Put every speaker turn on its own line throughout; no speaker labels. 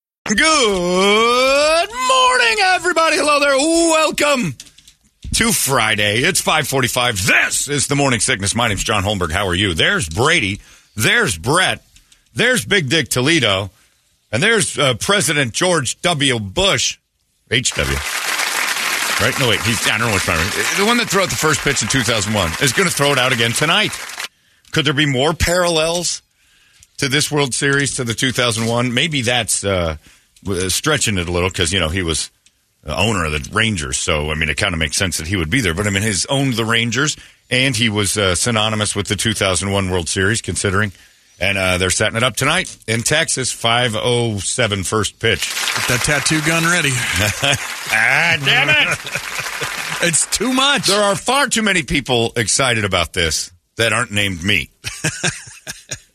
Good morning, everybody. Hello there. Welcome to Friday. It's 545. This is the Morning Sickness. My name's John Holmberg. How are you? There's Brady. There's Brett. There's Big Dick Toledo. And there's uh, President George W. Bush. HW. Right? No, wait. He's, I don't know which one. The one that threw out the first pitch in 2001 is going to throw it out again tonight. Could there be more parallels? to this World Series to the 2001. Maybe that's uh, w- stretching it a little because you know he was the owner of the Rangers, so I mean it kind of makes sense that he would be there. But I mean, he's owned the Rangers and he was uh, synonymous with the 2001 World Series, considering. And uh, they're setting it up tonight in Texas, 507 first pitch.
Get that tattoo gun ready.
Ah, damn it!
It's too much.
There are far too many people excited about this that aren't named me.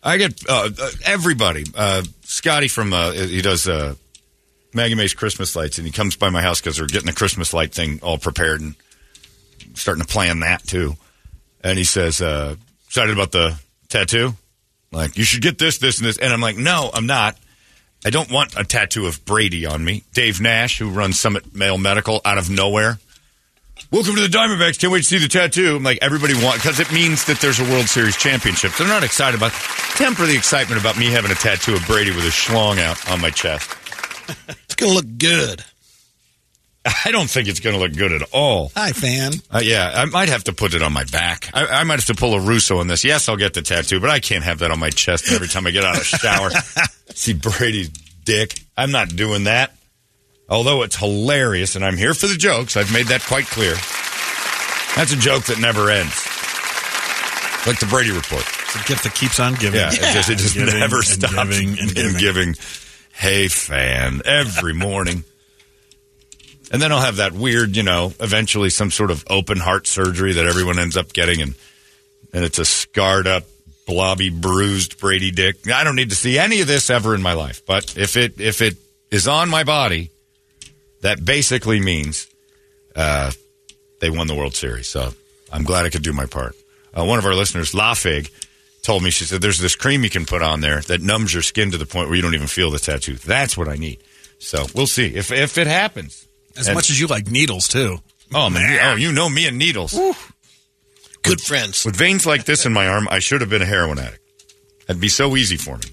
I get uh, uh, everybody. Uh, Scotty from uh, he does uh, Maggie Mae's Christmas lights, and he comes by my house because they're getting the Christmas light thing all prepared and starting to plan that too. And he says, uh, "Excited about the tattoo? Like you should get this, this, and this." And I'm like, "No, I'm not." I don't want a tattoo of Brady on me. Dave Nash, who runs Summit Male Medical out of nowhere. Welcome to the Diamondbacks. Can't wait to see the tattoo. I'm like, everybody wants, because it means that there's a World Series championship. They're not excited about, temper the excitement about me having a tattoo of Brady with a schlong out on my chest.
It's gonna look good.
I don't think it's going to look good at all.
Hi, fan.
Uh, yeah, I might have to put it on my back. I, I might have to pull a Russo on this. Yes, I'll get the tattoo, but I can't have that on my chest every time I get out of the shower. See Brady's dick. I'm not doing that. Although it's hilarious, and I'm here for the jokes. I've made that quite clear. That's a joke that never ends. Like the Brady Report.
It's a gift that keeps on giving.
Yeah, it just, it just
Giving
never
and
stops
Giving and giving.
Hey, fan, every morning. and then I'll have that weird, you know, eventually some sort of open heart surgery that everyone ends up getting, and and it's a scarred up, blobby, bruised Brady Dick. I don't need to see any of this ever in my life, but if it if it is on my body, that basically means uh, they won the World Series. So I'm glad I could do my part. Uh, one of our listeners, Lafig, told me, she said, there's this cream you can put on there that numbs your skin to the point where you don't even feel the tattoo. That's what I need. So we'll see if, if it happens.
As
And-
much as you like needles, too.
Oh, man. you- Oh, you know me and needles.
Good friends.
With veins like this in my arm, I should have been a heroin addict. That'd be so easy for me.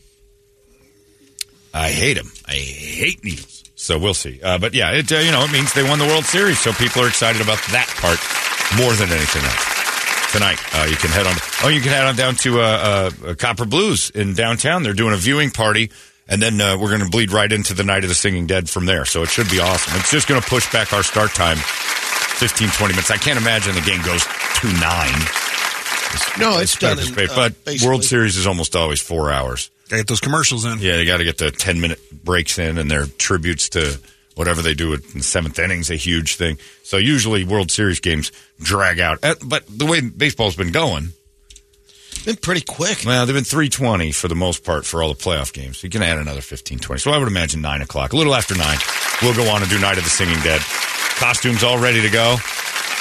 I hate them. I hate needles. So we'll see. Uh, but yeah, it uh, you know it means they won the World Series, so people are excited about that part more than anything else. Tonight, uh, you can head on. Oh, you can head on down to uh, uh, uh, Copper Blues in downtown. They're doing a viewing party, and then uh, we're going to bleed right into the Night of the Singing Dead from there. So it should be awesome. It's just going to push back our start time 15, 20 minutes. I can't imagine the game goes to nine.
No, it's done
Packers
in,
pay-
uh,
but
basically-
World Series is almost always four hours.
Gotta get those commercials in.
Yeah, you got to get the ten minute breaks in and their tributes to whatever they do in the seventh innings a huge thing. So usually World Series games drag out. Uh, But the way baseball's been going,
Been pretty quick.
well, they've been three twenty for the most part for all the playoff games. You can add another 15, 20. So I would imagine nine o'clock, a little after nine, we'll go on and do Night of the Singing Dead. Costumes all ready to go.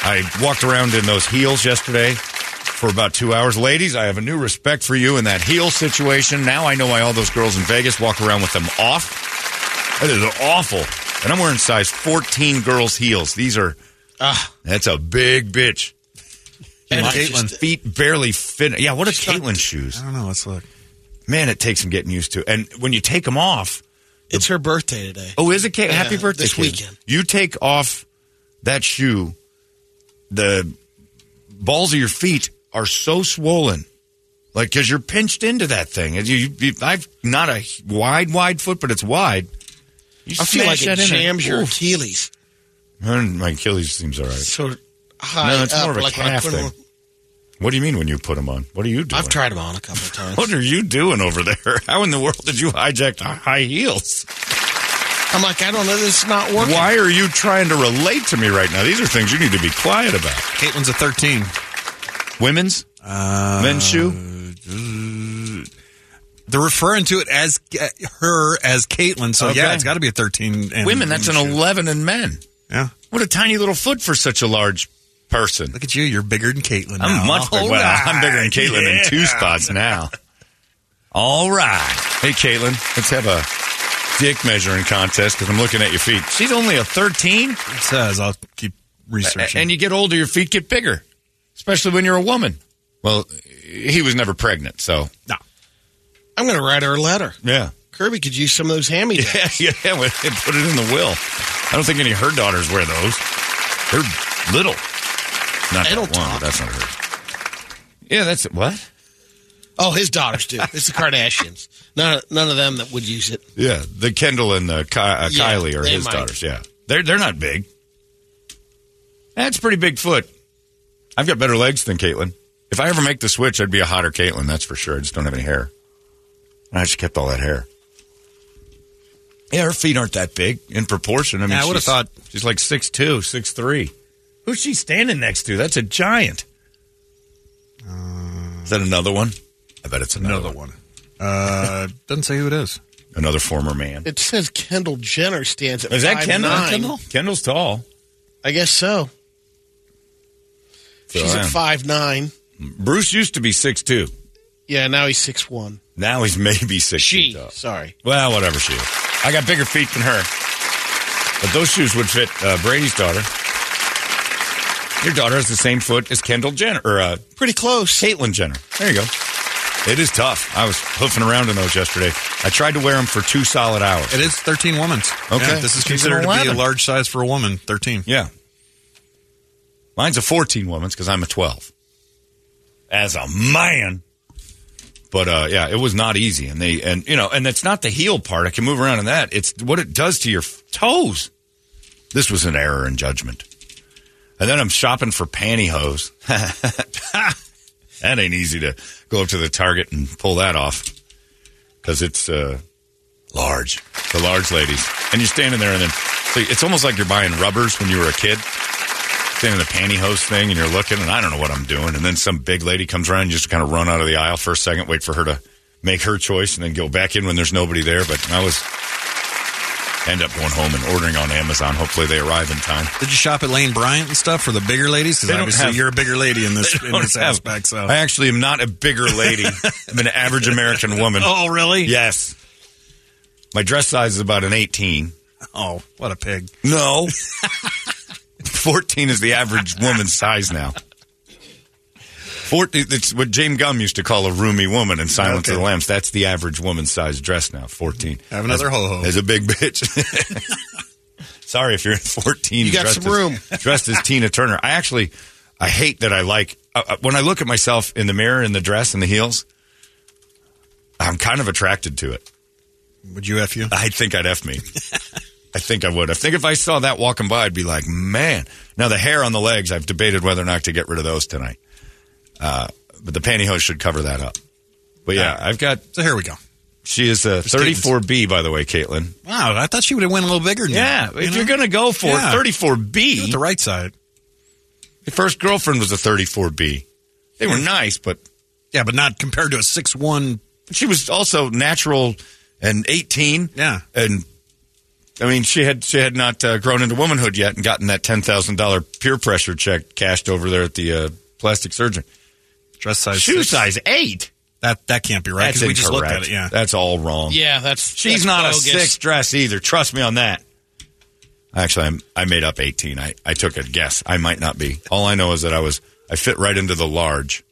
I walked around in those heels yesterday for about two hours. Ladies, I have a new respect for you in that heel situation. Now I know why all those girls in Vegas walk around with them off. That is awful. And I'm wearing size 14 girls' heels. These are
Ah.
That's a big bitch.
And it's
Caitlin
just-
feet barely fit. Yeah, what are Caitlin's shoes?
I don't know. Let's look.
Man, it takes some getting used to. And when you take them off,
it's her birthday today.
oh, is it Caitlin? Happy
Yeah,
birthday
this
Caitlin.
weekend.
You take off that shoe, the balls of your feet are so swollen, like because you're pinched into that thing. And You, you, you- I've not a wide, wide foot, but it's wide. You
I feel
smash
like it
that in there.
jams your
Oof.
Achilles.
And My Achilles seems all right.
So high
No, it's
up,
more of a
like when I
calf
put 'em
thing. What do you mean when you put them on? What are you
on-
doing?
I've tried them on a couple of times.
What are you doing over there? How in the world did you hijack the high heels?
I'm like, I don't know. This is not working.
Why are you trying to relate to me right now? These are things you need to be quiet about.
Caitlin's a 13.
Women's
Uh,
men's shoe.
They're referring to it as uh, her as Caitlin. So yeah,
Okay.
it's got to be a 13. And
Women. That's an
shoe.
eleven in men.
Yeah.
What a tiny little foot for such a large person.
Look at you. You're bigger than Caitlin. now.
I'm much bigger.
All
Well, I'm bigger than
right.
Caitlin in two
Yeah.
spots now. All right. Hey, Caitlin, let's have a dick measuring contest because I'm looking at your feet. She's only a 13.
It says I'll keep researching.
And you get older, your feet get bigger, especially when you're a woman. Well, he was never pregnant, so.
no.
I'm going to write her a letter.
Yeah.
Kirby could use some of those hand me downs.
Yeah, yeah, well, they put it in the will. I don't think any of her daughters wear those. They're little. Not that
They don't
one, but
talk.
that's not hers. Yeah, that's what?
Oh, his daughters do. It's the Kardashians. None, none of them that would use it.
Yeah, the Kendall and the Ki- uh,
Yeah,
Kylie are
they
his
might.
daughters. Yeah, they're they're not big. That's pretty big foot. I've got better legs than Caitlin. If I ever make the switch, I'd be a hotter Caitlin. That's for sure. I just don't have any hair. I just kept all that hair. Yeah, her feet aren't that big in proportion. I mean,
Yeah, I would've
she's-
thought-
she's like six two, six three. Who's she standing next to? That's a giant. Is that another one? I bet it's another, one.
Uh, doesn't say who it is.
Another former man.
It says Kendall Jenner stands at
Is that
5'9".
Kendall? Kendall's tall.
I guess so.
So
She's
I
at
am.
five nine.
Bruce used to be six two.
Yeah, now he's six one.
Now he's maybe six.
She,
feet tall.
sorry.
Well, whatever she is. I got bigger feet than her. But those shoes would fit uh, Brady's daughter. Your daughter has the same foot as Kendall Jenner or uh,
Pretty close.
Caitlyn Jenner. There you go. It is tough. I was hoofing around in those yesterday. I tried to wear them for two solid hours.
It is 13 women's.
Okay.
Yeah, this is
She's
considered
an
to be a
11.
large size for a woman. 13.
Yeah. Mine's a 14 woman's because I'm a 12. As a man. But uh, yeah, it was not easy, and they and you know, and that's not the heel part. I can move around in that. It's what it does to your f- toes. This was an error in judgment. And then I'm shopping for pantyhose. that ain't easy to go up to the Target and pull that off because it's uh, large for large ladies. And you're standing there, and then so it's almost like you're buying rubbers when you were a kid. Standing in the pantyhose thing, and you're looking, and I don't know what I'm doing. And then some big lady comes around, and you just kind of run out of the aisle for a second, wait for her to make her choice, and then go back in when there's nobody there. But I was end up going home and ordering on Amazon. Hopefully, they arrive in time.
Did you shop at Lane Bryant and stuff for the bigger ladies?
They
Because
don't
obviously
have-
you're a bigger lady in this, in
don't
this
have-
aspect. So.
I actually am not a bigger lady. I'm an average American woman.
oh, really?
Yes. My dress size is about an 18.
Oh, what a pig.
No. 14 is the average woman's size now. 14, it's what James Gum used to call a roomy woman in Silence of
Okay.
the Lambs. That's the average woman's size dress now, 14.
Have another
As-
ho-ho.
As a big bitch. Sorry if you're in 14.
You got
dressed
some
as-
room.
dressed as Tina Turner. I actually, I hate that I like, uh, uh, when I look at myself in the mirror in the dress and the heels, I'm kind of attracted to it.
Would you F you?
I think I'd F me. I think I would. I think if I saw that walking by, I'd be like, man. Now, the hair on the legs, I've debated whether or not to get rid of those tonight. Uh, but the pantyhose should cover that up. But yeah, I've got,
So here we go.
she is a
Caitlin's-
34B, by the way, Caitlin.
Wow, I thought she would have went a little bigger than that.
if
know?
you're going to go for
Yeah. Do it the
34B,
right side.
my first girlfriend was a 34B. They were nice, but
Yeah, but not compared to a six one.
she was also natural and 18.
Yeah.
And I mean, she had she had not uh, grown into womanhood yet and gotten that $10,000 peer pressure check cashed over there at the uh, plastic surgeon.
Dress size
Shoe
six.
size 8.
That that can't be right
That's
because we just looked at
incorrect.
it. Yeah,
That's all wrong.
Yeah, that's
She's
that's
not
bogus.
a six dress either. Trust me on that. Actually, I'm, I made up 18. I, I took a guess. I might not be. All I know is that I was I fit right into the large.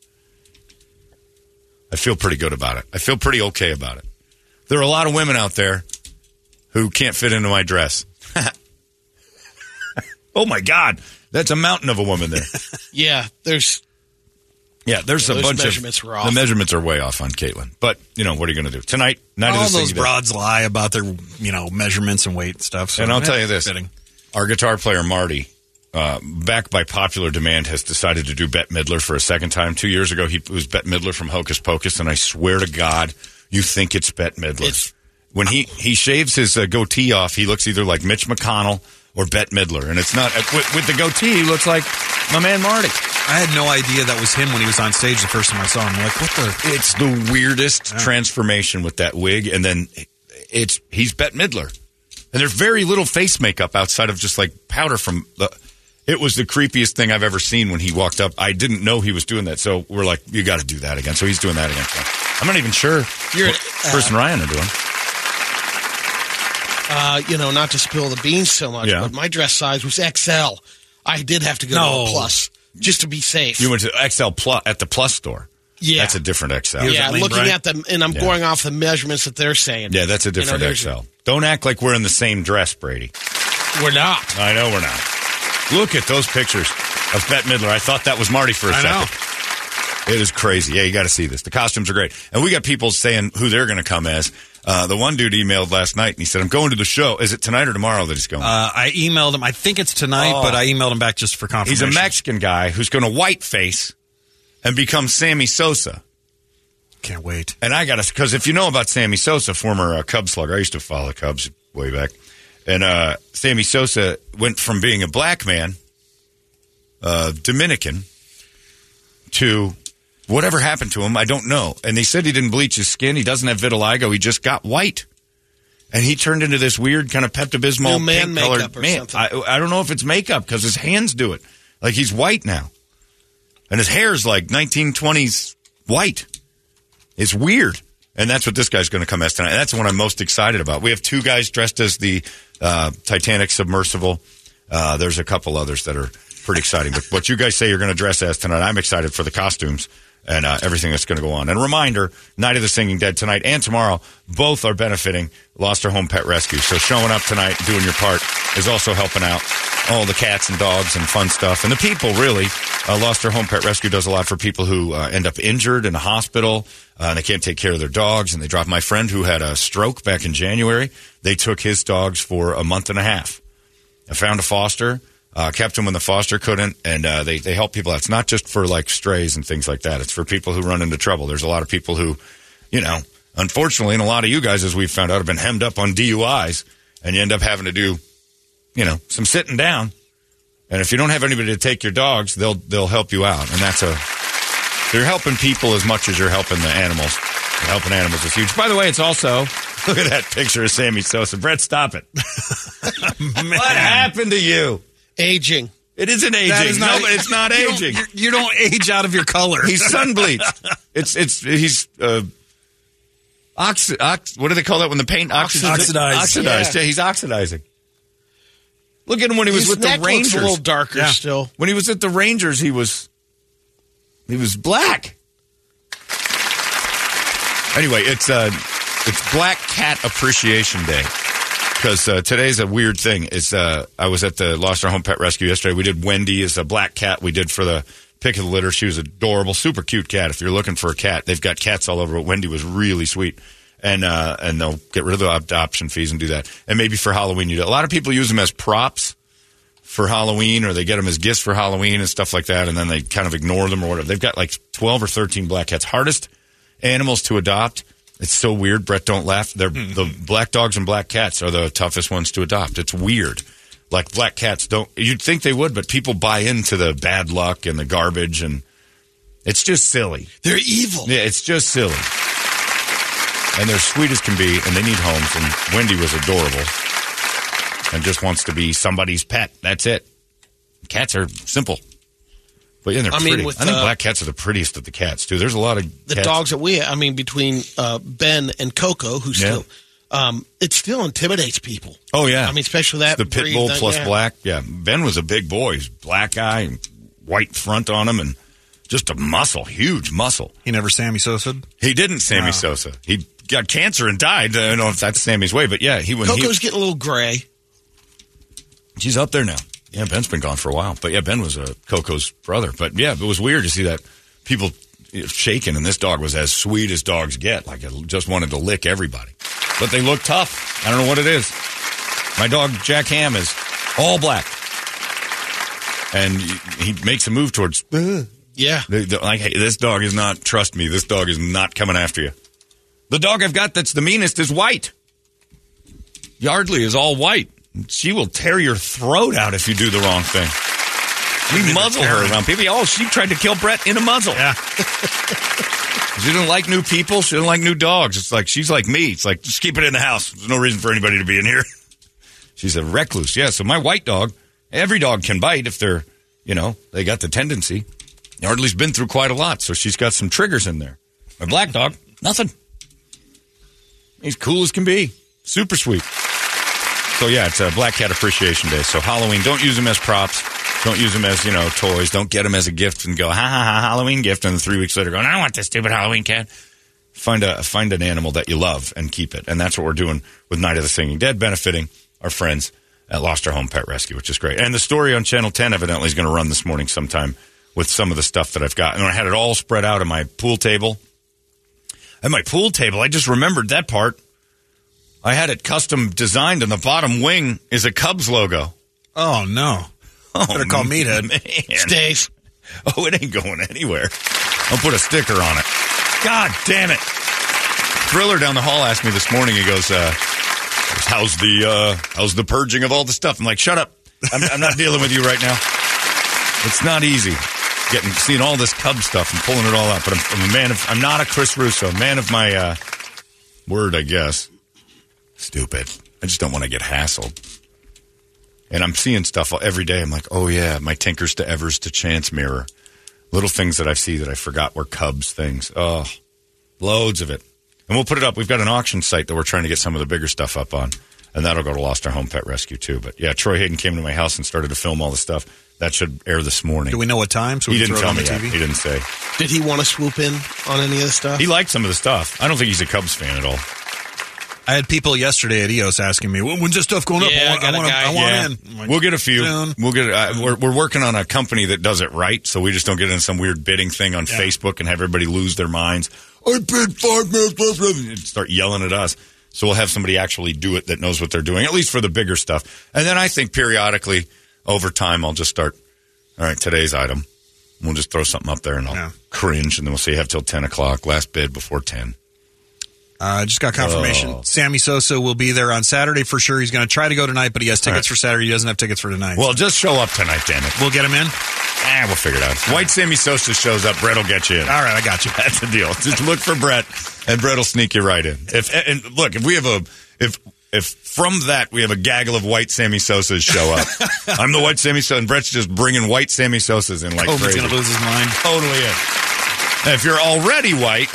I feel pretty good about it. I feel pretty okay about it. There are a lot of women out there who can't fit into my dress. oh my God, that's a mountain of a woman there.
Yeah, there's
Yeah, there's a
Yeah, those
bunch
measurements
of
were off.
the measurements are way off on Caitlin. But you know what are you going to do tonight? Night
All
of the
those
thing you did.
broads lie about their, you know, measurements and weight and stuff. So
And I'll
eh,
tell you this:
fitting.
our guitar player Marty, uh, backed by popular demand, has decided to do Bette Midler for a second time. Two years ago, he was Bette Midler from Hocus Pocus, and I swear to God, you think it's Bette Midler.
It's-
when he, he shaves his uh, goatee off, he looks either like Mitch McConnell or Bette Midler, and it's not. uh, With, with the goatee, he looks like my man Marty.
I had no idea that was him when he was on stage the first time I saw him. I'm like, what the?
It's the weirdest transformation with that wig, and then it's he's Bette Midler, and there's very little face makeup outside of just like powder from the. It was the creepiest thing I've ever seen when he walked up. I didn't know he was doing that, so we're like, "You got to do that again." So he's doing that again. So I'm not even sure
You're-
what Chris and Ryan are doing.
uh, you know, not to spill the beans so much,
Yeah.
but my dress size was XL. I did have to go
No.
to a plus just to be safe.
You went to XL Plus at the Plus store.
Yeah.
that's a different XL.
was
yeah,
at Lane
looking
Bryant.
at them, and I'm going off the measurements that they're saying.
Yeah, that's a
You know,
different
there's-
XL. Don't act like we're in the same dress, Brady.
We're not.
I know we're not. Look at those pictures of Bette Midler. I thought that was Marty for a
I know.
second. It is crazy. Yeah, you got to see this. The costumes are great. And we got people saying who they're going to come as. Uh, the one dude emailed last night and he said, I'm going to the show. Is it tonight or tomorrow that he's going?
Uh, I emailed him. I think it's tonight, but I emailed him back just for
Oh. he's
confirmation.
a Mexican guy who's going to whiteface and become Sammy Sosa.
Can't wait.
And I got to, because if you know about Sammy Sosa, former uh, Cubs slugger, I used to follow the Cubs way back. And uh, Sammy Sosa went from being a black man, uh, Dominican, to whatever happened to him, I don't know. And they said he didn't bleach his skin. He doesn't have vitiligo. He just got white. And he turned into this weird kind of Pepto Bismol
New man
pink colored
makeup or
man.
something.
I, I don't know if it's makeup because his hands do it. Like he's white now. And his hair's like 1920s white. It's weird. And that's what this guy's going to come as tonight. And that's the one I'm most excited about. We have two guys dressed as the uh, Titanic submersible. Uh, there's a couple others that are pretty exciting. but what you guys say you're going to dress as tonight, I'm excited for the costumes and uh, everything that's going to go on. And a reminder Night of the Singing Dead tonight and tomorrow, both are benefiting Lost Her Home Pet Rescue. So showing up tonight, doing your part, is also helping out all the cats and dogs and fun stuff. And the people, really. Uh, Lost Her Home Pet Rescue does a lot for people who uh, end up injured in a hospital uh, and they can't take care of their dogs. And they dropped my friend who had a stroke back in January. They took his dogs for a month and a half. I found a foster, uh, kept him when the foster couldn't, and uh, they they help people out. It's not just for like strays and things like that. It's for people who run into trouble. There's a lot of people who, you know, unfortunately, and a lot of you guys, as we've found out, have been hemmed up on DUIs, and you end up having to do, you know, some sitting down. And if you don't have anybody to take your dogs, they'll they'll help you out, and that's a you're helping people as much as you're helping the animals. And helping animals is huge. By the way, it's also look at that picture of Sammy Sosa. Brett, stop it. What happened to you?
Aging.
It isn't aging.
is not-
no, but it's not aging.
You, you don't age out of your color.
He's sunbleached. It's it's he's uh, oxi- ox, What do they call that when the paint oxi-
Oxidized.
Oxidized. Yeah. he's oxidizing. Look at him when he was
His
with
neck
the Rangers.
looks a little darker
Yeah.
still.
When he was at the Rangers, he was he was black. Anyway, it's uh, it's Black Cat Appreciation Day because uh, today's a weird thing. Is uh, I was at the Lost Our Home Pet Rescue yesterday. We did Wendy as a black cat. We did for the pick of the litter. She was adorable, super cute cat. If you're looking for a cat, they've got cats all over. But Wendy was really sweet, and uh, and they'll get rid of the adoption fees and do that. And maybe for Halloween, you do. A lot of people use them as props for Halloween or they get them as gifts for Halloween and stuff like that. And then they kind of ignore them or whatever. They've got like 12 or 13 black cats. Hardest animals to adopt. It's so weird. Brett, don't laugh. They're the black dogs and black cats are the toughest ones to adopt. It's weird. Like black cats don't, you'd think they would, but people buy into the bad luck and the garbage and it's just silly.
They're evil.
Yeah, it's just silly. And they're sweet as can be, and they need homes. And Wendy was adorable and just wants to be somebody's pet. That's it. Cats are simple. But yeah, they're
I mean,
pretty.
with,
I think
uh,
black cats are the prettiest of the cats, too. There's a lot of
The
cats-
dogs that we, I mean, between uh, Ben and Coco, who's
Yeah.
still, um, it still intimidates people.
Oh yeah,
I mean, especially that
the pit
breed
bull
thing,
plus
yeah.
black. Yeah, Ben was a big boy. He's black guy, white front on him, and just a muscle, huge muscle.
He never Sammy Sosa.
He didn't Sammy Sosa. He got cancer and died. I don't know if that's Sammy's way, but yeah, he when
Coco's
he,
getting a little gray.
she's up there now. Yeah, Ben's been gone for a while, but yeah, Ben was uh, Coco's brother. But yeah, it was weird to see that people shaking, and this dog was as sweet as dogs get. Like it just wanted to lick everybody, but they look tough. I don't know what it is. My dog Jack Ham is all black, and he he makes a move towards
Yeah.
They, they're like, hey, this dog is not, trust me, this dog is not coming after you. The dog I've got that's the meanest is white. Yardley is all white. She will tear your throat out if you do the wrong thing. We muzzle her around people. Oh, she tried to kill Brett in a muzzle.
Yeah.
She didn't like new people. She didn't like new dogs. It's like, she's like me. It's like, just keep it in the house. There's no reason for anybody to be in here. She's a recluse. Yeah. So my white dog, every dog can bite if they're, you know, they got the tendency. Yardley's been through quite a lot, so she's got some triggers in there. My black dog, nothing. He's cool as can be. Super sweet. So yeah, it's a Black Cat Appreciation Day. So Halloween, don't use them as props. Don't use them as you know toys. Don't get them as a gift and go ha ha ha Halloween gift, and then three weeks later going I don't want this stupid Halloween cat. Find a find an animal that you love and keep it, and that's what we're doing with Night of the Singing Dead, benefiting our friends at Lost Our Home Pet Rescue, which is great. And the story on Channel Ten evidently is going to run this morning sometime with some of the stuff that I've got, and I had it all spread out on my pool table. At my pool table, I just remembered that part. I had it custom designed, and the bottom wing is a Cubs logo.
Oh no! Better call me to
Man.
Dave.
Oh, it ain't going anywhere. I'll put a sticker on it. God damn it. Thriller down the hall asked me this morning, he goes, uh, how's the, uh, how's the purging of all the stuff? I'm like, shut up. I'm, I'm not dealing with you right now. It's not easy getting, seeing all this Cub stuff and pulling it all out, but I'm, I'm a man of, I'm not a Chris Russo, man of my, uh, word, I guess. Stupid. I just don't want to get hassled. And I'm seeing stuff every day. I'm like, oh yeah, my Tinkers to Evers to Chance Mirror. Little things that I see that I forgot were Cubs things. Oh, loads of it. And we'll put it up. We've got an auction site that we're trying to get some of the bigger stuff up on. And that'll go to Lost Our Home Pet Rescue too. But yeah, Troy Hayden came to my house and started to film all the stuff. That should air this morning.
Do we know what time? So we
he
can
didn't
throw
tell
it on the
me
TV.
that. He didn't say.
Did he want to swoop in on any of this stuff?
He liked some of the stuff. I don't think he's a Cubs fan at all.
I had people yesterday at EOS asking me, "Well, "When's this stuff going up?
Yeah, I
I
got a
want,
guy.
I want, I want in." I'm like,
we'll get a few.
soon.
We'll get. Uh, we're, we're working on a company that does it right, so we just don't get in some weird bidding thing on Facebook and have everybody lose their minds. I bid five minutes plus revenue and start yelling at us. So we'll have somebody actually do it that knows what they're doing, at least for the bigger stuff. And then I think periodically, over time, I'll just start. All right, today's item. We'll just throw something up there and I'll
Yeah.
cringe, and then we'll say you have till ten o'clock. Last bid before ten.
I Uh, just got confirmation.
Oh.
Sammy Sosa will be there on Saturday for sure. He's going to try to go tonight, but he has tickets
right.
for Saturday. He doesn't have tickets for tonight.
Well, just show up tonight, damn it.
we'll get him in.
Ah, we'll figure it out. White Sammy Sosa shows up. Brett will get you in.
All right, I got you.
That's the deal. Just look for Brett, and Brett will sneak you right in. If and look, if we have a if if from that we have a gaggle of white Sammy Sosa's show up, I'm the white Sammy Sosa, and Brett's just bringing white Sammy Sosa's in like
Oh, he's
crazy.
going to lose his mind.
Totally in. And if you're already white,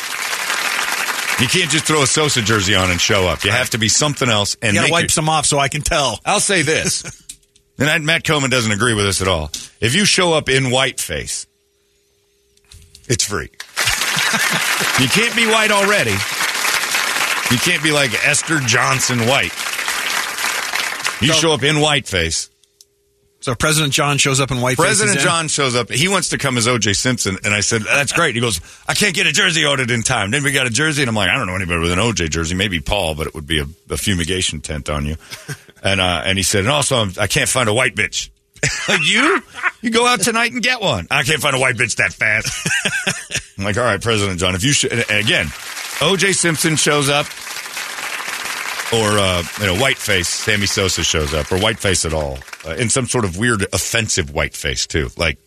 you can't just throw a Sosa jersey on and show up. You have to be something else. And
You got
make
to wipe
your-
some off so I can tell.
I'll say this, and I, Matt Coman doesn't agree with us at all. If you show up in whiteface, it's free. you can't be white already. You can't be like Esther Johnson White. You show up in whiteface.
So President John shows up in white.
President John shows up. He wants to come as O.J. Simpson, and I said, "That's great." He goes, "I can't get a jersey ordered in time." Then we got a jersey, and I'm like, "I don't know anybody with an O.J. jersey. Maybe Paul, but it would be a, a fumigation tent on you." and uh, and he said, "And also, I'm, I can't find a white bitch. like you, you go out tonight and get one. I can't find a white bitch that fast." I'm like, "All right, President John, if you should and again, O.J. Simpson shows up." or uh, you know, whiteface. Sammy Sosa shows up, or whiteface at all, uh, in some sort of weird offensive whiteface too, like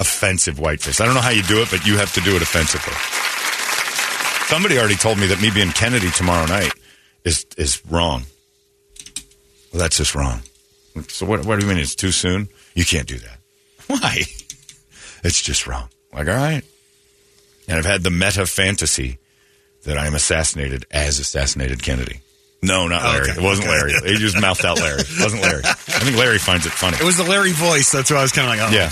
offensive whiteface. I don't know how you do it, but you have to do it offensively. Somebody already told me that me being Kennedy tomorrow night is is wrong. Well, that's just wrong. So what? What do you mean? It's too soon? You can't do that. Why? It's just wrong. Like, all right. And I've had the meta fantasy that I am assassinated as assassinated Kennedy. No, not Larry.
Oh, okay.
It wasn't
Okay.
Larry. He just mouthed out Larry. It wasn't Larry. I think Larry finds it funny.
It was the Larry voice. That's why I was kind of like, oh,
Yeah.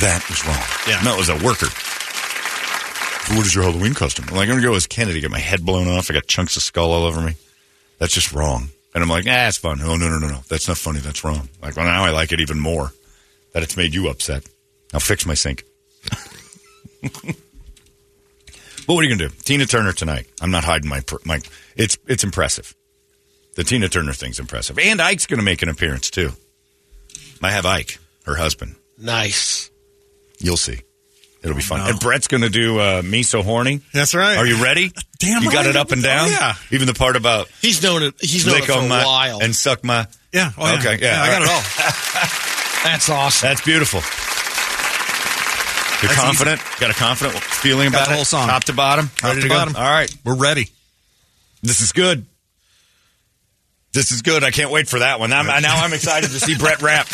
That was wrong.
Yeah.
No, it was a worker. So what is your Halloween costume? I'm like, I'm going to go as Kennedy, get my head blown off. I got chunks of skull all over me. That's just wrong. And I'm like, ah, it's fun. Oh, no, no, no, no. That's not funny. That's wrong. Like, well, now I like it even more that it's made you upset. Now fix my sink. but what are you going to do? Tina Turner tonight. I'm not hiding my, pr- my, it's, it's impressive. The Tina Turner thing's impressive. And Ike's going to make an appearance too. I have Ike, her husband.
Nice.
You'll see. It'll be fun. And Brett's going to do uh, Me So Horny.
That's right.
Are you ready?
Damn
You got
right.
it up and down?
Oh, yeah.
Even the part about
He's known it. He's known it
lick
for a
on my
while.
and suck my.
yeah, oh, yeah.
Okay, yeah.
I got it all.
That's awesome.
That's beautiful. You're
That's
confident? Got a confident feeling
Got
about
the
it?
whole song.
Top to bottom?
Top
ready
to
to go?
bottom.
All right.
We're ready.
This is good. This is
Oh,
good. I can't wait for that one. I'm, I, now I'm excited to see Brett rap.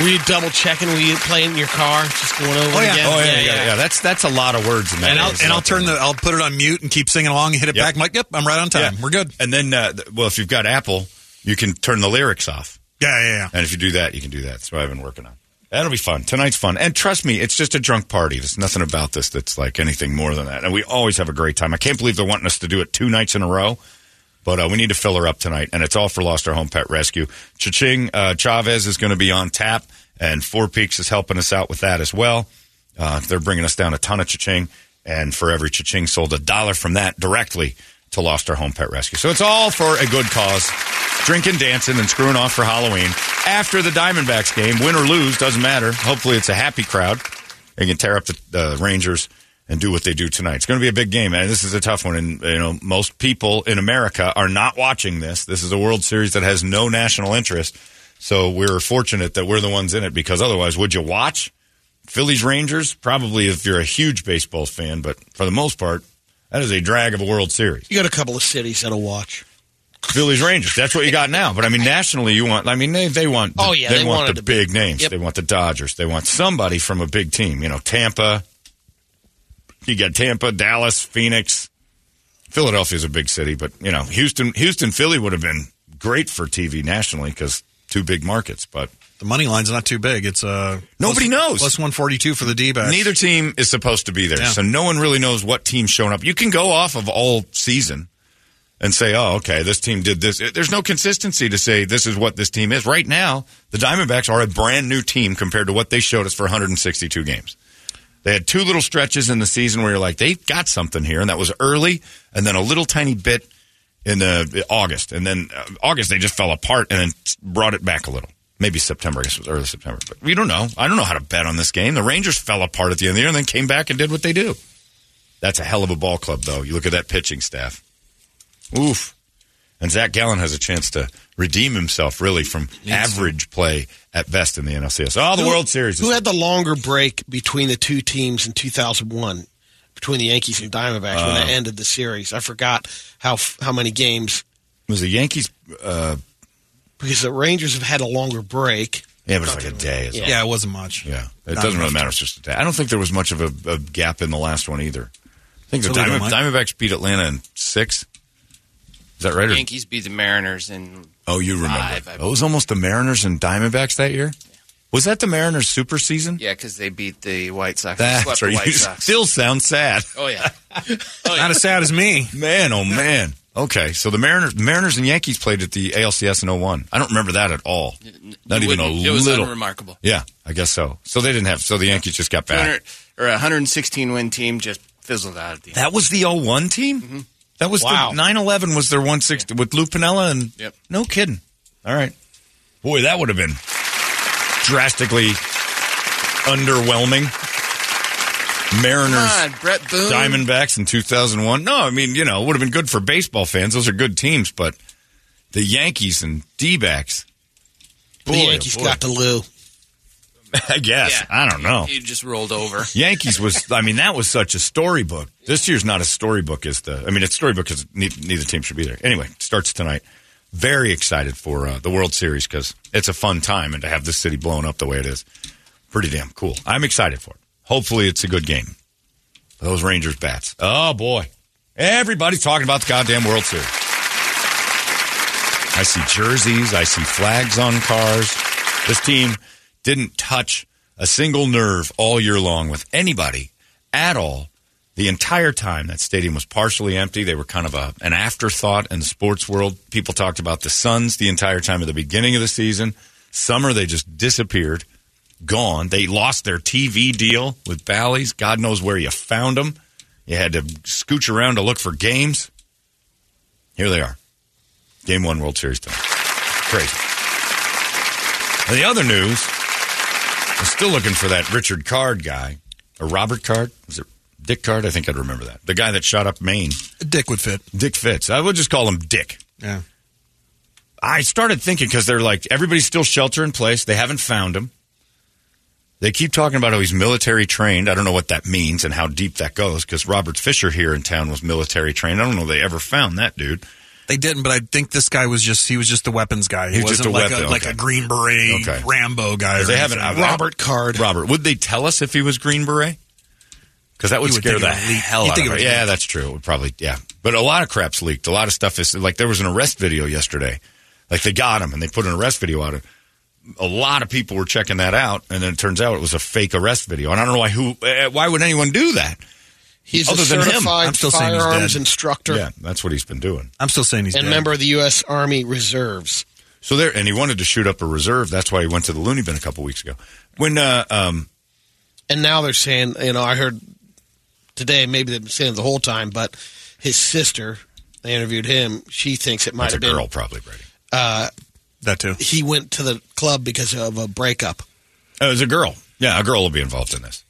Were you double checking? Were you playing in your car? Just going over
Oh, yeah.
again?
Oh, yeah, yeah, yeah. That's that's a lot of words in that.
And I'll,
one. It's
and I'll
not
turn
that
the, I'll put it on mute and keep singing along and hit it
Yep.
back. I'm like, yep, I'm right on time. We're good.
And then, uh, th- well, if you've got Apple, you can turn the lyrics off.
Yeah, yeah, yeah.
And if you do that, you can do that. That's what I've been working on. That'll be fun. Tonight's fun. And trust me, it's just a drunk party. There's nothing about this that's like anything more than that. And we always have a great time. I can't believe they're wanting us to do it two nights in a row. But uh, we need to fill her up tonight. And it's all for Lost Our Home Pet Rescue. Cha-ching uh, Chavez is going to be on tap. And Four Peaks is helping us out with that as well. Uh, they're bringing us down a ton of cha-ching. And for every cha-ching sold, a dollar from that directly to Lost Our Home Pet Rescue. So it's all for a good cause drinking, dancing, and screwing off for Halloween after the Diamondbacks game. Win or lose, doesn't matter. Hopefully, it's a happy crowd. They can tear up the uh, Rangers and do what they do tonight. It's going to be a big game, man. This is a tough one, and you know most people in America are not watching this. This is a World Series that has no national interest, so we're fortunate that we're the ones in it because otherwise, would you watch? Phillies Rangers, probably if you're a huge baseball fan, but for the most part, that is a drag of a World Series.
You got a couple of cities that'll watch.
Phillies Rangers. That's what you got now. But I mean, nationally, you want. I mean, they they want. The,
Oh, yeah,
they,
they
want
wanted
the
to be-
big names.
Yep.
They want the Dodgers. They want somebody from a big team. You know, Tampa. You got Tampa, Dallas, Phoenix. Philadelphia's a big city, but you know, Houston, Houston, Philly would have been great for TV nationally because two big markets. But
The money line's not too big. It's uh,
Nobody
plus-
knows.
Plus 142 for the D backs.
Neither team is supposed to be there,
Yeah.
so no one really knows what team's showing up. You can go off of all season and say, "Oh, okay, this team did this." There's no consistency to say this is what this team is right now. The Diamondbacks are a brand new team compared to what they showed us for 162 games. They had two little stretches in the season where you're like, "They've got something here," and that was early, and then a little tiny bit in the August, and then uh, August they just fell apart, and then brought it back a little. Maybe September, I guess it was early September, but we don't know. I don't know how to bet on this game. The Rangers fell apart at the end of the year, and then came back and did what they do. That's a hell of a ball club, though. You look at that pitching staff. Oof. And Zach Gallen has a chance to redeem himself, really, from average play at best in the NLCS. Oh, the
Who-
World Series. is-
Who had the longer break between the two teams in 2001, between the Yankees and Diamondbacks when
Uh.
they ended the series? I forgot how f- how many games
was the Yankees? Uh,
because the Rangers have had a longer break.
yeah, but it's like a day. is all.
Yeah, it wasn't much.
Yeah,
Not
it doesn't really
enough
matter. It's just a day. I don't think there was much of a, a gap in the last one either. I think the
So we don't
Diamond,
like-
Diamondbacks beat Atlanta in six. Is that right? Or-
Yankees beat the Mariners and
oh, you remember?
Five, I
it was almost the Mariners and Diamondbacks that year. Was that the Mariners super season?
yeah, because they beat the White Sox. They
That's
swept the
right.
White
You
Sox.
still sound sad,
oh yeah,
Not as sad as me.
man. Oh man. Okay, so the Mariners, Mariners and Yankees played at the ALCS in 01. I don't remember that at all. Not
You
even a
wouldn't- It was
little.
unremarkable.
yeah, I guess so. So they didn't have. So the Yankees just got back.
200 or a 116 win team just fizzled out at the end.
That was the 01 team? That was
Wow.
the 911 was their 160 with Lou Pinella and
Yep.
no kidding. All right. Boy, that would have been drastically underwhelming. Mariners
Come on, Brett Boone.
Diamondbacks in 2001. No, I mean, you know, it would have been good for baseball fans. Those are good teams, but the Yankees and D-backs. Boy, oh
the Yankees
boy.
got to Lou.
I guess.
Yeah.
I don't know.
He just rolled over.
Yankees was, I mean, that was such a storybook. This year's not a storybook as the, I mean, it's storybook because neither, neither team should be there. Anyway, it starts tonight. Very excited for uh, the World Series because it's a fun time and to have this city blown up the way it is, pretty damn cool. I'm excited for it. Hopefully, it's a good game. Those Rangers bats. Oh boy, everybody's talking about the goddamn World Series. I see jerseys. I see flags on cars. This team didn't touch a single nerve all year long with anybody at all. The entire time that stadium was partially empty. They were kind of a, an afterthought in the sports world. People talked about the Suns the entire time at the beginning of the season. Summer, they just disappeared, gone. They lost their TV deal with Bally's. God knows where you found them. You had to scooch around to look for games. Here they are. Game one World Series time. Crazy. And the other news, I'm still looking for that Richard Card guy, or Robert Card. Was it Dick Card? I think I'd remember that. The guy that shot up Maine.
Dick would fit.
Dick Fitz. I will just call him Dick.
Yeah.
I started thinking because they're like, everybody's still shelter in place. They haven't found him. They keep talking about how he's military trained. I don't know what that means and how deep that goes because Robert Fisher here in town was military trained. I don't know they ever found that dude.
They didn't, but I think this guy was just he was just the weapons guy. He,
He was just
wasn't
a
like
weapon,
a like
okay.
a Green Beret
Okay.
Rambo guy. Or
They haven't
anything.
Robert Card. Robert, would they tell us if he was Green Beret? Because that would,
You would
scare
think
the
it would leak.
hell
You'd
out
think
of
it
it.
would
Yeah,
leak.
that's true. It would probably yeah. But a lot of crap's leaked. A lot of stuff is like there was an arrest video yesterday. Like they got him and they put an arrest video out. of A lot of people were checking that out, and then it turns out it was a fake arrest video. And I don't know why who eh, why would anyone do that?
He's
Other
a
than him,
certified
I'm still saying he's
firearms
dead.
instructor
Yeah, that's what he's been doing.
I'm still saying he's
and
dead.
member of the U.S. Army Reserves.
So there, and he wanted to shoot up a reserve. That's why he went to the loony bin a couple weeks ago. When uh, um,
And now they're saying, you know, I heard today, maybe they've been saying it the whole time, but his sister, they interviewed him. She thinks it
that's
might
a
have been uh,
girl, probably Brady.
that too.
he went to the club because of a breakup.
Oh, it was a girl. Yeah, a girl will be involved in this.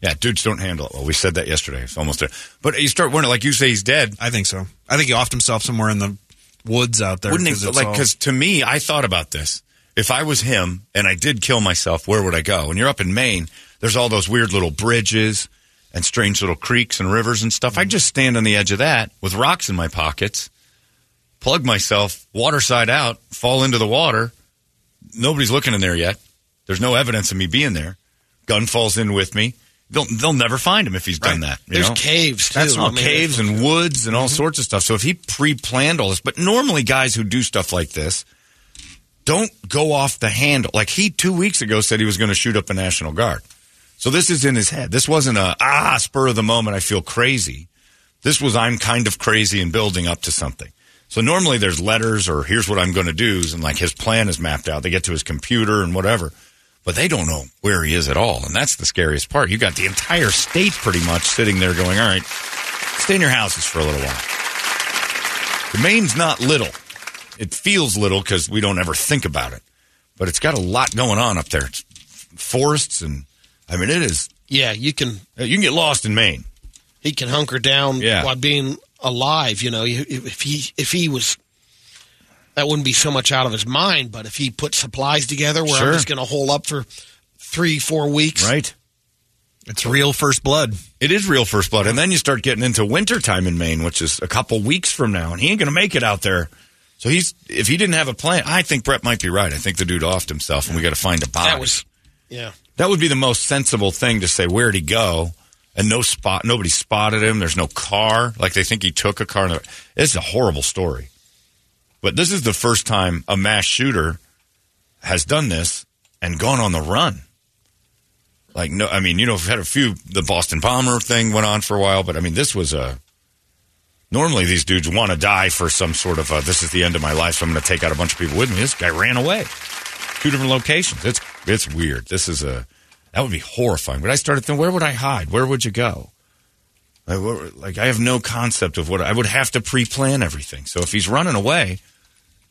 Yeah, dudes don't handle it. Well, we said that yesterday. It's almost there. But you start wondering, like you say, he's dead.
I think so. I think he offed himself somewhere in the woods out there.
Wouldn't
'cause
it,
it's
like,
all-
because to me, I thought about this. If I was him and I did kill myself, where would I go? And you're up in Maine, there's all those weird little bridges and strange little creeks and rivers and stuff. I'd just stand on the edge of that with rocks in my pockets, plug myself waterside out, fall into the water. Nobody's looking in there yet. There's no evidence of me being there. Gun falls in with me. They'll, they'll never find him if he's done that. you
There's
know?
caves, too.
That's all
I mean, Mm-hmm.
caves and woods and all sorts of stuff. So if he pre-planned all this, but normally guys who do stuff like this don't go off the handle. Like he two weeks ago said he was going to shoot up a National Guard. So this is in his head. This wasn't a ah spur of the moment. I feel crazy. This was I'm kind of crazy and building up to something. So normally there's letters or here's what I'm going to do and like his plan is mapped out. They get to his computer and whatever. But they don't know where he is at all. And that's the scariest part. You got the entire state pretty much sitting there going, all right, stay in your houses for a little while. The Maine's not little. It feels little because we don't ever think about it, but it's got a lot going on up there. It's f- forests and I mean, it is.
Yeah, you can
Uh, You can get lost in Maine.
he can hunker down
Yeah.
while being alive. You know, You- if he if he was, that wouldn't be so much out of his mind. But if he put supplies together, where
Sure.
I'm just going to hole up for three four weeks,
Right.
it's real first blood.
It is real first blood. And then you start getting into wintertime in Maine, which is a couple weeks from now, and he ain't going to make it out there. So he's, if he didn't have a plan, I think Brett might be right. I think the dude offed himself and we got to find a body.
That was yeah.
That would be the most sensible thing to say. Where'd he go? And no spot, nobody spotted him. There's no car. Like they think he took a car. and- It's a horrible story. But this is the first time a mass shooter has done this and gone on the run. Like no, I mean you know we've had a few. The Boston bomber thing went on for a while, but I mean this was a. Normally these dudes want to die for some sort of a, this is the end of my life, so I'm going to take out a bunch of people with me. This guy ran away two different locations. It's it's weird. This is a that would be horrifying. But I started thinking, where would I hide? Where would you go? Like, where, like I have no concept of what I would have to pre-plan everything. So if he's running away,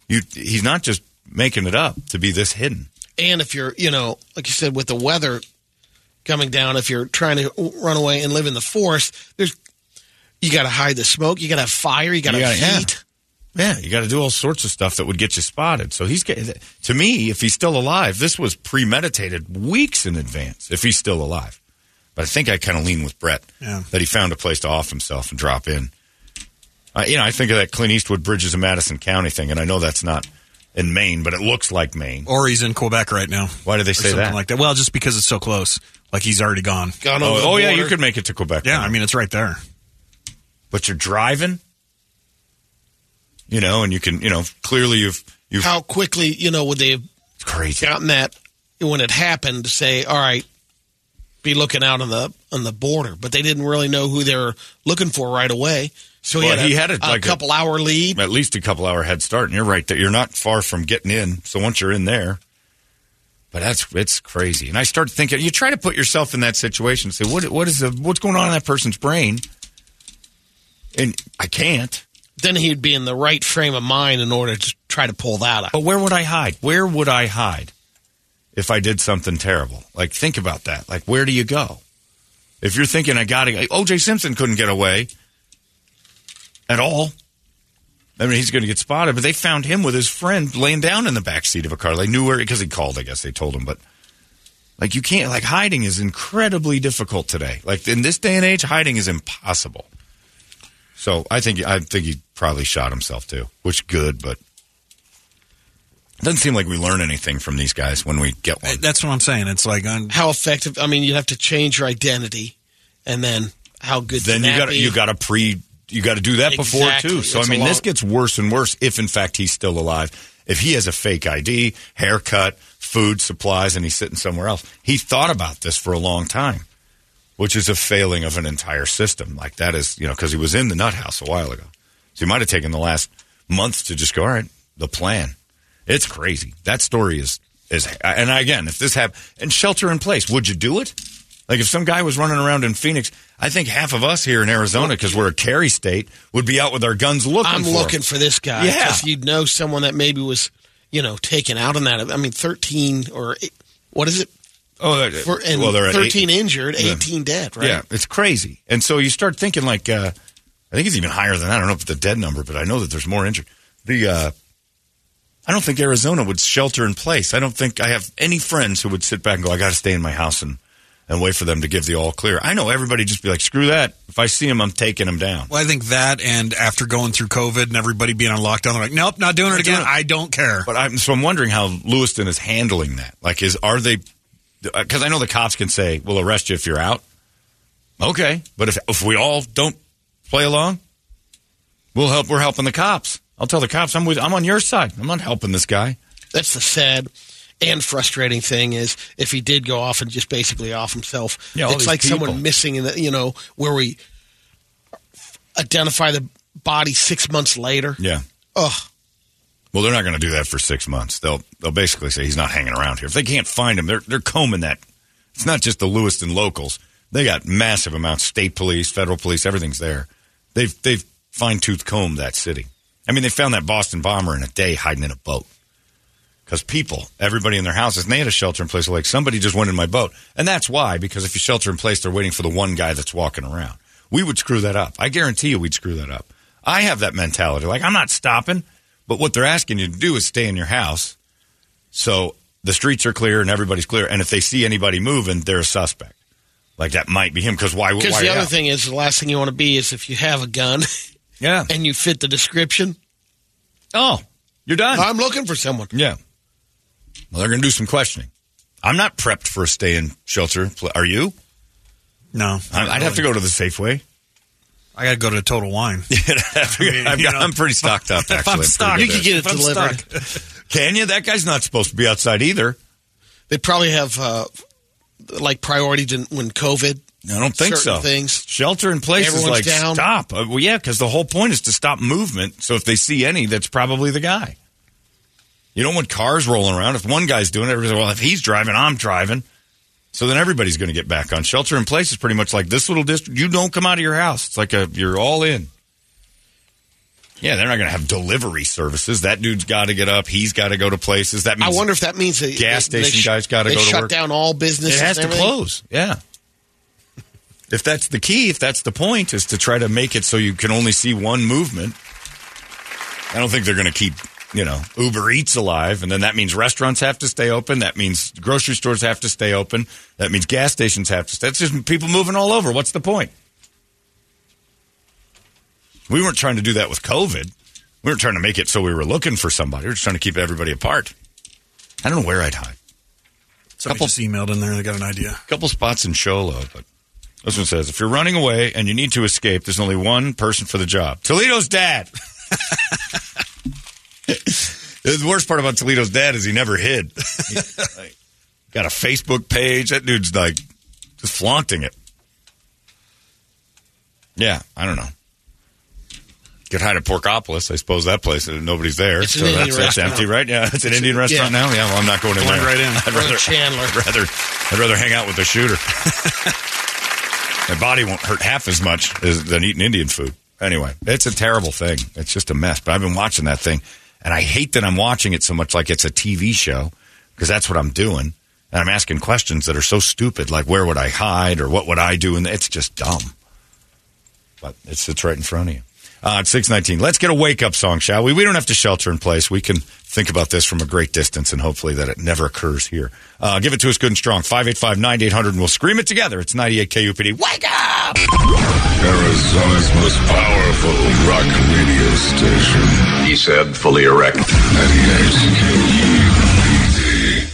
you he's not just making it up to be this hidden.
And if you're you know like you said with the weather coming down, if you're trying to run away and live in the forest, there's you got to hide the smoke. You got to have fire. You got to
You gotta- yeah.
heat.
Yeah, you got to do all sorts of stuff that would get you spotted. So he's get- to me, if he's still alive, this was premeditated weeks in advance. If he's still alive, but I think I kind of lean with Brett
Yeah.
that he found a place to off himself and drop in. I, you know, I think of that Clint Eastwood Bridges of Madison County thing, and I know that's not in Maine, but it looks like Maine.
Or he's in Quebec right now.
Why do they
Or
say
something
that?
Like that. Well, just because it's so close. Like he's already gone.
Gone
oh,
over the
oh, yeah,
border.
you could make it to Quebec.
Yeah, I mean it's right there.
but you're driving, you know, and you can, you know, Oh, clearly you've You've-
how quickly you know would they have
It's crazy.
gotten that when it happened to say, all right, be looking out on the on the border, but they didn't really know who they were looking for right away. So
Well,
he
he
had
had
a,
it like a-
a couple hour lead.
At least a couple hour head start, and you're right that you're not far from getting in. So once you're in there, but that's it's crazy. And I start thinking, you try to put yourself in that situation. Say, what what is the what's going on in that person's brain? And I can't.
Then he'd be in the right frame of mind in order to try to pull that out.
But where would I hide? Where would I hide if I did something terrible? Like, think about that. Like, where do you go? If you're thinking, I got to, like, OJ Simpson couldn't get away at all. I mean, he's going to get spotted, but they found him with his friend laying down in the back seat of a car. They knew where, because he called, I guess they told him, but like, you can't, like, hiding is incredibly difficult today. Like, in this day and age, hiding is impossible. So I think, I think he probably shot himself too, which good, but doesn't seem like we learn anything from these guys when we get one.
That's what I'm saying. It's like on
How effective? I mean, you'd have to change your identity, and then how good.
then you
can that
got to
be?
you got to pre you got to do that before
Exactly.
too. So I
It's a
mean,
long-
this gets worse and worse. If in fact he's still alive, if he has a fake ID, haircut, food supplies, and he's sitting somewhere else, he thought about this for a long time, which is a failing of an entire system. Like that is you know because he was in the nut house a while ago, so he might have taken the last month to just go. All right, the plan. It's crazy. That story is is and again, if this happened and shelter in place, would you do it? Like if some guy was running around in Phoenix, I think half of us here in Arizona, because we're a carry state, would be out with our guns looking.
I'm
for
looking
him.
for this guy.
Yeah.
'cause you'd know someone that maybe was, you know, taken out on that. I mean, 13 or eight, what is it?
Oh, that-
For, and
well, they're at
13
eight-
injured, 18 dead, right?
Yeah, it's crazy. And so you start thinking like, uh, I think it's even higher than I don't know if the dead number, but I know that there's more injured. The uh, I don't think Arizona would shelter in place. I don't think I have any friends who would sit back and go, I got to stay in my house and and wait for them to give the all clear. I know everybody just be like, screw that. If I see him, I'm taking him down.
Well, I think that, and after going through COVID and everybody being on lockdown, they're like, "Nope, not doing it again. I don't care."
But I'm so I'm wondering how Lewiston is handling that. Like, is are they? Because I know the cops can say, "We'll arrest you if you're out." Okay, but if if we all don't play along, we'll help. We're helping the cops. I'll tell the cops I'm with. I'm on your side. I'm not helping this guy.
That's the sad and frustrating thing is if he did go off and just basically off himself,
Yeah, all
it's
these
like
people.
someone missing in the, you know, where we identify the body six months later.
Yeah.
Ugh.
Well, they're not going to do that for six months. They'll they'll basically say he's not hanging around here. If they can't find him, they're they're combing that. It's not just the Lewiston locals. They got massive amounts. State police, federal police, everything's there. They've they've fine tooth combed that city. I mean, they found that Boston bomber in a day hiding in a boat because people, everybody in their houses, and they had a shelter in place. Like somebody just went in my boat, and that's why. Because if you shelter in place, they're waiting for the one guy that's walking around. We would screw that up. I guarantee you, we'd screw that up. I have that mentality. Like I'm not stopping, but what they're asking you to do is stay in your house. So the streets are clear and everybody's clear. And if they see anybody moving, they're a suspect. Like that might be him. Because why? would-
Because
why
the other
out?
thing is, the last thing you want to be is if you have a gun
yeah.
and you fit the description,
oh, you're done.
I'm looking for someone.
Yeah. Well, they're going to do some questioning. I'm not prepped for a stay in shelter. pl- Are you?
No,
I- I'd have to go to the Safeway.
I got to go to Total Wine.
I've
you
got,
know.
I'm pretty stocked up. Actually,
if I'm
pretty
stuck,
good
You
there.
could get it
If I'm
delivered.
stuck.
Can you? That guy's not supposed to be outside either.
They probably have uh, like priority to, when COVID.
I don't think
certain
so.
Things.
Shelter in place is like
Everyone's down.
stop. Uh, well, yeah, because the whole point is to stop movement. So if they see any, that's probably the guy. You don't want cars rolling around. If one guy's doing it, everybody's like, well, if he's driving, I'm driving. So then everybody's going to get back on. Shelter in place is pretty much like this little district. You don't come out of your house. It's like a you're all in. Yeah, they're not going to have delivery services. That dude's got to get up. He's got to go to places. That
I
means
wonder if that means that
Gas
they- they
station
sh-
guys gotta
they
go to
shut
work.
down all businesses.
it has
and
to
everything?
close. Yeah. If that's the key, if that's the point, is to try to make it so you can only see one movement. I don't think they're going to keep, you know, Uber Eats alive. And then that means restaurants have to stay open. That means grocery stores have to stay open. That means gas stations have to stay. That's just people moving all over. What's the point? We weren't trying to do that with COVID. We weren't trying to make it so we were looking for somebody. We were just trying to keep everybody apart. I don't know where I'd hide.
Somebody
Couple-
just emailed in there. They got an idea.
couple spots in Sholo, but this one says if you're running away and you need to escape, there's only one person for the job. Toledo's dad. The worst part about Toledo's dad is he never hid. He, like, got a Facebook page. That dude's like just flaunting it. Yeah, I don't know. Could hide at Porkopolis. I suppose that place. uh, Nobody's there.
It's an
so
Indian
that's, that's
restaurant.
empty, right? Yeah, it's an Indian restaurant
yeah.
now. Yeah, well, I'm not going in
Blend
there.
right in.
I'd
Brother
rather,
Chandler.
I'd rather, I'd rather hang out with the shooter. My body won't hurt half as much as, than eating Indian food. Anyway, it's a terrible thing. It's just a mess. But I've been watching that thing, and I hate that I'm watching it so much like it's a TV show because that's what I'm doing. And I'm asking questions that are so stupid, like where would I hide or what would I do? And it's just dumb. But it's it's right in front of you. Uh, it's six nineteen. Let's get a wake up song, shall we? We don't have to shelter in place. We can think about this from a great distance, and hopefully that it never occurs here. Uh, give it to us good and strong. 585-9800, and we'll scream it together. It's ninety eight KUPD. Wake up!
Arizona's most powerful rock radio station. E He said, fully erect. 98 KUPD.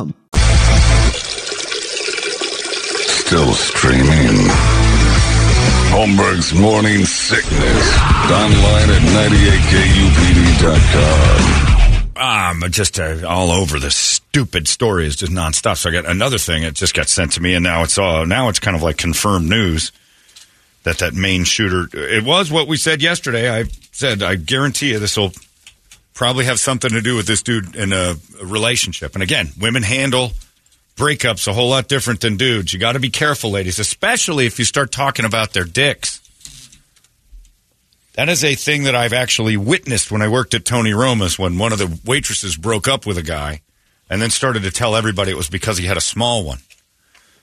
Still streaming. Holmberg's Morning Sickness. Online at 98kupd.com.
um, just uh, all over this stupid story is just nonstop. So I got another thing that just got sent to me, and now it's all now it's kind of like confirmed news that that main shooter. It was what we said yesterday. I said I guarantee you this will probably have something to do with this dude in a, a relationship. And again, women handle breakups a whole lot different than dudes. You got to be careful, ladies, especially if you start talking about their dicks. That is a thing that I've actually witnessed when I worked at Tony Roma's when one of the waitresses broke up with a guy and then started to tell everybody it was because he had a small one.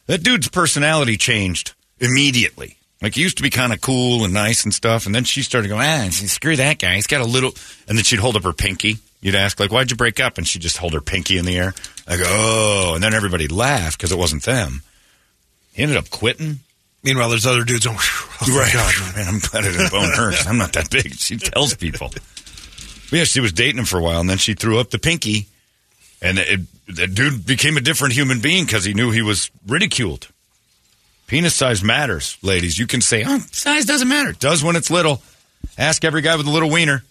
That dude's personality changed immediately. Like he used to be kind of cool and nice and stuff, and then she started going, ah, screw that guy. He's got a little. And then she'd hold up her pinky. You'd ask, like, why'd you break up? And she'd just hold her pinky in the air. Like, oh. And then everybody laughed because it wasn't them. He ended up quitting.
Meanwhile, there's other dudes on.
Right. man, I'm glad I didn't bone her 'cause I'm not that big. She tells people. But yeah, she was dating him for a while, and then she threw up the pinky, and it, the dude became a different human being because he knew he was ridiculed. Penis size matters, ladies. You can say, oh, size doesn't matter. It does when it's little. Ask every guy with a little wiener.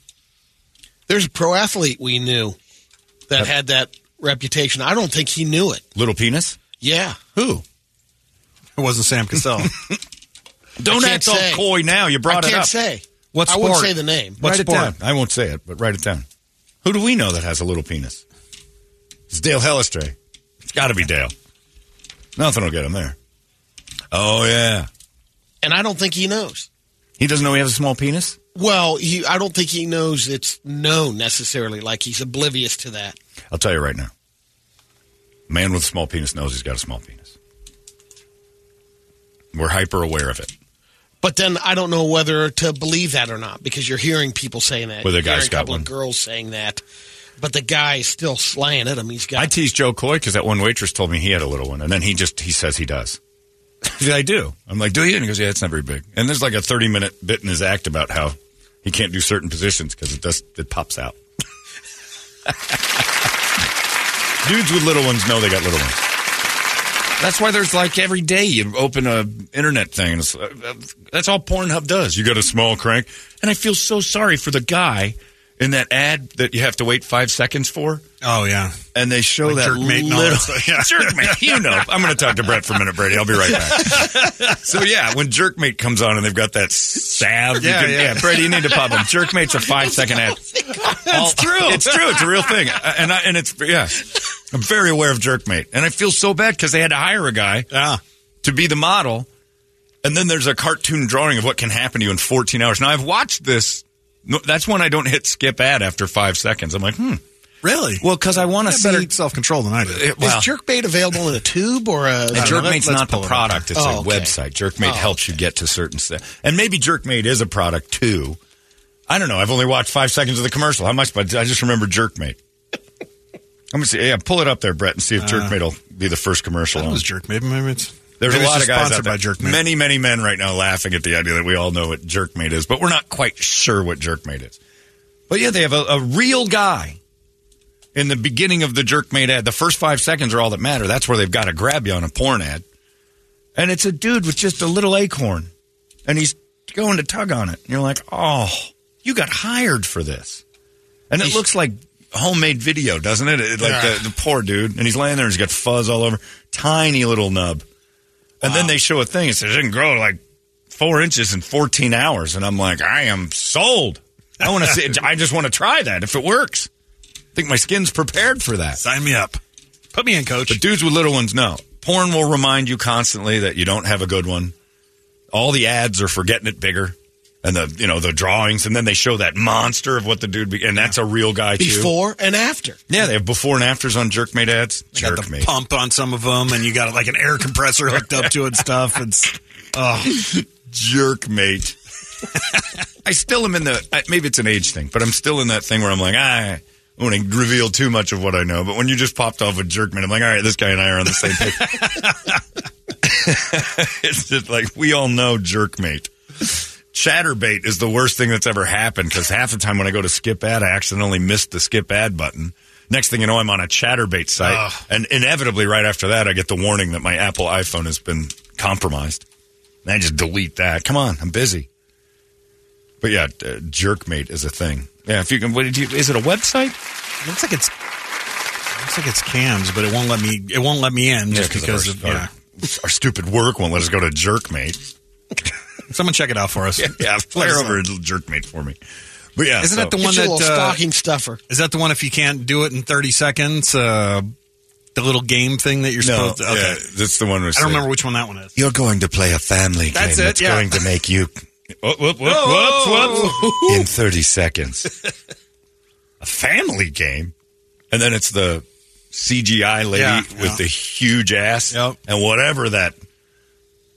There's a pro athlete we knew that had that reputation. I don't think he knew it.
Little penis?
Yeah.
Who?
It wasn't Sam Cassell.
Don't
can't
act all
say.
coy now. You
I
brought
can't
it up.
say.
What
I wouldn't
sport?
say the name.
What
write
sport?
it down. I won't say it, but write it down. Who do we know that has a little penis? It's Dale Hellestray. It's got to be Dale. Nothing will get him there. Oh yeah,
And I don't think he knows.
he doesn't know he has a small penis.
Well, he, I don't think he knows it's known necessarily. Like he's oblivious to that.
I'll tell you right now. Man with a small penis knows he's got a small penis. We're hyper aware of it.
But then I don't know whether to believe that or not because you're hearing people saying that.
Well, the
You're
guy's
hearing
got
a couple
one.
Of girls saying that, but the guy is still slaying at him. He's got.
I tease Joe Coy because that one waitress told me he had a little one, and then he just he says he does. Yeah, I do. I'm like, do you? And he goes, yeah, it's not very big. And there's like a 30 minute bit in his act about how he can't do certain positions because it does it pops out. Dudes with little ones know they got little ones. That's why there's like every day you open a internet thing. and it's, uh, uh, that's all Pornhub does. You got a small crank, and I feel so sorry for the guy in that ad that you have to wait five seconds for
oh yeah.
and they show
Like
that
jerk mate and all
little
that stuff, yeah.
jerk mate. You know, I'm going to talk to Brett for a minute, Brady. I'll be right back. so yeah, when jerk mate comes on and they've got that salve, you
Yeah,
can-
yeah.
Brady, you need to pop him. Jerk mate's a five second ad. That's true. It's true. It's a real thing, Uh, and I, and it's yeah. I'm very aware of jerk mate, and I feel so bad because they had to hire a guy
Ah.
to be the model. And then there's a cartoon drawing of what can happen to you in 14 hours. Now I've watched this. No, that's when I don't hit skip ad after five seconds. I'm like, hmm.
Really?
Well, because I want to
That's better
see
self control than I do.
It- well,
is jerkbait available in a tube or a?
And
know.
Jerkmate's
Let- let's
not the
pull it up.
product; it's a
Oh, okay.
website. Jerkmate
Oh,
helps you get to certain stuff, and maybe Jerkmate is a product too. I don't know. I've only watched five seconds of the commercial. How much? But I just remember Jerkmate. I'm gonna see. Yeah, pull it up there, Brett, and see if Jerk Mate will be the first commercial.
Uh, That
on.
was jerk. Maybe, maybe it's.
There's
maybe
a
it's
lot
just
of guys out
sponsored
there,
by jerk. Mate.
many, many men right now laughing at the idea that we all know what jerkmate is, but we're not quite sure what jerkmate is. But yeah, they have a, a real guy in the beginning of the jerkmate ad. The first five seconds are all that matter. That's where they've got to grab you on a porn ad, and it's a dude with just a little acorn, and he's going to tug on it. And you're like, oh, you got hired for this, and it looks like homemade video, doesn't it? It- like
Yeah.
the, the poor dude, and he's laying there and he's got fuzz all over, tiny little nub. And then they show a thing. It says it can grow like four inches in 14 hours. And I'm like, I am sold. I want to see. I just want to try that if it works. I think my skin's prepared for that.
Sign me up. Put me in, coach.
But dudes with little ones, no. Porn will remind you constantly that you don't have a good one. All the ads are for getting it bigger. And the you know the drawings, and then they show that monster of what the dude, be- and that's a real guy too.
before and after.
yeah, they have before and afters on Jerkmate ads.
They got the
Jerkmate,
pump on some of them, and you got like an air compressor hooked up to it and stuff. It's
Jerkmate. I still am in the I- maybe it's an age thing, but I'm still in that thing where I'm like, ah, I want to reveal too much of what I know. But when you just popped off with Jerkman, I'm like, all right, this guy and I are on the same page. it's just like we all know Jerkmate. Chatterbait is the worst thing that's ever happened because half the time when I go to skip ad, I accidentally missed the skip ad button. Next thing you know, I'm on a chatterbait site. And inevitably, right after that, I get the warning that my Apple iPhone has been compromised. And I just delete that. Come on, I'm busy. But yeah, uh, jerkmate is a thing. Yeah, if you can, what did you, is it a website?
looks like it's looks like it's cams, but it won't let me. It won't let me in just because of
our,
yeah.
our, our stupid work won't let us go to jerkmate.
Someone check it out for us.
Yeah,
Let
flare
us
over
know.
to jerkmate for me. But yeah,
Isn't
so-
that the
Get
one
your
that
little
uh,
stocking stuffer.
is that the one? If you can't do it in thirty seconds, uh, the little game thing that you're
No,
supposed to. Okay.
yeah, that's the one.
I don't remember which one that one is.
You're going to play a family
That's game it, that's yeah. going
to make you. Whoop, whoop, whoop, whoop, whoop. In 30 seconds. a family game? And then it's the CGI lady
Yeah,
with
yeah.
the huge ass
Yep.
and whatever that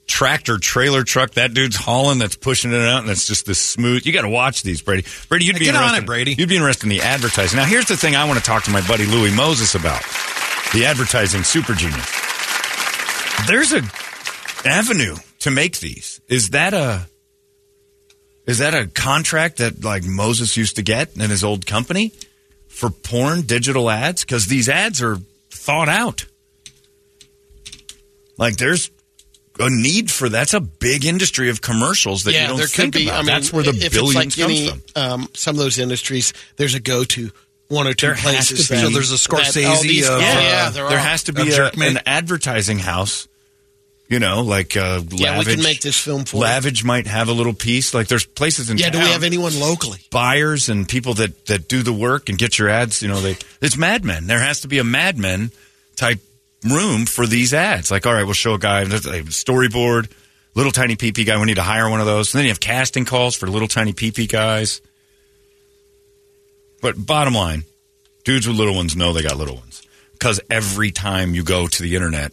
tractor trailer truck that dude's hauling that's pushing it out and it's just this smooth you got to watch these brady brady you'd be
Get on
interested
it, Brady.
you'd be interested in the advertising now here's the thing i want to talk to my buddy louis moses about the advertising super genius there's a avenue to make these. Is that a is that a contract that like Moses used to get in his old company for porn digital ads? Because these ads are thought out. Like there's a need for that's a big industry of commercials that you don't think about. that's where the
if it's
billions
like
comes
any,
from.
Um, some of those industries, there's a go to one or two
There has
places.
to be.
that-
So there's a
that all these-
Scorsese of
yeah,
uh,
yeah, there, are.
has to be
of
a-
Jerkman.
an advertising house. You know, like uh,
Yeah, we
Lavage.
can make this film for you.
Lavage might have a little piece. Like there's places in
Yeah, do
town.
we have anyone locally?
buyers and people that that do the work and get your ads. You know, they it's Mad Men. There has to be a Mad Men type room for these ads. Like, all right, we'll show a guy there's a storyboard, little tiny PP guy. We need to hire one of those. And then you have casting calls for little tiny PP guys. But bottom line, dudes with little ones know they got little ones because every time you go to the internet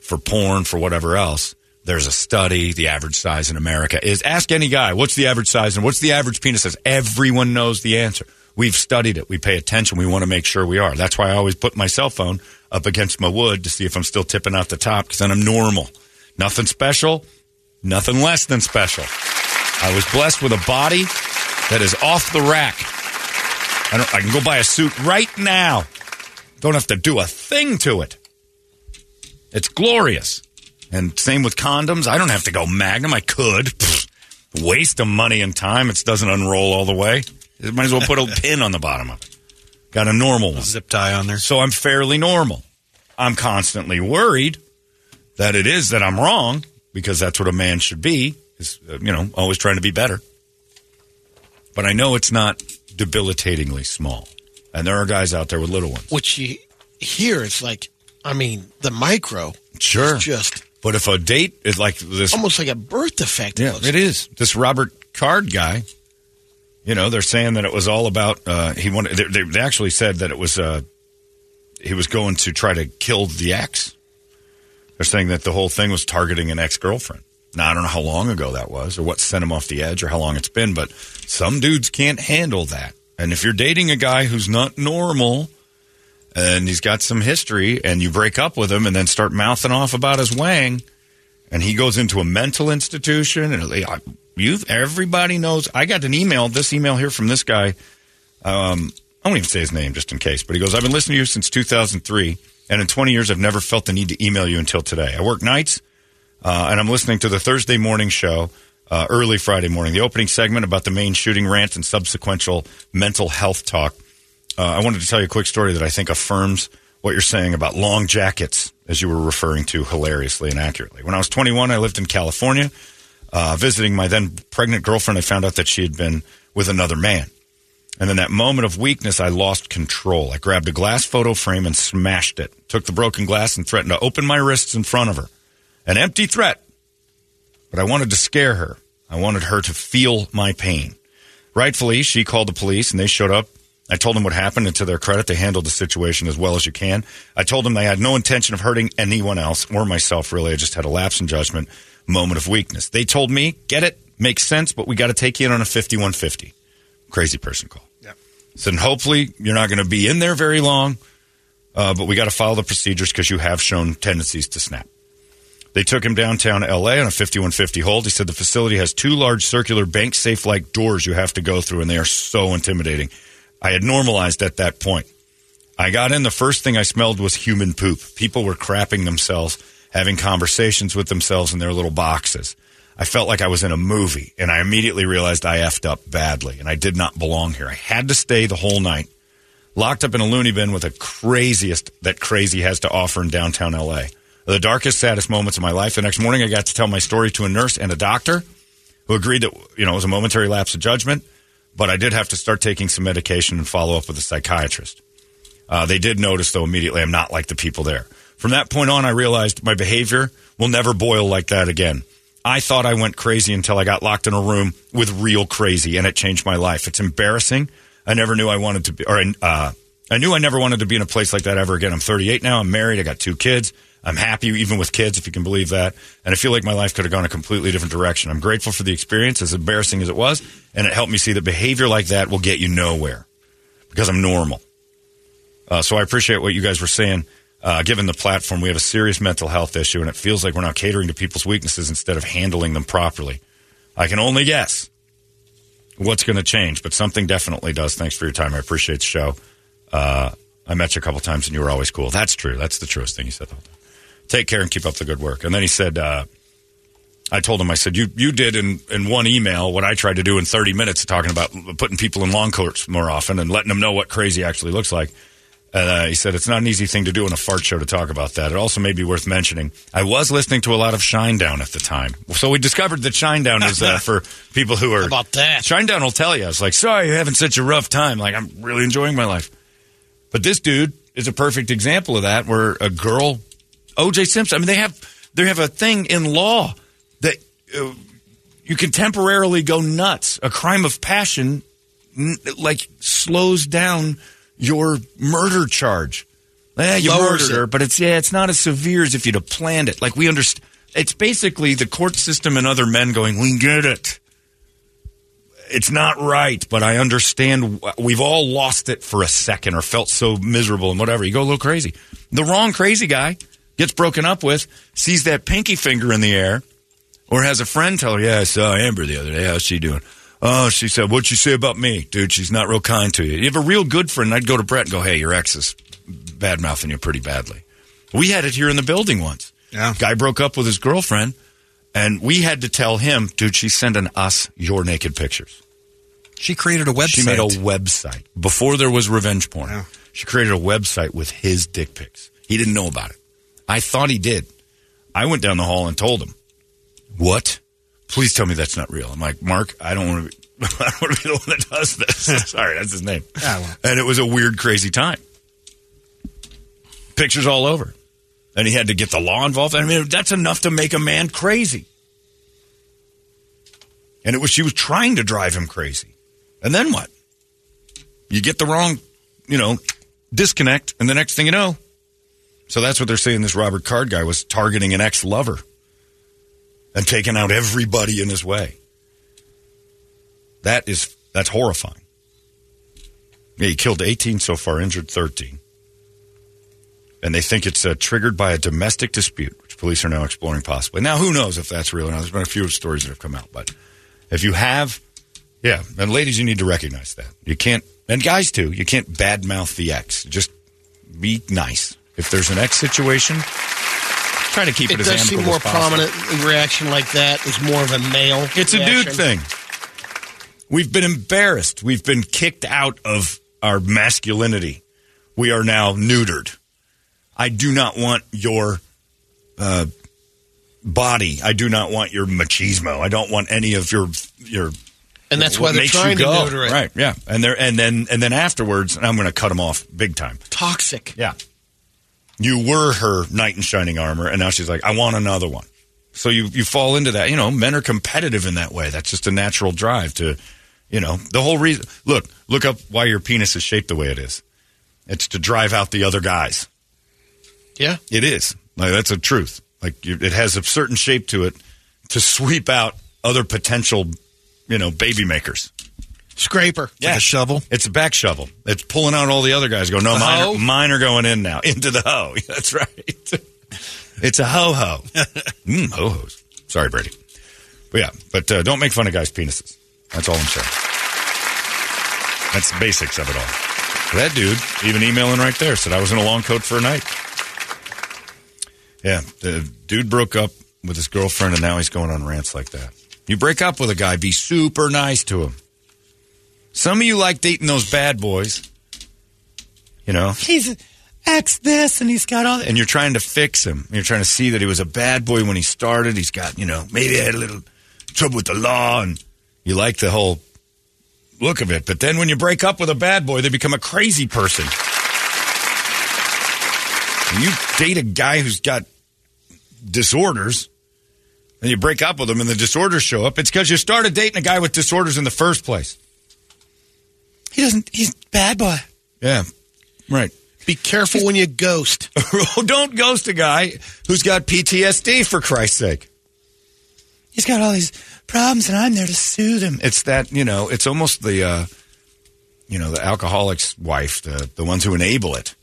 for porn for whatever else. There's a study. The average size in America is ask any guy, what's the average size and what's the average penis size? Everyone knows the answer. We've studied it. We pay attention. We want to make sure we are. That's why I always put my cell phone up against my wood to see if I'm still tipping out the top because then I'm normal. Nothing special, nothing less than special. I was blessed with a body that is off the rack. I, don't, I can go buy a suit right now. Don't have to do a thing to it. It's glorious. And same with condoms. I don't have to go Magnum. I could. Pfft. waste of money and time. It doesn't unroll all the way. It might as well put a pin on the bottom of it. Got a normal one.
zip tie on there.
So I'm fairly normal. I'm constantly worried that it is that I'm wrong because that's what a man should be is uh, you know always trying to be better. But I know it's not debilitatingly small. And there are guys out there with little ones.
Which you hear, it's like, I mean, the micro
Sure.
is just
But if a date is like this
almost like a birth defect.
Yeah,
almost.
it is. This Robert Card guy, you know, they're saying that it was all about. Uh, he wanted. They, they- they actually said that it was. Uh, he was going to try to kill the ex. They're saying that the whole thing was targeting an ex girlfriend. Now I don't know how long ago that was, or what sent him off the edge, or how long it's been. But some dudes can't handle that. And if you're dating a guy who's not normal, and he's got some history, and you break up with him and then start mouthing off about his wang, and he goes into a mental institution, and they- I- you everybody knows. I got an email, this email here from this guy. Um, I won't even say his name just in case, but he goes, I've been listening to you since 2003, and in 20 years, I've never felt the need to email you until today. I work nights. Uh, and I'm listening to the Thursday morning show, uh, early Friday morning, the opening segment about the main shooting rant and subsequential mental health talk. Uh, I wanted to tell you a quick story that I think affirms what you're saying about long jackets, as you were referring to hilariously and accurately. When I was 21, I lived in California. Uh, visiting my then pregnant girlfriend, I found out that she had been with another man. And in that moment of weakness, I lost control. I grabbed a glass photo frame and smashed it. Took the broken glass and threatened to open my wrists in front of her. An empty threat. But I wanted to scare her. I wanted her to feel my pain. Rightfully, she called the police and they showed up. I told them what happened, and to their credit, they handled the situation as well as you can. I told them they had no intention of hurting anyone else or myself, really. I just had a lapse in judgment, moment of weakness. They told me, get it, makes sense, but we got to take you in on a 5150. Crazy person call. Yeah. So then hopefully you're not going to be in there very long, uh, but we got to follow the procedures because you have shown tendencies to snap. They took him downtown LA on a 5150 hold. He said the facility has two large circular bank safe like doors you have to go through, and they are so intimidating. I had normalized at that point. I got in, the first thing I smelled was human poop. People were crapping themselves, having conversations with themselves in their little boxes. I felt like I was in a movie, and I immediately realized I effed up badly, and I did not belong here. I had to stay the whole night, locked up in a loony bin with the craziest that crazy has to offer in downtown LA. The darkest, saddest moments of my life. The next morning, I got to tell my story to a nurse and a doctor who agreed that, you know, it was a momentary lapse of judgment, but I did have to start taking some medication and follow up with a psychiatrist. Uh, they did notice, though, immediately I'm not like the people there. From that point on, I realized my behavior will never boil like that again. I thought I went crazy until I got locked in a room with real crazy, and it changed my life. It's embarrassing. I never knew I wanted to be, or uh, I knew I never wanted to be in a place like that ever again. I'm 38 now. I'm married. I got two kids. I'm happy even with kids, if you can believe that. And I feel like my life could have gone a completely different direction. I'm grateful for the experience, as embarrassing as it was, and it helped me see that behavior like that will get you nowhere because I'm normal. Uh, so I appreciate what you guys were saying. Uh, given the platform, we have a serious mental health issue, and it feels like we're now catering to people's weaknesses instead of handling them properly. I can only guess what's going to change, but something definitely does. Thanks for your time. I appreciate the show. Uh, I met you a couple times, and you were always cool. That's true. That's the truest thing you said the whole time. Take care and keep up the good work. And then he said, uh, I told him, I said, you, you did in, in one email what I tried to do in 30 minutes, talking about putting people in long courts more often and letting them know what crazy actually looks like. And uh, he said, it's not an easy thing to do in a fart show to talk about that. It also may be worth mentioning. I was listening to a lot of Shinedown at the time. So we discovered that Shinedown is uh, for people who are.
About that.
Shinedown will tell you. It's like, sorry, you're having such a rough time. Like, I'm really enjoying my life. But this dude is a perfect example of that, where a girl, O.J. Simpson. I mean, they have they have a thing in law that uh, you can temporarily go nuts. A crime of passion, n- like slows down your murder charge. Eh, you
Lowers
murdered
it.
her, but it's yeah, it's not as severe as if you'd have planned it. Like we understand, it's basically the court system and other men going, we get it it's not right, but I understand wh- we've all lost it for a second or felt so miserable and whatever. You go a little crazy. The wrong crazy guy gets broken up with, sees that pinky finger in the air, or has a friend tell her, Yeah, I saw Amber the other day. How's she doing? Oh, she said, What'd you say about me? Dude, she's not real kind to you. You have a real good friend, I'd go to Brett and go, Hey, your ex is bad mouthing you pretty badly. We had it here in the building once.
Yeah.
Guy broke up with his girlfriend, and we had to tell him, Dude, she's sending us your naked pictures.
She created a website.
She made a website before there was revenge porn.
Yeah.
She created a website with his dick pics. He didn't know about it. I thought he did. I went down the hall and told him, "What? Please tell me that's not real." I'm like, "Mark, I don't want to be, I don't want to be the one that does this." Sorry, that's his name.
Yeah, well.
And it was a weird, crazy time. Pictures all over, and he had to get the law involved. I mean, that's enough to make a man crazy. And it was she was trying to drive him crazy. And then what? you get the wrong, you know, disconnect, and the next thing you know. So that's what they're saying this Robert Card guy was targeting an ex lover and taking out everybody in his way. That is that's horrifying. Yeah, he killed 18 so far, injured 13. and they think it's uh, triggered by a domestic dispute, which police are now exploring possibly. Now, who knows if that's real or not? There's been a few stories that have come out, but if you have, yeah, and ladies, you need to recognize that you can't, and guys too, you can't badmouth the ex. Just be nice. If there's an ex situation, try to keep it,
It
as
does seem
amicable
more
as possible.
prominent. A reaction like that is more of a male.
It's a dude
reaction.
thing. We've been embarrassed. We've been kicked out of our masculinity. We are now neutered. I do not want your uh, body. I do not want your machismo. I don't want any of your your.
And that's
what
why they're
makes
trying
you
to
go.
neuter it.
Right? Yeah. And they're and then and then afterwards, and I'm going to cut them off big time.
Toxic.
Yeah. You were her knight in shining armor, and now she's like, I want another one. So you, you fall into that. You know, men are competitive in that way. That's just a natural drive to, you know, the whole reason. Look, look up why your penis is shaped the way it is. It's to drive out the other guys.
Yeah.
It is. Like, that's a truth. Like you, it has a certain shape to it to sweep out other potential, you know, baby makers.
Scraper.
Like a shovel.
It's a back shovel. It's pulling out all the other guys. Go, no,
The
mine
hoe?
are, mine are going in now into the hoe. That's right. It's a ho ho. mm, ho hos. Sorry, Brady. But yeah, but uh, don't make fun of guys' penises. That's all I'm saying. That's the basics of it all. That dude, even emailing right there, said I was in a long coat for a night. Yeah, the dude broke up with his girlfriend, and now he's going on rants like that. You break up with a guy, be super nice to him. Some of you like dating those bad boys. You know? He's ex this and he's got all And you're trying to fix him. You're trying to see that he was a bad boy when he started. He's got, you know, maybe I had a little trouble with the law and you like the whole look of it. But then when you break up with a bad boy, they become a crazy person. When you date a guy who's got disorders and you break up with him and the disorders show up, it's because you started dating a guy with disorders in the first place. He doesn't. He's bad boy. Yeah. Right.
Be careful when you ghost.
Oh, Don't ghost a guy who's got PTSD for Christ's sake. He's got all these problems, and I'm there to soothe him. It's that you know. It's almost the uh, you know the alcoholic's wife, the the ones who enable it.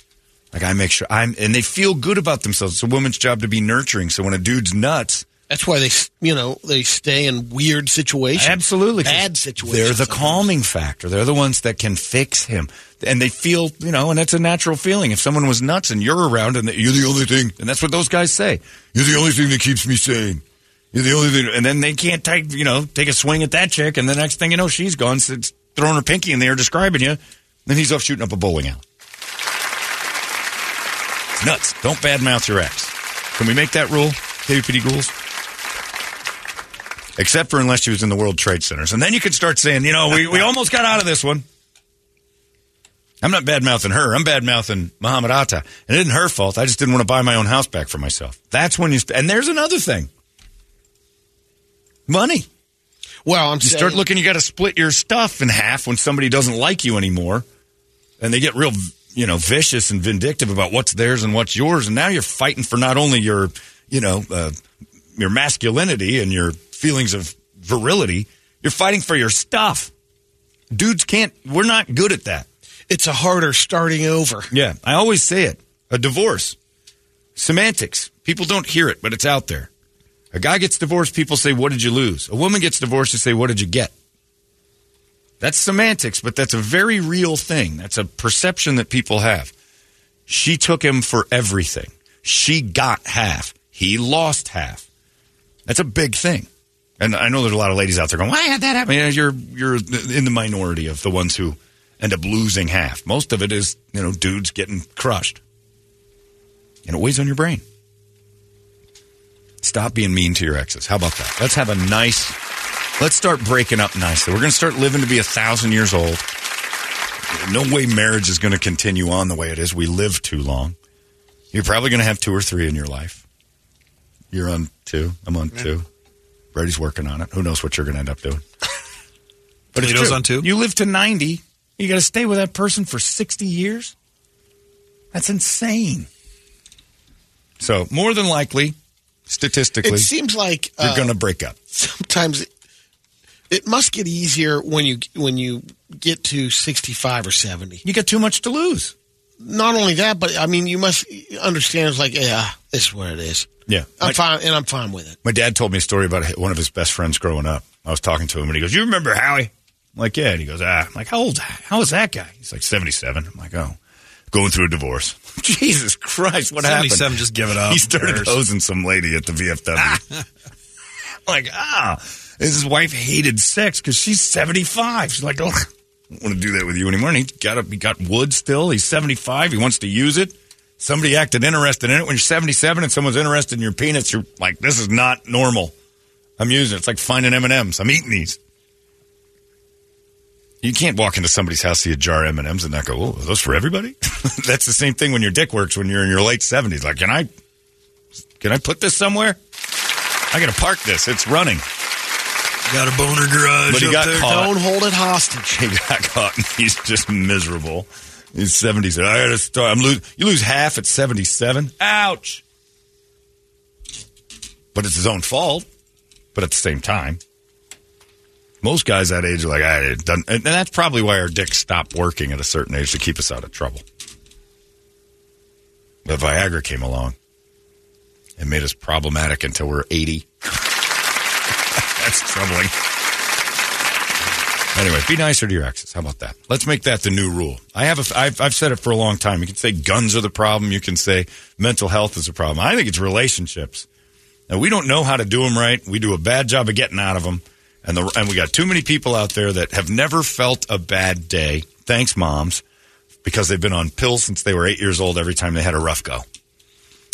Like I make sure I'm, and they feel good about themselves. It's a woman's job to be nurturing. So when a dude's nuts,
That's why they, s- you know, they stay in weird situations.
Absolutely. 'cause
Bad situations.
They're the calming factor. They're the ones that can fix him. And they feel, you know, and that's a natural feeling. If someone was nuts and you're around and that you're the only thing, and that's what those guys say. You're the only thing that keeps me sane. You're the only thing. And then they can't take, you know, take a swing at that chick. And the next thing you know, she's gone, so it's throwing her pinky in there, describing you. Then he's off shooting up a bowling alley. It's nuts. Don't badmouth your ex. Can we make that rule, KPD ghouls? except for unless she was in the World Trade Centers. And then you could start saying, you know, we, we almost got out of this one. I'm not bad mouthing her. I'm bad mouthing Muhammad Atta. And it isn't her fault. I just didn't want to buy my own house back for myself. That's when you. St- and there's another thing money.
Well, I'm
You
saying,
start looking, you got to split your stuff in half when somebody doesn't like you anymore. And they get real, you know, vicious and vindictive about what's theirs and what's yours. And now you're fighting for not only your, you know, uh, your masculinity and your feelings of virility, you're fighting for your stuff. Dudes can't, we're not good at that.
it's a harder starting over.
Yeah. I always say it a divorce, semantics. People don't hear it, but it's out there. A guy gets divorced, people say, What did you lose? A woman gets divorced, they say, What did you get? That's semantics, but that's a very real thing. That's a perception that people have. She took him for everything. She got half. He lost half. That's a big thing. And I know there's a lot of ladies out there going, "Why had that happen?" You know, you're you're in the minority of the ones who end up losing half. Most of it is you know dudes getting crushed, and it weighs on your brain. Stop being mean to your exes. How about that? Let's have a nice. Let's start breaking up nicely. We're going to start living to be a thousand years old. No way marriage is going to continue on the way it is. We live too long. You're probably going to have two or three in your life. You're on two. I'm on two. Brady's working on it. Who knows what you're going to end up doing? But it's
Toledo's
true.
on two?
You live to 90. You got to stay with that person for 60 years? That's insane. So, more than likely, statistically,
It seems like
you're
uh,
going to break up.
sometimes it, it must get easier when you when you get to 65 or 70.
You got too much to lose.
not only that, but I mean, you must understand. It's like, yeah, this is what it is.
Yeah.
I'm
Like-
fine, and I'm fine with it.
My dad told me a story about one of his best friends growing up. I was talking to him and he goes, You remember Howie? I'm like, Yeah. And he goes, Ah. I'm like, How old? How is that guy? He's like 77. I'm like, Oh, going through a divorce. Jesus Christ. What happened?
77, just give it up. Ah,
He
Who
started
cares?
hosing some lady at the VFW. like, ah. His wife hated sex because she's 75. She's like, Oh, I don't want to do that with you anymore. And he got, a, he got wood still. He's 75. He wants to use it. Somebody acted interested in it. When you're 77 and someone's interested in your penis, you're like, this is not normal. I'm using it. It's like finding M&M's. I'm eating these. You can't walk into somebody's house, see a jar of M&M's and not go, oh, are those for everybody? That's the same thing when your dick works when you're in your late 70s. Like, can I, can I put this somewhere? I got to park this. It's running.
Got a boner garage.
But he
up
got
there.
caught.
Don't hold it hostage.
He got caught and he's just miserable. He's 77. I got to start. I'm lose, you lose half at 77. Ouch. But it's his own fault. But at the same time, most guys that age are like, I it doesn't. And that's probably why our dicks stop working at a certain age to keep us out of trouble. But Viagra came along and made us problematic until we're 80. that's troubling. Anyway, be nicer to your exes. How about that? Let's make that the new rule. I have a, I've, I've said it for a long time. You can say guns are the problem. You can say mental health is a problem. I think it's relationships. Now we don't know how to do them right. We do a bad job of getting out of them, and the and we got too many people out there that have never felt a bad day. Thanks, moms, because they've been on pills since they were eight years old. Every time they had a rough go,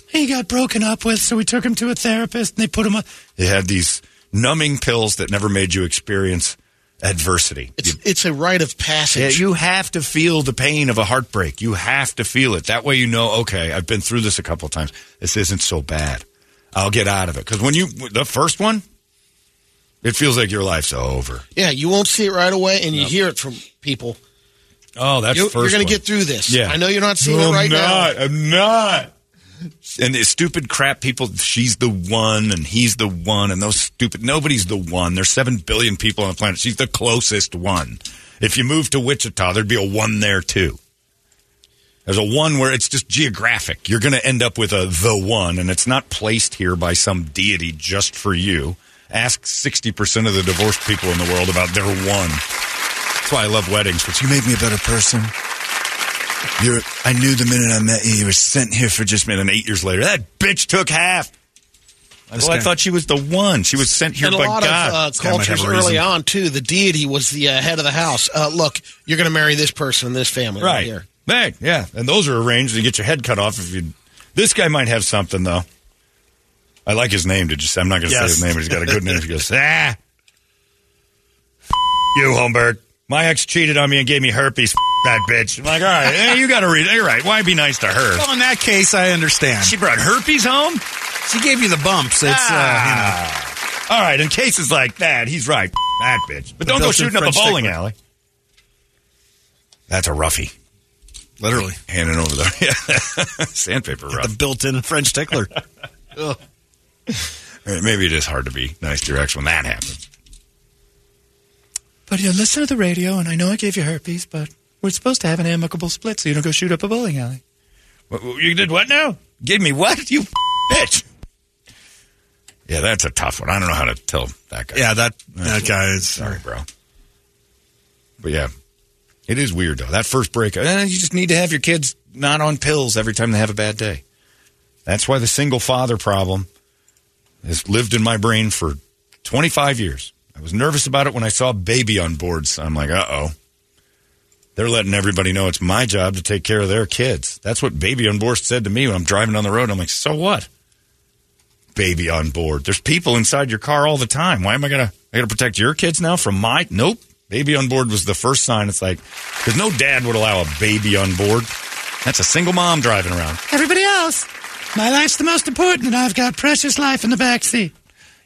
he got broken up with, so we took him to a therapist and they put him on. They had these numbing pills that never made you experience adversity.
It's it's a rite of passage.
Yeah, you have to feel the pain of a heartbreak. You have to feel it. That way, you know, okay, I've been through this a couple of times. This isn't so bad. I'll get out of it. Because when you, the first one, it feels like your life's over.
yeah, you won't see it right away, and you hear it from people.
Oh, that's
You-
1st
you're going
one.
to get through this.
Yeah.
I know you're not seeing
No,
it right
I'm
now.
not. I'm not. And the stupid crap people, she's the one and he's the one and those stupid, nobody's the one. There's 7 billion people on the planet. She's the closest one. If you move to Wichita, there'd be a one there too. There's a one where it's just geographic. You're going to end up with a the one and it's not placed here by some deity just for you. Ask 60% of the divorced people in the world about their one. That's why I love weddings. But you make me a better person. You're, I knew the minute I met you, you were sent here for just minute. And eight years later, that bitch took half. Well, I
guy-
thought she was the one. She was sent here
And a
by
lot
God. This
of uh,
guy might have
cultures
a
early
reason.
on too, the deity was the uh, head of the house. Uh, look, you're going to marry this person, this family, right,
Right.
here.
Hey, yeah. And those are arranged. You get your head cut off if you. This guy might have something, though. I like his name. Did you say? I'm not going to say
Yes.
his name, but he's got a good name. He goes, ah. You, Holmberg. My ex cheated on me and gave me herpes. F- that bitch. I'm like, all right, yeah, you got to read. You're right. Why be nice to her?
Well, in that case, I understand.
She
She,
brought herpes home?
gave you the bumps. It's uh,
Ah. All right, in cases like that, he's right. That bitch. But, don't go
those are
shooting up a
French
bowling
stick-
alley. That's a roughie.
you know, literally
Handing over the yeah. sandpaper rough.
the built-in French tickler.
All right, Maybe it is hard to be nice to your ex when that happens. But you listen to the radio, and I know I gave you herpes, but we're supposed to have an amicable split so you don't go shoot up a bowling alley. You did what now? Gave me what? You bitch. Yeah, that's a tough one. I don't know how to tell that guy.
yeah, that that guy is.
Sorry, bro. But yeah, it is weird though. That first breakup, eh, you just need to have your kids not on pills every time they have a bad day. That's why the single father problem has lived in my brain for 25 years. I was nervous about it when I saw baby on boards. I'm like, uh oh. They're letting everybody know it's my job to take care of their kids. That's what baby on board said to me when I'm driving on the road. I'm like, so what? baby on board. There's people inside your car all the time. Why am I gonna I gotta protect your kids now from my nope. Baby on board was the first sign. It's like because no dad would allow a baby on board. That's a single mom driving around. Everybody else, my life's the most important, and I've got precious life in the back seat.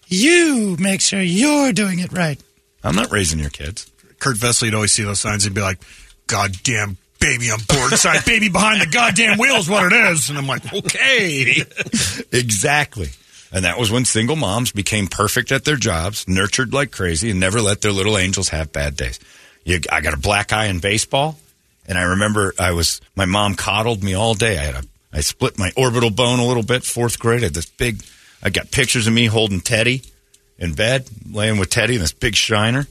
You make sure you're doing it right. I'm not raising your kids.
Kurt Vesely'd always see those signs and be like, "Goddamn baby on board side, baby behind the goddamn wheel is what it is." And I'm like, "Okay."
Exactly. And that was when single moms became perfect at their jobs, nurtured like crazy, and never let their little angels have bad days. You, I got a black eye in baseball, And I remember I was my mom coddled me all day. I had a I split my orbital bone a little bit. Fourth grade, I had this big. I got pictures of me holding Teddy in bed, laying with Teddy in this big shiner.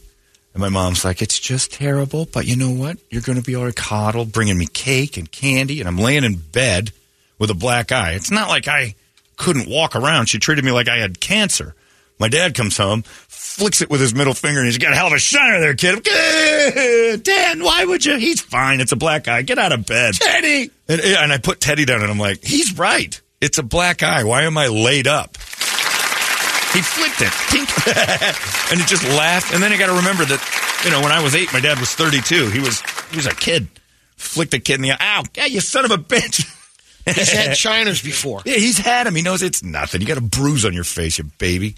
And my mom's like, it's just terrible, but you know what? You're going to be all right. Coddle, bringing me cake and candy, and I'm laying in bed with a black eye. It's not like I couldn't walk around. She treated me like I had cancer. My dad comes home, flicks it with his middle finger, and he's got a hell of a shiner there, kid. Dad, Uh, why would you? He's fine. It's a black eye. Get out of bed. Teddy! And, and I put Teddy down, and I'm like, he's right. It's a black eye. Why am I laid up? He flicked it. Tink. and he just laughed. And then I got to remember that, you know, when I was eight, my dad was 32. He was he was a kid. Flicked a kid in the eye. Ow, yeah, you son of a bitch.
He's had shiners before.
Yeah, he's had him. He knows it's nothing. You got a bruise on your face, you baby.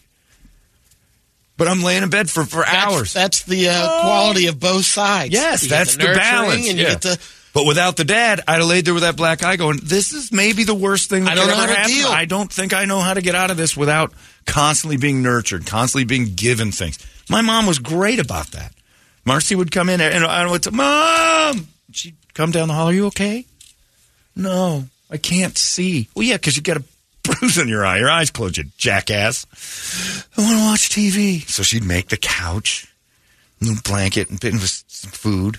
But I'm laying in bed for, for hours.
That's the uh, quality of both sides.
Yes,
You get
that's the,
nurturing
balance.
And you
yeah.
get the,
but without the dad, I'd have laid there with that black eye going, this is maybe the worst thing that
I don't
could
know
ever
how to
happen.
deal.
I don't think I know how to get out of this without constantly being nurtured, constantly being given things. My mom was great about that. Marcy would come in and I would say, Mom! She'd come down the hall, are you okay? No, I can't see. Well, yeah, because you got a bruise on your eye. Your eyes closed, you jackass. I want to watch TV. So she'd make the couch, a little blanket, and bit of some food.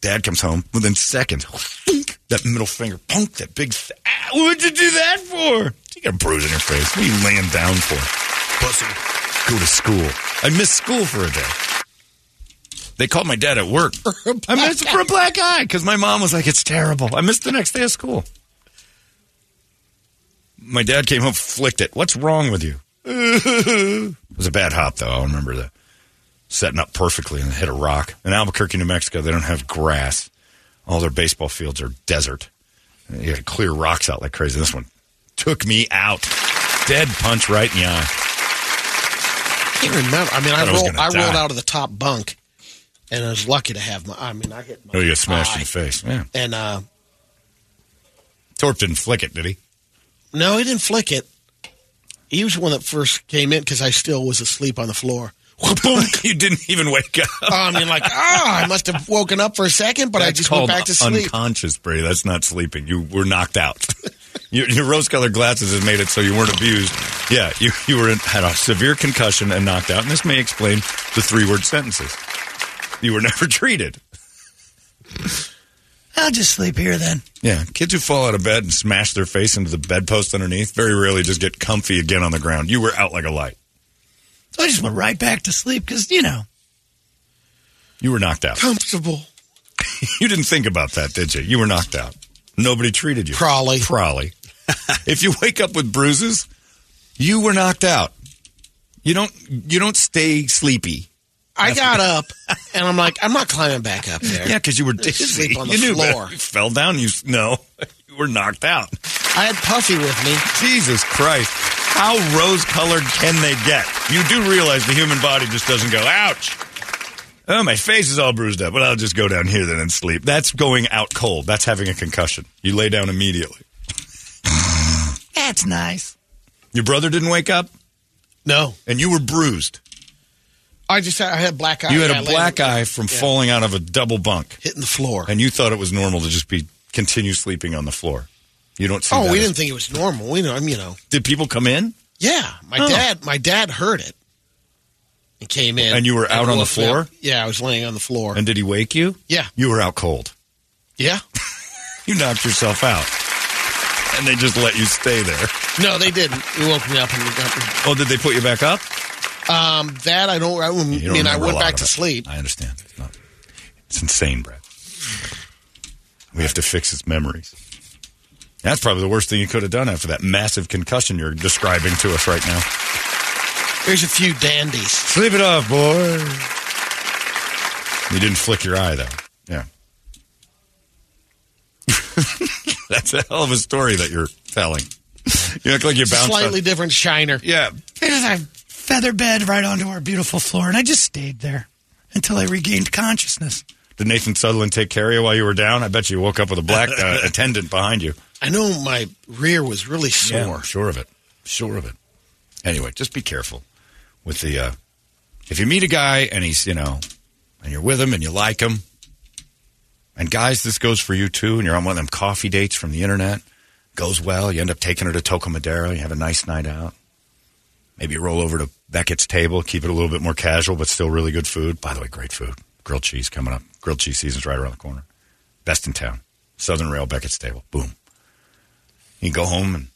Dad comes home within seconds. Boink. that middle finger, punk, that big. Th- ah, what'd you do that for? You got a bruise on your face. What are you laying down for? Pussy. Go to school. I missed school for a day. They called my dad at work. I missed for a black eye because my mom was like, it's terrible. I missed the next day of school. My dad came home, flicked it. What's wrong with you? it was a bad hop, though. I remember that setting up perfectly and hit a rock. In Albuquerque, New Mexico, they don't have grass. All their baseball fields are desert. You got to clear rocks out like crazy. This one took me out. Dead punch right in the eye.
I can't remember. I mean,
Thought
I,
I was
rolled,
gonna
I rolled
die.
out of the top bunk, and I was lucky to have my. I mean, I hit my.
Oh, you got smashed in
eye.
the face. Yeah.
And uh,
Torp didn't flick it, did he?
no, he didn't flick it. He was the one that first came in because I still was asleep on the floor. Oh,
you didn't even wake up.
I mean, like, ah, I must have woken up for a second, but I
That's
just
called
went back to sleep.
unconscious, Brady. That's not sleeping. You were knocked out. your, your rose-colored glasses has made it so you weren't abused. Yeah, you, you were in, had a severe concussion and knocked out. And this may explain the three-word sentences. You were never treated. I'll just sleep here then. Yeah, kids who fall out of bed and smash their face into the bedpost underneath very rarely just get comfy again on the ground. You were out like a light. So I just went right back to sleep because, you know. You were knocked out.
Comfortable.
You didn't think about that, did you? You were knocked out. Nobody treated you.
Probably.
Probably. if you wake up with bruises, you were knocked out. You don't you don't stay sleepy.
I got up, and I'm like, I'm not climbing back up there.
Yeah, because you were dizzy.
Sleep on the
you knew better.
floor.
You fell down. You s- no. You were knocked out.
I had Puffy with me.
Jesus Christ. How rose colored can they get? You do realize the human body just doesn't go, ouch. Oh, my face is all bruised up, but I'll just go down here then and sleep. That's going out cold. That's having a concussion. You lay down immediately. That's nice. Your brother didn't wake up
No,
and you were bruised.
I just had, I had black eye.
You had
I
a
laid-
black eye from falling out of a double bunk
hitting the floor.
and you thought it was normal to just be continue sleeping on the floor. You don't see
Oh,
that
we
as-
didn't think it was normal. We know, I'm, you know,
Did people come in?
yeah. My
Oh.
dad, my dad heard it and came in.
And you were out on the
woke me
floor?
up. Yeah, I was laying on the floor.
And did he wake you?
yeah,
You were out cold.
yeah.
You knocked yourself out. And they just let you stay there.
No, they didn't. He woke me up and we got-
Oh, did they put you back up?
um, that I don't. I, don't-
You don't
I mean, I
remember a
went
lot
back
of
to
it.
sleep.
I understand. It's, not, it's insane, Brad. We have to fix his memories. That's probably the worst thing you could have done after that massive concussion you're describing to us right now.
There's a few dandies.
Sleep it off, boy. You didn't flick your eye, though. Yeah. That's a hell of a story that you're telling. You look like you bounced.
Slightly
on-
different shiner.
Yeah.
There's a feather bed right onto our beautiful floor, and I just stayed there until I regained consciousness.
Did Nathan Sutherland take care of you while you were down? I bet you woke up with a black uh, attendant behind you.
I know my rear was really sore.
Sure of it. Sure of it. Anyway, just be careful with the. Uh, if you meet a guy and he's, you know, and you're with him and you like him, And guys, this goes for you too. And you're on one of them coffee dates from the internet. Goes well. You end up taking her to Toca Madera. You have a nice night out. Maybe you roll over to Beckett's table, keep it a little bit more casual, but still really good food. By the way, great food. Grilled cheese coming up. Grilled cheese season's right around the corner. Best in town. Southern Rail, Beckett's table. Boom. You go home and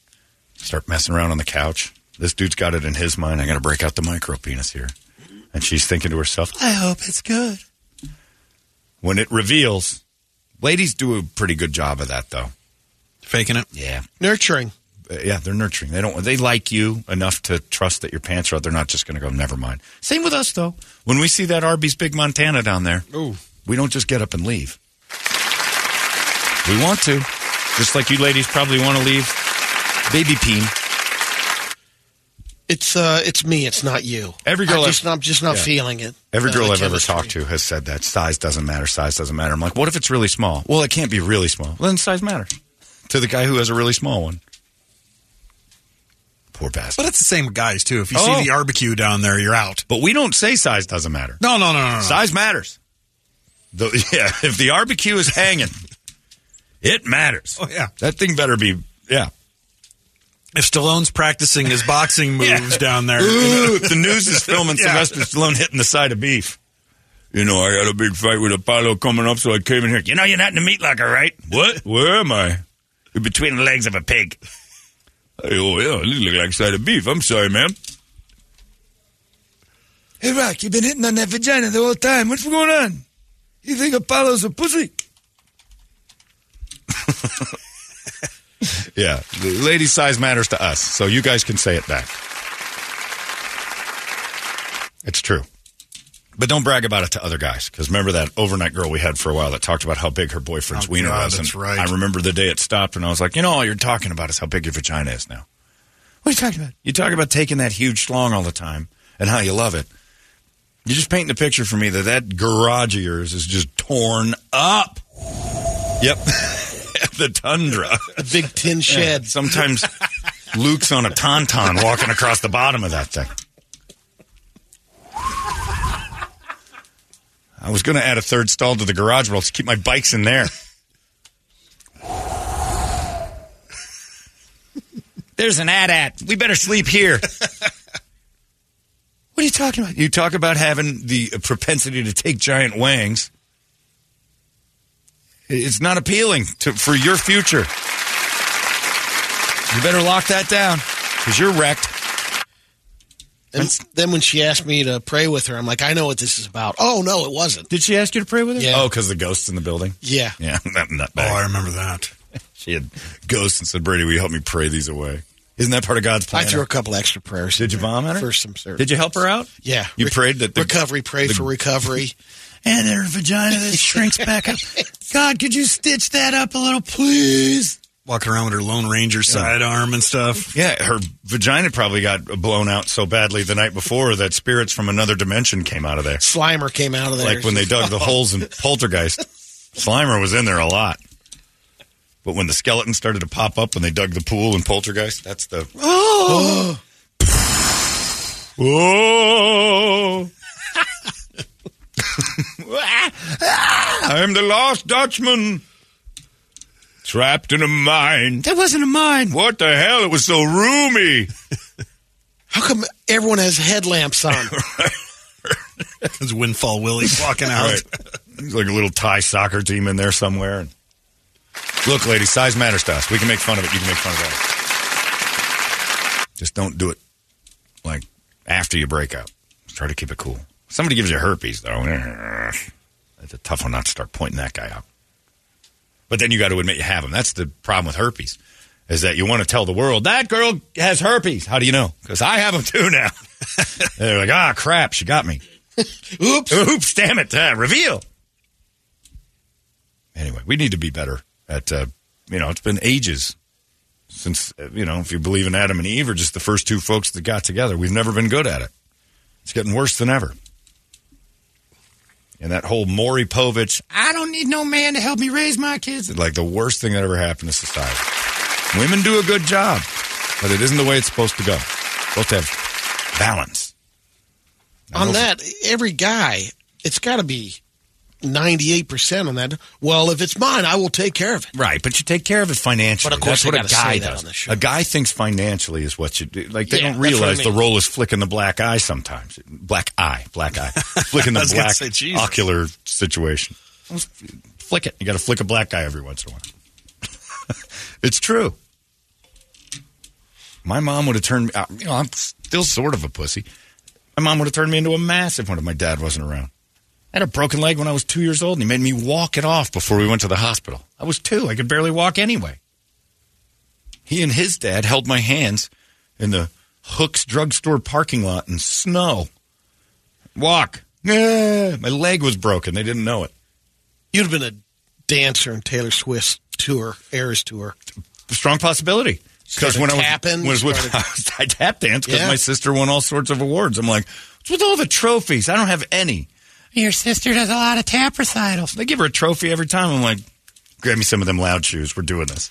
start messing around on the couch. This dude's got it in his mind. I got to break out the micro penis here. And she's thinking to herself,
I hope it's good.
when it reveals, ladies do a pretty good job of that, though.
Faking it.
Yeah.
Nurturing.
Uh, yeah, they're nurturing. They don't. They like you enough to trust that your pants are out. They're not just going to go. Never mind. Same with us though. When we see that Arby's Big Montana down there,
Ooh.
we don't just get up and leave. We want to, just like you ladies probably want to leave. Baby peen.
It's uh, it's me. It's not you.
Every girl
I'm
I've-
just not just not
yeah.
feeling it.
Every
Uh,
girl
the
I've ever
chemistry.
talked to has said that size doesn't matter. Size doesn't matter. I'm like, what if it's really small? Well, it can't be really small. Well, then size matters. To the guy who has a really small one. Poor bastard.
But it's the same with guys too. If you
Oh.
see the barbecue down there, you're out.
But we don't say size doesn't matter.
No, no, no, no, no.
Size matters. The, yeah, if the barbecue is hanging, it matters.
Oh, yeah.
That thing better be, yeah.
If Stallone's practicing his boxing moves down there,
if the news is filming
Yeah.
Sylvester Stallone hitting the side of beef. You know, I had a big fight with Apollo coming up, so I came in here. You know, you're not in the meat locker, right? What? Where am I? You're between the legs of a pig. Hey, oh, yeah, you look like side of beef. I'm sorry, ma'am. Hey, Rock, you've been hitting on that vagina the whole time. What's going on? You think Apollo's a pussy? yeah, the lady size matters to us, so you guys can say it back. It's true. But don't brag about it to other guys, because remember that overnight girl we had for a while that talked about how big her boyfriend's
Oh,
wiener
God,
was. and
that's right.
I remember the day it stopped, and I was like, you know, all you're talking about is how big your vagina is now. What are you talking about? You talk about taking that huge schlong all the time and how you love it. You're just painting a picture for me that that garage of yours is just torn up. Yep. the tundra.
a big tin shed.
Sometimes Luke's on a tauntaun walking across the bottom of that thing. I was going to add a third stall to the garage, but I'll just keep my bikes in there. There's an ad at. We better sleep here. What are you talking about? You talk about having the propensity to take giant wangs. It's not appealing to, for your future. You better lock that down because you're wrecked.
And then when she asked me to pray with her, I'm like, I know what this is about. Oh no, it wasn't.
Did she ask you to pray with her?
Yeah.
Oh, because the ghosts in the building.
Yeah.
Yeah, that nutbag.
Oh, I remember that.
She had ghosts and said, "Brady, will you help me pray these away?" Isn't that part of God's
I
plan?
threw a couple extra prayers.
Did you vomit her?
for some service?
Did you help her out?
Yeah.
You
Re-
prayed that the
recovery. Prayed
the-
for recovery.
And her vagina that shrinks back up. God, could you stitch that up a little, please?
walking around with her Lone Ranger sidearm and stuff.
Yeah, her vagina probably got blown out so badly the night before that spirits from another dimension came out of there.
Slimer came out of there.
Like when they dug the holes in Poltergeist. Slimer was in there a lot. But when the skeleton started to pop up when they dug the pool in Poltergeist, that's the. Oh! oh. Ah, I'm the lost Dutchman. Trapped in a mine. That wasn't a mine. What the hell? It was so roomy.
How come everyone has headlamps on?
It's Windfall Willie's walking out.
There's like a little Thai soccer team in there somewhere. And look, ladies, size matters to us. We can make fun of it. You can make fun of that. Just don't do it like after you break up. Try to keep it cool. Somebody gives you herpes, though. That's a tough one not to start pointing that guy out. But then you got to admit you have them. That's the problem with herpes, is that you want to tell the world that girl has herpes. How do you know? Because I have them too now. They're like, ah, crap, she got me. Oops. Oops, damn it. Uh, reveal. Anyway, we need to be better at, uh, you know, it's been ages since, uh, you know, if you believe in Adam and Eve or just the first two folks that got together, we've never been good at it. It's getting worse than ever. And that whole Maury Povich, I don't need no man to help me raise my kids. Like the worst thing that ever happened to society. Women do a good job, but it isn't the way it's supposed to go. Supposed to have balance. I
on
don't-
that, every guy, it's got to be 98% on that. Well, if it's mine, I will take care of it.
Right, but you take care of it financially.
But of course
that's
they
what a
gotta say
guy
that
does.
on the show.
A guy thinks financially is what you do. Like they
Yeah,
don't
that's what I
realize
mean.
the role is flicking the black eye sometimes. Black eye, black eye, flicking
I
the
was gonna
black
say, Jesus.
ocular situation. Flick it. You got to flick a black eye every once in a while. it's true. My mom would have turned. uh, You know, I'm still sort of a pussy. My mom would have turned me into a massive one if my dad wasn't around. I had a broken leg when I was two years old, and he made me walk it off before we went to the hospital. I was two. I could barely walk anyway. He and his dad held my hands in the Hooks drugstore parking lot in snow. Walk. Yeah. My leg was broken. They didn't know it.
You'd have been a dancer in Taylor Swift's tour, Eras tour.
Strong possibility. Because
Started
when I was,
tapping,
when I was with,
started-
I, was- I tap danced because
Yeah.
my sister won all sorts of awards. I'm like, what's with all the trophies? I don't have any.
Your sister does a lot of tap recitals.
They give her a trophy every time. I'm like, grab me some of them loud shoes. We're doing this.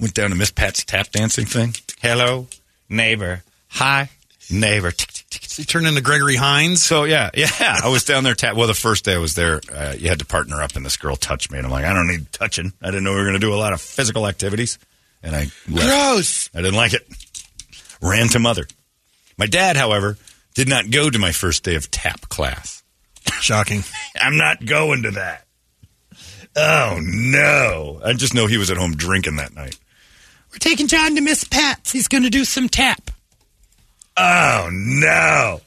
Went down to Miss Pat's tap dancing thing. Hello, neighbor. Hi, neighbor. Tick, tick, tick.
He turned into Gregory Hines.
So yeah, yeah. I was down there. Ta- well, the first day I was there, uh, you had to partner up, and this girl touched me, and I'm like, I don't need touching. I didn't know we were going to do a lot of physical activities, and I left.
Gross.
I didn't like it. Ran to mother. My dad, however, did not go to my first day of tap class.
Shocking.
I'm not going to that. Oh no! I just know he was at home drinking that night.
We're taking John to Miss Pat's. He's going to do some tap.
Oh no!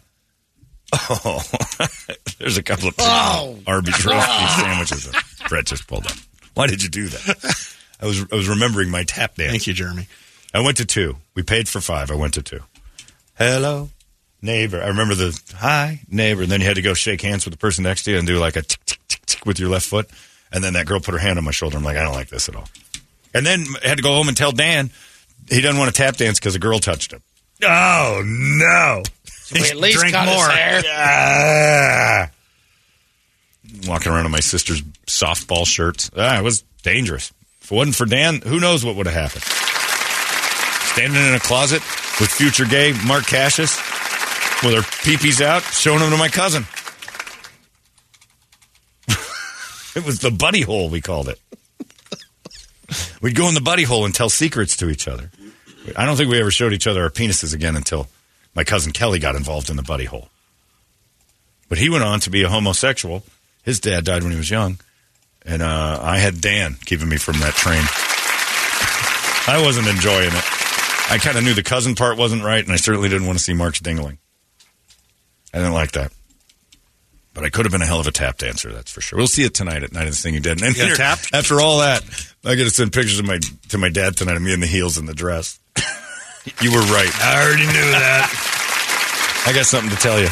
Oh, there's a couple of
Oh.
Arby's roast beef sandwiches that Brett just pulled up. Why did you do that? I was I was remembering my tap dance.
Thank you, Jeremy.
I went to two. We paid for five. I went to two. Hello, neighbor. I remember the hi, neighbor. And then you had to go shake hands with the person next to you and do like a tick, tick, tick, tick with your left foot. And then that girl put her hand on my shoulder. I'm like, I don't like this at all. And then I had to go home and tell Dan he doesn't want to tap dance because a girl touched him. Oh, no.
We at least
Drink
got us
more.
there.
Ah. Walking around in my sister's softball shirts. Ah, it was dangerous. If it wasn't for Dan, who knows what would have happened? Standing in a closet with future gay Mark Cassius with her peepees out, showing them to my cousin. it was the buddy hole, we called it. We'd go in the buddy hole and tell secrets to each other. I don't think we ever showed each other our penises again until my cousin Kelly got involved in the buddy hole. But he went on to be a homosexual. His dad died when he was young. And uh, I had Dan keeping me from that train. I wasn't enjoying it. I kind of knew the cousin part wasn't right, and I certainly didn't want to see Mark's dingling. I didn't like that. But I could have been a hell of a tap dancer, that's for sure. We'll see it tonight at Night of the Thing You Did. And
You got
after-
tapped?
After all that, I got to send pictures of my to my dad tonight of me in the heels and the dress. you were right.
I already knew that.
I got something to tell you.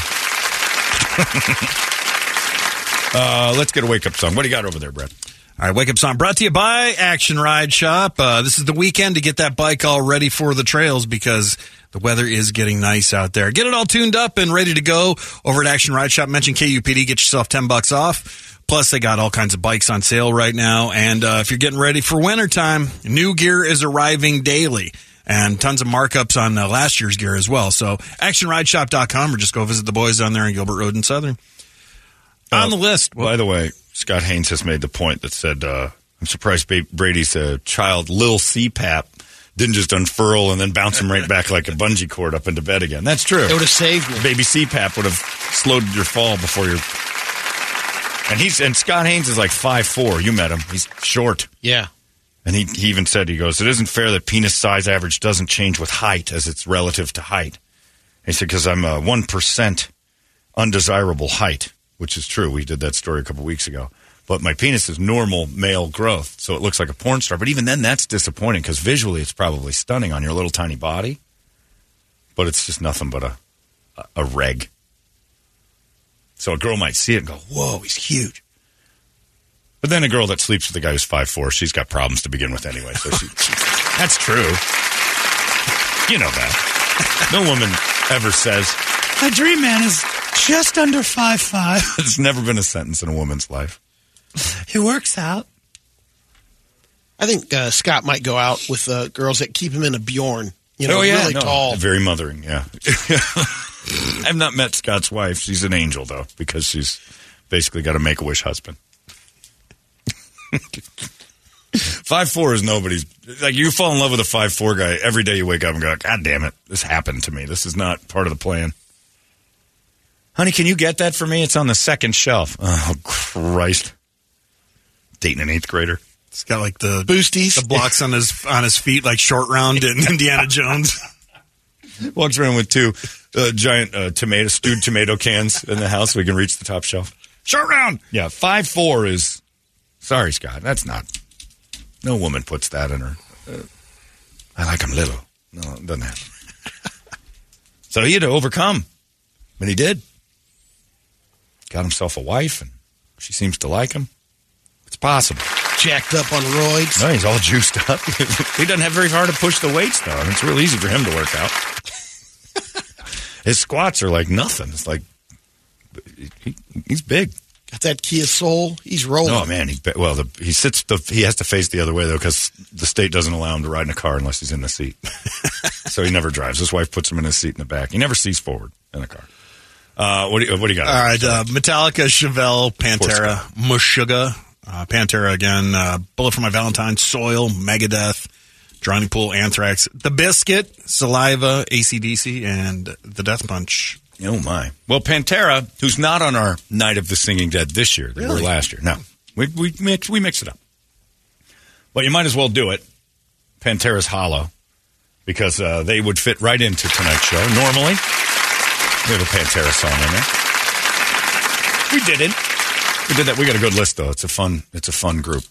uh, let's get a wake up song. What do you got over there, Brett?
All right, wake up song brought to you by Action Ride Shop. Uh, this is the weekend to get that bike all ready for the trails because the weather is getting nice out there. Get it all tuned up and ready to go over at Action Ride Shop. Mention KUPD, get yourself 10 bucks off. Plus, they got all kinds of bikes on sale right now. And uh, if you're getting ready for wintertime, new gear is arriving daily and tons of markups on uh, last year's gear as well. So, actionrideshop.com or just go visit the boys down there on Gilbert Road in Southern. on the list,
Oh. By the way, Scott Haynes has made the point that said, uh, I'm surprised ba- Brady's uh, child, Lil CPAP, didn't just unfurl and then bounce him right back like a bungee cord up into bed again. That's true.
It would have saved me.
Baby CPAP would have slowed your fall before your. And he's and Scott Haynes is like five four. You met him. He's short.
Yeah.
And he, he even said, he goes, it isn't fair that penis size average doesn't change with height as it's relative to height. He said, because I'm uh, a 1% undesirable height, which is true. We did that story a couple weeks ago. But my penis is normal male growth, so it looks like a porn star. But even then, that's disappointing because visually it's probably stunning on your little tiny body. But it's just nothing but a, a, a reg. So a girl might see it and go, whoa, he's huge. But then a girl that sleeps with a guy who's five four, she's got problems to begin with anyway. So she, that's true. You know that. No woman ever says
My dream man is just under five five.
it's never been a sentence in a woman's life.
He works out.
I think uh, Scott might go out with uh, girls that keep him in a Bjorn. You know, really
Oh, no,
tall.
very mothering. Yeah, I've not met Scott's wife. She's an angel though, because she's basically got a make a wish husband. five four is nobody's like you fall in love with a five four guy every day you wake up and go, God damn it, this happened to me. This is not part of the plan. Honey, can you get that for me? It's on the second shelf. Oh Christ. Dating an eighth grader.
It's got like the boosties, the blocks on his on his feet, like short round in Indiana Jones.
Walks around with two uh, giant uh, tomato stewed tomato cans in the house. So we can reach the top shelf. Short round. Yeah, five four is. Sorry, Scott. That's not. No woman puts that in her. Uh, I like him little. No, it doesn't happen. so he had to overcome, and he did. Got himself a wife, and she seems to like him. It's possible.
Jacked up on roids.
No, he's all juiced up. he doesn't have very hard to push the weights, though. and It's real easy for him to work out. His squats are like nothing. It's like he, he's big.
Got that Kia Soul. He's rolling.
Oh man, he's big. well. The, he sits. The, he has to face the other way though, because the state doesn't allow him to ride in a car unless he's in the seat. so he never drives. His wife puts him in his seat in the back. He never sees forward in a car. Uh, what do you, what do you got?
All right, uh, Metallica, Chevelle, Pantera, Meshuggah, uh, Pantera again, uh, Bullet for My Valentine, Soil, Megadeth, Drowning Pool, Anthrax, The Biscuit, Saliva, ACDC, and The Death Punch.
Oh my! Well, Pantera, who's not on our Night of the Singing Dead this year, they were
Really?
last year. No, we we mix we mix it up. But you might as well do it. Pantera's Hollow, because uh, they would fit right into tonight's show. Normally, we have a Pantera song in there. We didn't. We did that. We got a good list though. It's a fun. It's a fun group.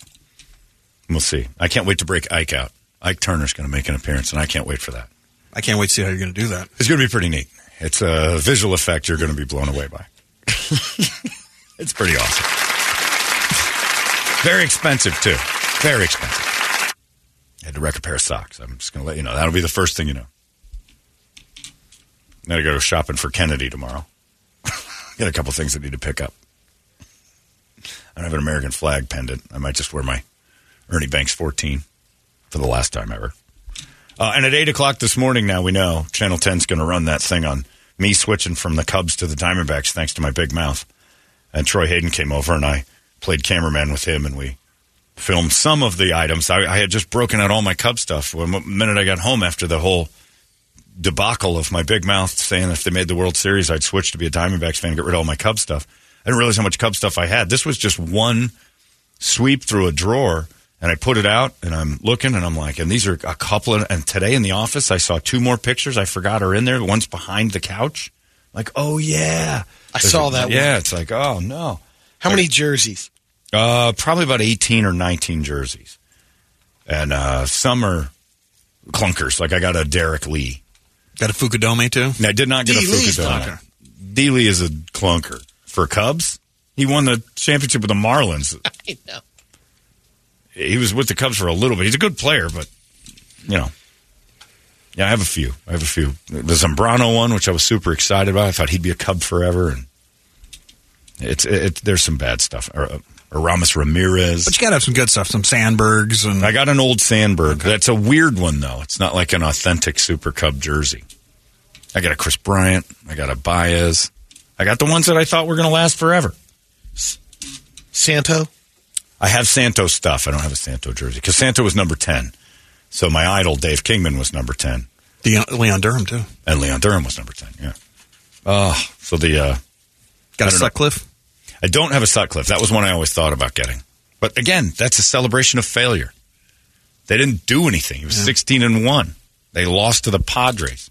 We'll see. I can't wait to break Ike out. Ike Turner's going to make an appearance, and I can't wait for that.
I can't wait to see how you're going to do that.
It's going to be pretty neat. It's a visual effect you're going to be blown away by. it's pretty awesome. Very expensive, too. Very expensive. I had to wreck a pair of socks. I'm just going to let you know. That'll be the first thing you know. Now I got to go shopping for Kennedy tomorrow. got a couple things I need to pick up. I don't have an American flag pendant. I might just wear my Ernie Banks 14 for the last time ever. Uh, and at 8 o'clock this morning, now we know Channel 10's going to run that thing on me switching from the Cubs to the Diamondbacks thanks to my big mouth. And Troy Hayden came over and I played cameraman with him and we filmed some of the items. I, I had just broken out all my Cub stuff when- the minute I got home after the whole debacle of my big mouth saying if they made the World Series, I'd switch to be a Diamondbacks fan and get rid of all my Cub stuff. I didn't realize how much Cub stuff I had. This was just one sweep through a drawer and I put it out and I'm looking and I'm like, and these are a couple. Of, and today in the office, I saw two more pictures I forgot are in there. One's behind the couch. Like, oh, yeah.
I saw that
Yeah,
one.
it's like, oh, no.
How many jerseys?
Uh, probably about 18 or 19 jerseys. And uh, some are clunkers. Like I got a Derek Lee.
Got a Fukudome too?
No, I did not get
D.
a
Lee's
Fukudome.
clunker.
D. Lee is a clunker. For Cubs, he won the championship with the Marlins.
I know.
He was with the Cubs for a little bit. He's a good player, but, you know. Yeah, I have a few. I have a few. The Zambrano one, which I was super excited about. I thought he'd be a Cub forever. And it's it, it, there's some bad stuff. Or, uh, or Ramos Ramirez.
But you got to have some good stuff, some Sandbergs and
I got an old Sandberg. That's a weird one though. It's not like an authentic Super Cub jersey. I got a Chris Bryant. I got a Baez. I got the ones that I thought were going to last forever.
Santo.
I have Santo stuff. I don't have a Santo jersey because Santo was number ten. So my idol Dave Kingman was number ten,
De- Leon Durham too.
and Leon Durham was number ten. Yeah. Oh, so the uh,
Got a
I don't know.
Sutcliffe.
I don't have a Sutcliffe. That was one I always thought about getting. But again, that's a celebration of failure. They didn't do anything. It was 16 and 1. They lost to the Padres.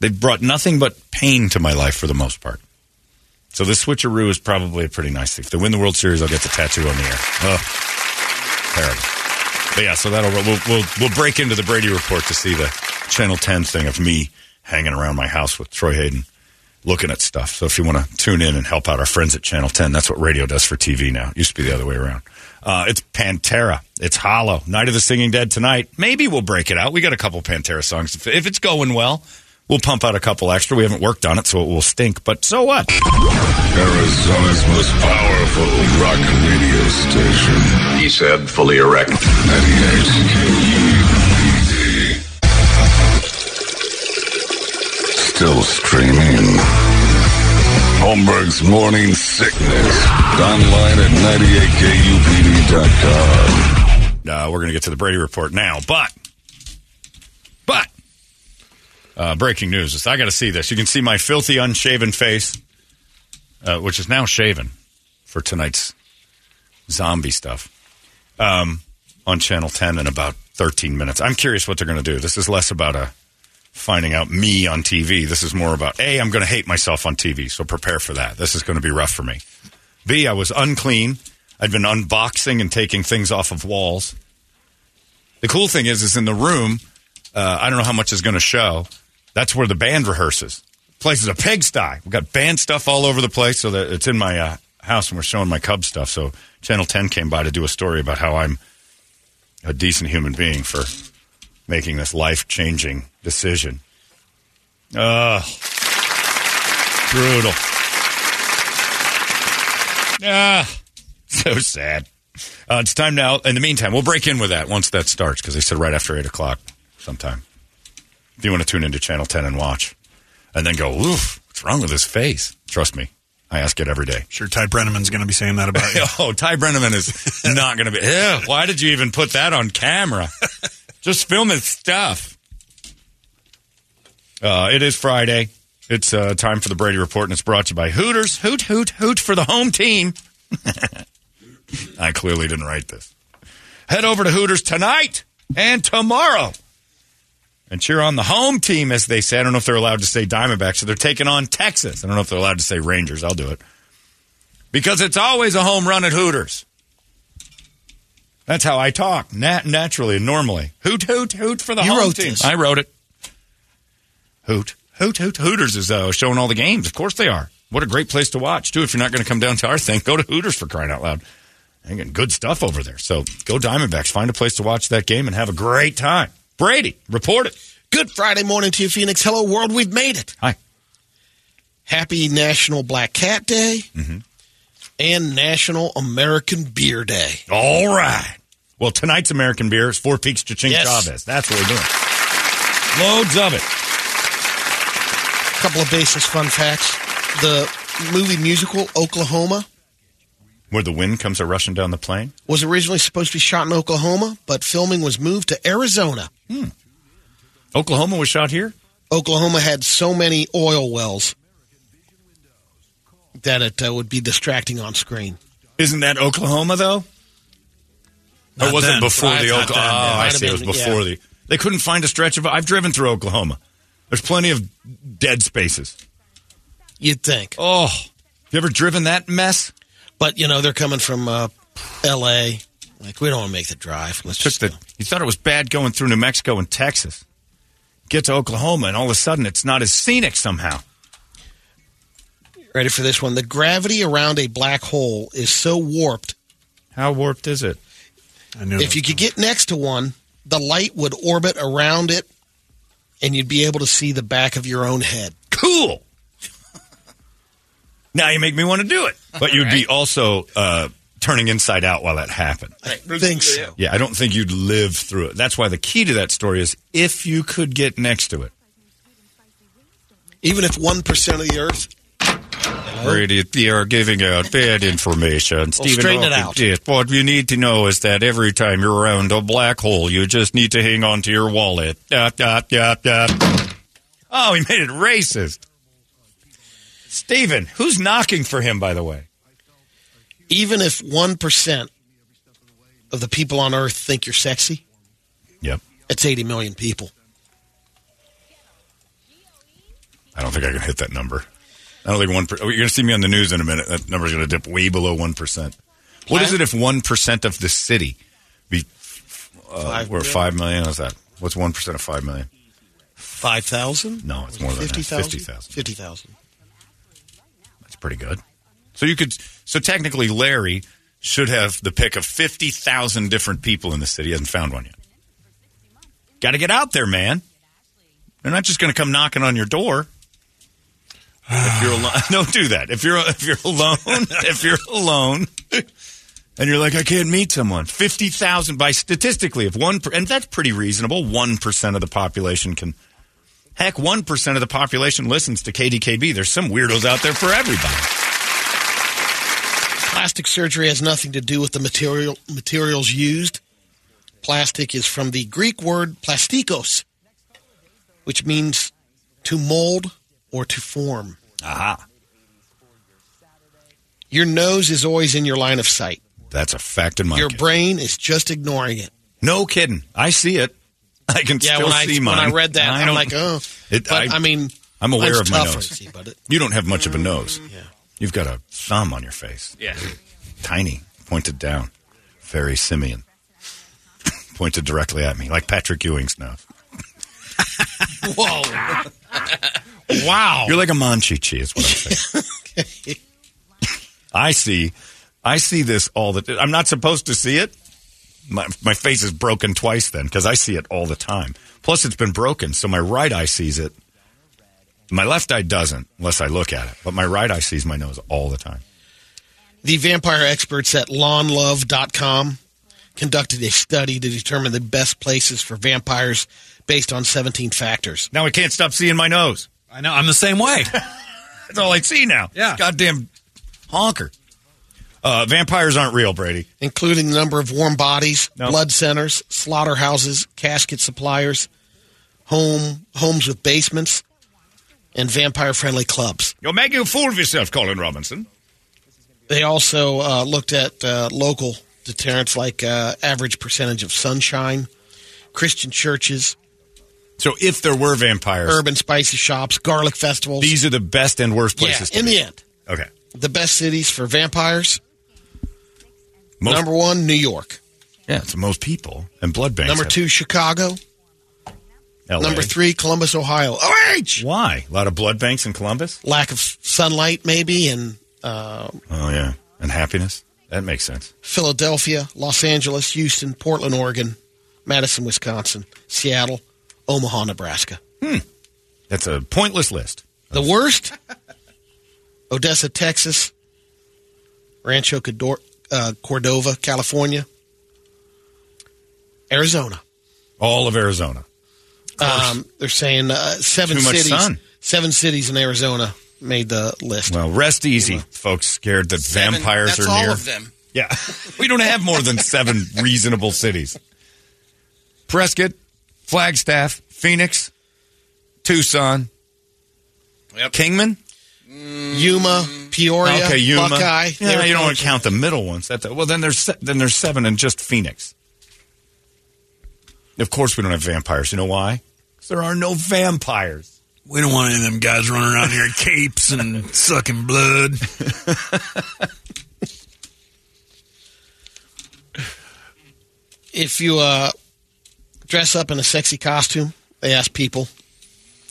They brought nothing but pain to my life for the most part. So this switcheroo is probably a pretty nice thing. If they win the World Series, I'll get the tattoo on the air. Ugh. Terrible. But yeah, so that'll we'll, we'll we'll break into the Brady report to see the Channel 10 thing of me hanging around my house with Troy Hayden looking at stuff. So if you want to tune in and help out our friends at Channel 10, that's what radio does for TV now. It used to be the other way around. Uh, it's Pantera. It's Hollow. Night of the Singing Dead tonight. Maybe we'll break it out. We got a couple Pantera songs. If- If it's going well, we'll pump out a couple extra. We haven't worked on it, so it will stink, but so what?
Arizona's most powerful rock radio station. E He said, fully erect. 98 KUPD. Still streaming. Holmberg's Morning Sickness. Online at 98kupd.com.
Uh, we're going to get to the Brady report now, but but uh, breaking news! I got to see this. You can see my filthy, unshaven face, uh, which is now shaven for tonight's zombie stuff um, on Channel Ten in about thirteen minutes. I'm curious what they're going to do. This is less about a finding out me on TV. This is more about a. I'm going to hate myself on TV, so prepare for that. This is going to be rough for me. B. I was unclean. I'd been unboxing and taking things off of walls. The cool thing is, is in the room. Uh, I don't know how much is going to show. That's where the band rehearses. Place is a pigsty. We got band stuff all over the place, so that it's in my uh, house, and we're showing my Cubs stuff. So Channel Ten came by to do a story about how I'm a decent human being for making this life changing decision. Ugh. Brutal. Ah, so sad. Uh, it's time now. In the meantime, we'll break in with that once that starts because they said right after 8 o'clock sometime. If you want to tune into Channel 10 and watch and then go, oof, what's wrong with his face? Trust me, I ask it every day.
Sure, Ty Brenneman's going to be saying that about you.
oh, Ty Brenneman is not going to be. Ew, why did you even put that on camera? Just film his stuff. Uh, it is Friday. It's uh, time for the Brady Report, and it's brought to you by Hooters. Hoot, hoot, hoot for the home team. I clearly didn't write this. Head over to Hooters tonight and tomorrow and cheer on the home team, as they say. I don't know if they're allowed to say Diamondbacks, so they're taking on Texas. I don't know if they're allowed to say Rangers. I'll do it. Because it's always a home run at Hooters. That's how I talk nat- naturally and normally. Hoot, hoot, hoot for the
You
home
wrote
team.
this.
I wrote it. Hoot, hoot, hoot. Hooters is uh, showing all the games. Of course they are. What a great place to watch, too. If you're not going to come down to our thing, go to Hooters for crying out loud. They got good stuff over there. So go Diamondbacks. Find a place to watch that game and have a great time. Brady, report it.
Good Friday morning to you, Phoenix. Hello, world. We've made it.
Hi.
Happy National Black Cat Day
Mm-hmm.
and National American Beer Day.
All right. Well, tonight's American beer is Four Peaks Chaching
Yes.
Chavez. That's what we're doing. Loads of it.
couple of basis fun facts. The movie musical Oklahoma
Where the wind comes a rushing down the plane.
was originally supposed to be shot in Oklahoma, but filming was moved to Arizona.
Hmm. Oklahoma was shot here?
Oklahoma had so many oil wells that it uh, would be distracting on screen.
Isn't that Oklahoma, though? Or
Not
was it
then.
before
Right,
the
not
Oklahoma? Oh,
then, yeah. Might
I
have
see. It was
been,
before
yeah.
the. They couldn't find a stretch of. I've driven through Oklahoma. There's plenty of dead spaces.
You'd think.
Oh, you ever driven that mess?
But you know they're coming from uh, L.A. Like we don't want to make the drive. Let's
Took
just
the, you thought it was bad going through New Mexico and Texas. Get to Oklahoma, and all of a sudden, it's not as scenic somehow.
ready for this one. The gravity around a black hole is so warped.
How warped is it?
I knew
If you could get next to one, the light would orbit around it, and you'd be able to see the back of your own head.
cool. Now you make me want to do it. But you'd be also uh, turning inside out while that happened.
I think so.
Yeah, I don't think you'd live through it. That's why the key to that story is if you could get next to it.
Even if one percent of the Earth,
Brady, you are giving out bad information. Stephen
straighten it
Hawking
out.
did. What you need to know is that every time you're around a black hole, you just need to hang on to your wallet. Dot, dot, dot, dot. Oh, he made it racist. Stephen, who's knocking for him, by the way?
even if one percent of the people on Earth think you're sexy,
Yep.
it's eighty million people.
I don't think I can hit that number. I don't think one. Per- oh, you're going to see me on the news in a minute. That number's going to dip way below one percent. What is it if one percent of the city be uh,
Five
we're
million?
five million? How's that? What's one percent of five million?
Five thousand?
No, it's more than that.
fifty thousand.
50,000.
Fifty thousand.
That's pretty good. So you could. So technically, Larry should have the pick of fifty thousand different people in the city. He hasn't found one yet. Got to get out there, man. They're not just going to come knocking on your door. If you're alone, don't do that. If you're if you're alone, if you're alone, and you're like, I can't meet someone. Fifty thousand by statistically, if one per- and that's pretty reasonable. One percent of the population can Heck, 1% of the population listens to KDKB. There's some weirdos out there for everybody.
Plastic surgery has nothing to do with the material materials used. Plastic is from the Greek word plastikos, which means to mold or to form.
Aha.
Your nose is always in your line of sight.
That's a fact in my
Your brain is just ignoring it.
No kidding. I see it. I can
yeah,
still
when
see
I,
mine.
When I read that,
I
I'm
don't-
like, oh.
It-
but,
I-
I, mean,
I'm aware
mine's
of my
tougher.
nose.
See, but it-
You don't have much of a nose. Yeah. You've got a thumb on your face.
Yeah.
Tiny, pointed down. Very simian. pointed directly at me, like Patrick Ewing's nose.
Whoa. wow.
You're like a Manchichi, is what I'm saying. I see. I see this all the I'm not supposed to see it. My, my face is broken twice then because I see it all the time. Plus, it's been broken, so my right eye sees it. My left eye doesn't unless I look at it, but my right eye sees my nose all the time.
The vampire experts at lawnlove.com conducted a study to determine the best places for vampires based on 17 factors.
Now I can't stop seeing my nose.
I know. I'm the same way.
That's all I see now. Yeah. Goddamn honker. Uh, vampires aren't real, Brady.
including the number of warm bodies,
No.
blood centers, slaughterhouses, casket suppliers, home homes with basements, and vampire-friendly clubs.
You're making a fool of yourself, Colin Robinson.
They also uh, looked at uh, local deterrents like uh, average percentage of sunshine, Christian churches,
So if there were vampires,
urban spicy shops, garlic festivals.
these are the best and worst
yeah,
places. to
in
be.
the end,
Okay.
the best cities for vampires.
Most-
number one, New York.
Yeah, it's the most people and blood banks.
Number
have
two, Chicago.
LA.
Number three, Columbus, Ohio. OH!
Why? A lot of blood banks in Columbus?
lack of sunlight, maybe, in uh,
Oh, yeah. And happiness? That makes sense.
Philadelphia, Los Angeles, Houston, Portland, Oregon, Madison, Wisconsin, Seattle, Omaha, Nebraska.
Hmm. That's a pointless list.
The worst? Odessa, Texas, Rancho Cordor- uh, Cordova, California, Arizona.
All of Arizona.
Um, they're saying uh, seven
Too much
cities.
sun.
Seven cities in Arizona made the list.
Well, rest easy, folks scared that vampires
That's
are
all
near.
of them.
Yeah. we don't have more than seven reasonable cities Prescott, Flagstaff, Phoenix, Tucson, Kingman.
Yuma, Peoria,
okay, Yuma.
Buckeye.
Yeah,
They were
you don't want to count
counted.
the middle ones. That, well, then there's se- then there's seven and just Phoenix. Of course, we don't have vampires. You know why? Because there are no vampires.
We don't want any of them guys running around here in capes and sucking blood.
if you uh, dress up in a sexy costume, they ask people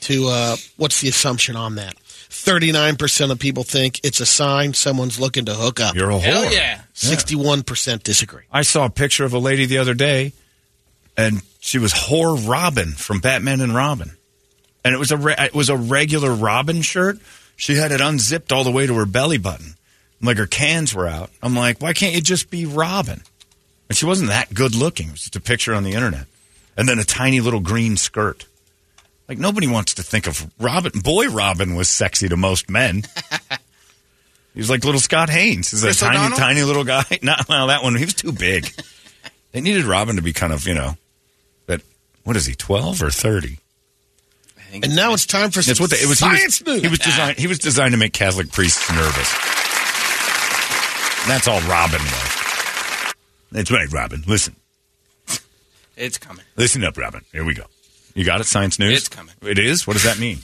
to uh, what's the assumption on that? Thirty nine percent of people think it's a sign someone's looking to hook up.
You're a
Hell
whore.
yeah.
Sixty one percent disagree.
I saw a picture of a lady the other day, and she was whore Robin from Batman and Robin, and it was a re- it was a regular Robin shirt. She had it unzipped all the way to her belly button, like her cans were out. I'm like, why can't you just be Robin? And she wasn't that good looking. It was just a picture on the internet, and then a tiny little green skirt. Like nobody wants to think of Robin. Boy, Robin was sexy to most men. he was like little Scott Haynes. He's a
Chris
tiny,
O'Donnell?
tiny little guy. Not well, that one. He was too big. they needed Robin to be kind of you know, that what is he twelve or thirty?
I think
And now it's time for some
That's what they, it was.
science
he was,
news.
He was designed. He was designed to make Catholic priests nervous. That's all Robin was. That's right, Robin. Listen,
it's coming.
listen up, Robin. Here we go. You got it, science news.
It's coming.
It is. What does that mean?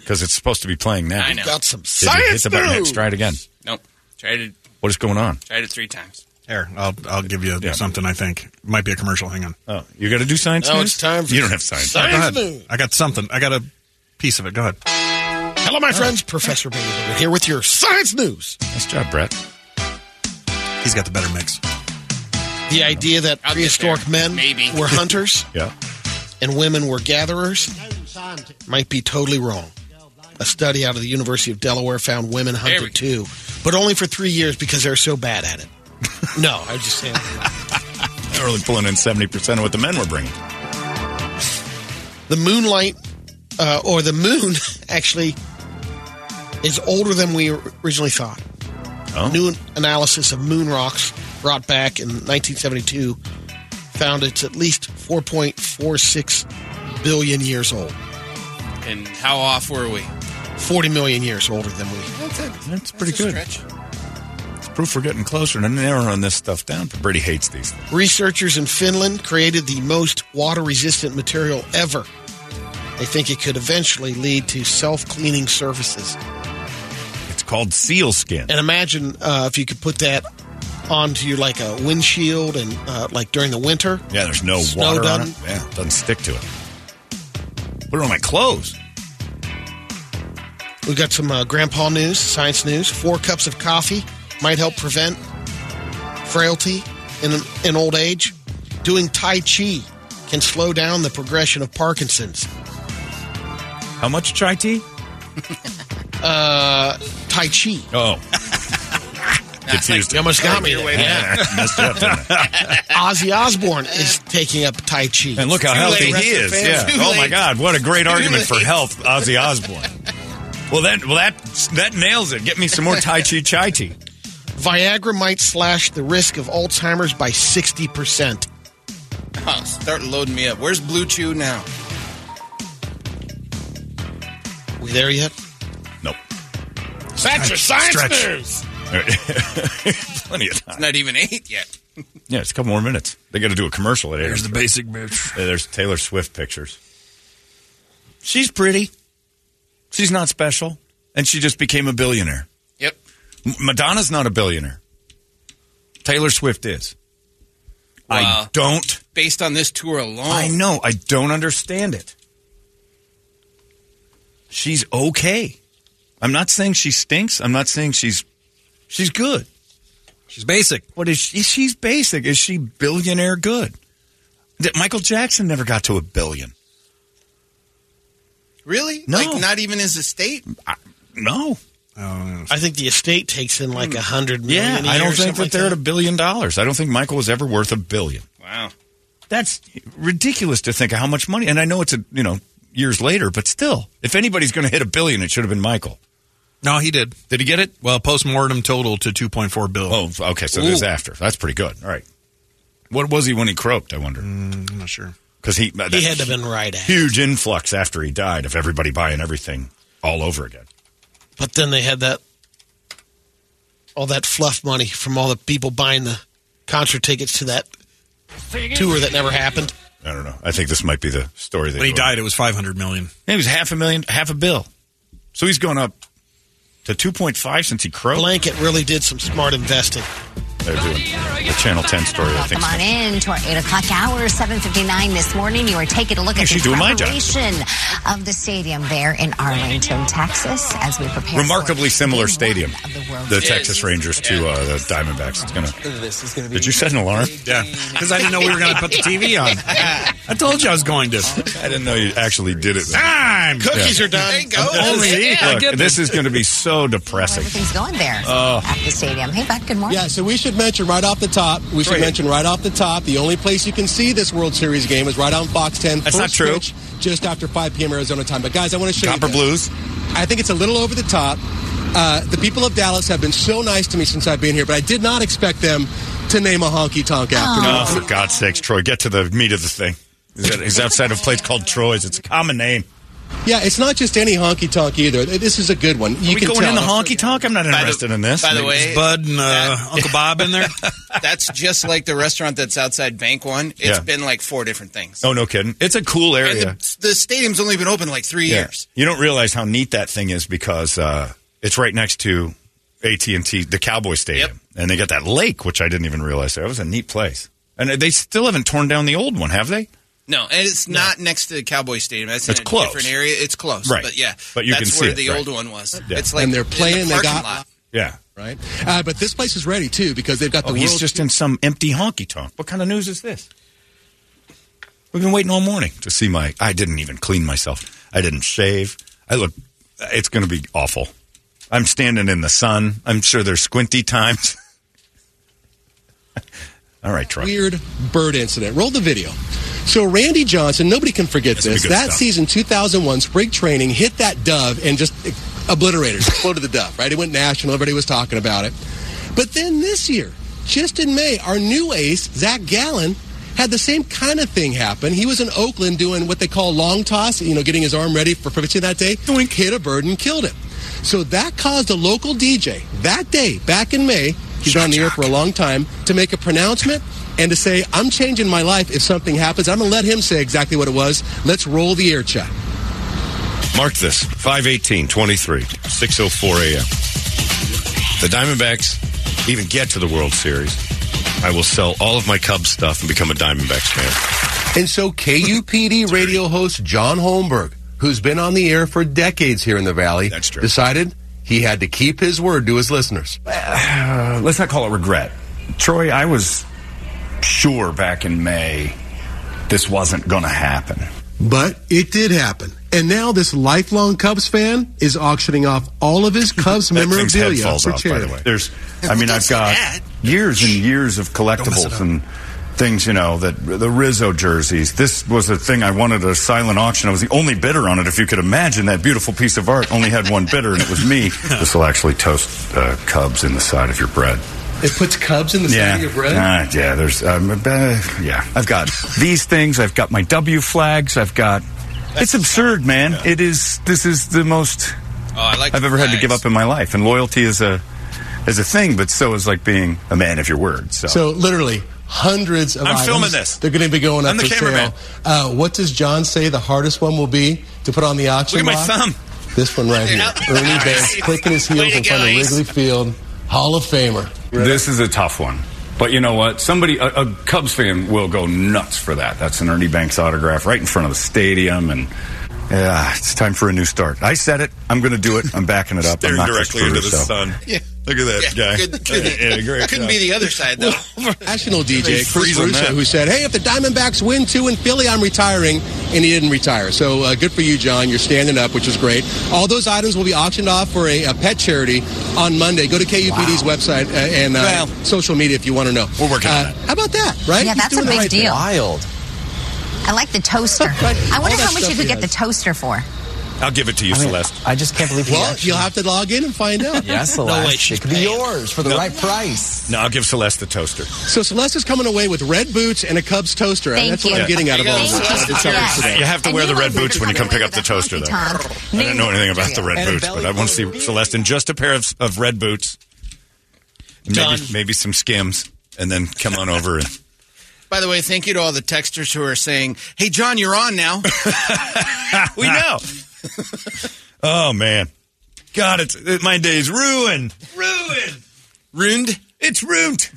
Because it's supposed to be playing now.
I know.
Got some
Did you
science
hit the button?
news.
Try it again.
Nope. Tried it.
What is going on?
Tried it three times.
Here, I'll I'll give you
Yeah.
something. I think might be a commercial. Hang on.
Oh, you got to do science.
Now
news?
it's time for
You don't have science.
science
Go ahead.
news.
I got something. I got a piece of it. Go ahead.
Hello, my friends. Professor Bailey over here with your science news.
Nice job, Brett.
He's got the better mix.
The idea that
I'll get
prehistoric
there.
men
Maybe.
were hunters
Yeah.
and women were gatherers might be totally wrong. A study out of the University of Delaware found women
There we
hunted
go.
too, but only for three years because they're so bad at it. no, I was just saying.
They're only pulling in seventy percent of what the men were bringing.
The moonlight uh, or the moon actually is older than we originally thought.
Oh.
New analysis of moon rocks brought back in 1972 found it's at least 4.46 billion years old,
And how off were we?
40 million years older than we.
That's it.
That's pretty good. It's proof we're getting closer and narrowing this stuff down. Brady hates these things.
Researchers in Finland created the most water resistant material ever. They think it could eventually lead to self cleaning surfaces.
It's called seal skin.
And imagine uh, if you could put that onto your like a windshield and uh, like during the winter.
Yeah, there's no
Snow
water on it.
doesn't-
Yeah, it doesn't stick to it. Put it on my clothes.
We've got some uh, grandpa news, science news. Four cups of coffee might help prevent frailty in, in old age. Doing Tai Chi can slow down the progression of Parkinson's.
How much chai tea?
Uh, tai Chi.
Oh. Confused.
You almost got me. there.
Yeah, messed it up. didn't I?
Ozzy Osbourne is taking up Tai Chi.
And look how healthy he is. Yeah. Oh my God, what a great
Too
argument for
late.
health, Ozzy Osbourne. well, that well that that nails it. Get me some more Tai Chi Chai Tea.
Viagra might slash the risk of Alzheimer's by 60%.
Oh, start loading me up. Where's Blue Chew now?
We there yet?
Nope.
That's your science
Stretch.
news.
All right. Plenty of
It's
time.
not even eight yet.
Yeah, it's a couple more minutes. They got to do a commercial at eight.
There's the basic bitch.
Yeah, there's Taylor Swift pictures. She's pretty. She's not special, and she just became a billionaire.
Yep.
M- Madonna's not a billionaire. Taylor Swift is. I
Wow.
don't.
Based on this tour alone,
I know. I don't understand it. She's okay. I'm not saying she stinks. I'm not saying she's she's good.
She's basic.
What is she? She's basic. Is she billionaire good? That Michael Jackson never got to a billion.
really?
No.
Like not even his estate.
No.
Oh, I think the estate takes in like a hundred million.
Yeah,
a year
I
or
don't
something
think
like
that they're at a billion dollars. I don't think Michael was ever worth a billion.
Wow.
That's ridiculous to think of how much money. And I know it's a you know years later, but still, if anybody's going to hit a billion, it should have been Michael.
No, he did.
Did he get it?
Well, postmortem total to 2.4 billion.
Oh, okay. So there's
Ooh.
after. That's pretty good. All right. What was he when he croaked? I wonder.
Mm,
I'm not sure.
Because he uh,
He had to have been right at. it.
huge influx after he died of everybody buying everything all over again.
But then they had that all that fluff money from all the people buying the concert tickets to that tour that never happened.
I don't know. I think this might be the story that
When he died, it was 500 million.
It was half a million, half a bill. So he's gone up to two point five since he croaked.
Blanket really did some smart investing.
They're doing the Channel Ten story. I think.
Come on in to our 8 o'clock hour, 7.59 this morning. You are taking a look
Hey,
at
she's
the
doing my job.
preparation of the stadium there in Arlington, Texas, as we prepare
Remarkably similar stadium,
World
the
Series.
Texas Rangers to uh, the Diamondbacks. It's gonna.
This is going
Did you set an alarm?
Yeah. Because I didn't know we were going to put the TV on. I told you I was going to.
I didn't know you actually did it.
Time!
Cookies are done.
Only
Yeah, I
Look,
get
this is going to be so depressing. Oh.
Everything's going there at the stadium. Hey, Bud, good morning.
Yeah, so we should mention right off the top, we should
Great.
mention right off the top, the only place you can see this World Series game is right on Fox 10.
That's
first
not true.
pitch, just after 5 p.m. Arizona time. But guys, I want to show you.
Copper
this.
Blues.
I think it's a little over the top. Uh, the people of Dallas have been so nice to me since I've been here, but I did not expect them to name a honky tonk after me.
Oh, for God's sakes, Troy, get to the meat of the thing. He's at- He's outside of a place called Troy's. It's a common name.
Yeah, it's not just any honky tonk either. This is a good one. You
we
can
going
tell.
in the honky tonk? I'm not interested in this.
by the way-
Is Bud and uh, Uncle Bob in there?
That's just like the restaurant that's outside Bank One. It's
Yeah.
been like four different things.
oh no, kidding. It's a cool
And
area.
the, the stadium's only been open like three
Yeah.
years.
You don't realize how neat that thing is because uh, it's right next to AT and T, the Cowboy Stadium,
Yep.
and they got that lake, which I didn't even realize. That was a neat place. And they still haven't torn down the old one, have they?
No, and it's not next to the Cowboy Stadium. That's
It's
in a
close.
different area. It's close,
Right.
but yeah,
But you
that's
can see
where
it,
the
right.
old one was.
Yeah.
It's like
And they're
in the
playing, they
parking
got-
lot.
Yeah.
Right? Uh, but this place is ready, too, because they've got the
Oh,
World
he's just in some empty honky tonk. What kind of news is this? We've been waiting all morning to see my. I didn't even clean myself. I didn't shave. I look. It's going to be awful. I'm standing in the sun. I'm sure there's squinty times. all right, Troy.
weird bird incident. Roll the video.
So Randy Johnson, nobody can forget
some
this.
good
That
stuff.
season, 2001 spring training, hit that dove and just obliterated, exploded the dove. Right? It went national. Everybody was talking about it. But then this year, just in May, our new ace Zach Gallen had the same kind of thing happen. He was in Oakland doing what they call long toss, you know, getting his arm ready for pitching that day. Hit a bird and killed it. So that caused a local DJ that day, back in May, he's been on the air for a long time, to make a pronouncement and to say, I'm changing my life if something happens. I'm going to let him say exactly what it was. Let's roll the air check.
Mark this 518 23, 604 a.m. The Diamondbacks even get to the World Series. I will sell all of my Cubs stuff and become a Diamondbacks fan.
And so KUPD radio host John Holmberg, who's been on the air for decades here in the Valley, decided he had to keep his word to his listeners.
Uh, let's not call it regret. Troy, I was sure back in May this wasn't going to happen.
But it did happen. And now this lifelong Cubs fan is auctioning off all of his Cubs
That thing's head
memorabilia
falls
for
off,
charity.
by the way. There's, I mean, I've got years and years of collectibles and things, you know, that the Rizzo jerseys. This was a thing I wanted at a silent auction. I was the only bidder on it. If you could imagine, that beautiful piece of art only had one bidder, and it was me. this will actually toast uh, Cubs in the side of your bread.
It puts Cubs in the
yeah.
city of red.
Uh, yeah, there's, um, uh, yeah. I've got these things. I've got my W flags. I've got. It's absurd, man. It is. This is the most
Oh, I like
I've
the
ever had to give
flags.
up in my life, and loyalty is a is a thing, but so is like being a man of your word. So,
So literally hundreds of
I'm
items.
filming this.
They're going to be going up
I'm the
for
cameraman.
sale. Uh, what does John say the hardest one will be to put on the auction?
Look at my
block?
thumb.
This one right here. Ernie Banks clicking his heels in front of Wrigley Field, Hall of Famer.
this is a tough one. But you know what? Somebody, a, a Cubs fan, will go nuts for that. That's an Ernie Banks autograph right in front of the stadium, and yeah, it's time for a new start. I said it. I'm going to do it. I'm backing it up. I'm
Staring
not
directly
Chris
into the
Caruso.
sun. Look at that guy. Yeah, great
Couldn't
job.
be the other side though.
National
They
DJ Chris
freeze on
Russo,
that.
who said, "Hey, if the Diamondbacks win two in Philly, I'm retiring," and he didn't retire. So uh, good for you, John. You're standing up, which is great. All those items will be auctioned off for a, a pet charity on Monday. Go to KUPD's website uh, and uh, social media if you want to know. We're working on that. How about that? Right?
Yeah,
He's
that's a
doing the
big
right thing.
deal. Wild. I like the toaster. I wonder
All that
how much
stuff
you could
he
get the
has.
toaster for.
I'll give it to you,
I mean,
Celeste.
I just can't believe he
Well,
actually-
you'll have to log in and find out.
Yeah, Celeste. it could be yours for the
No.
right price.
No, I'll give Celeste the toaster.
So Celeste is coming away with red boots and a Cubs toaster.
Thank
That's what
you.
I'm getting out of all
Thank
this.
you.
It's all
Yes.
today.
You have to wear the red boots when you come pick up the toaster, though. I
honky-tonk.
didn't know anything about the red
And a
boots, but I want to see Celeste in just a pair of, of red boots, And maybe, maybe some skims, and then come on over and.
By the way, thank you to all the texters who are saying, "Hey, John, you're on now."
we know. Oh man, God, it's it, my day's ruined. Ruined.
Ruined.
It's ruined.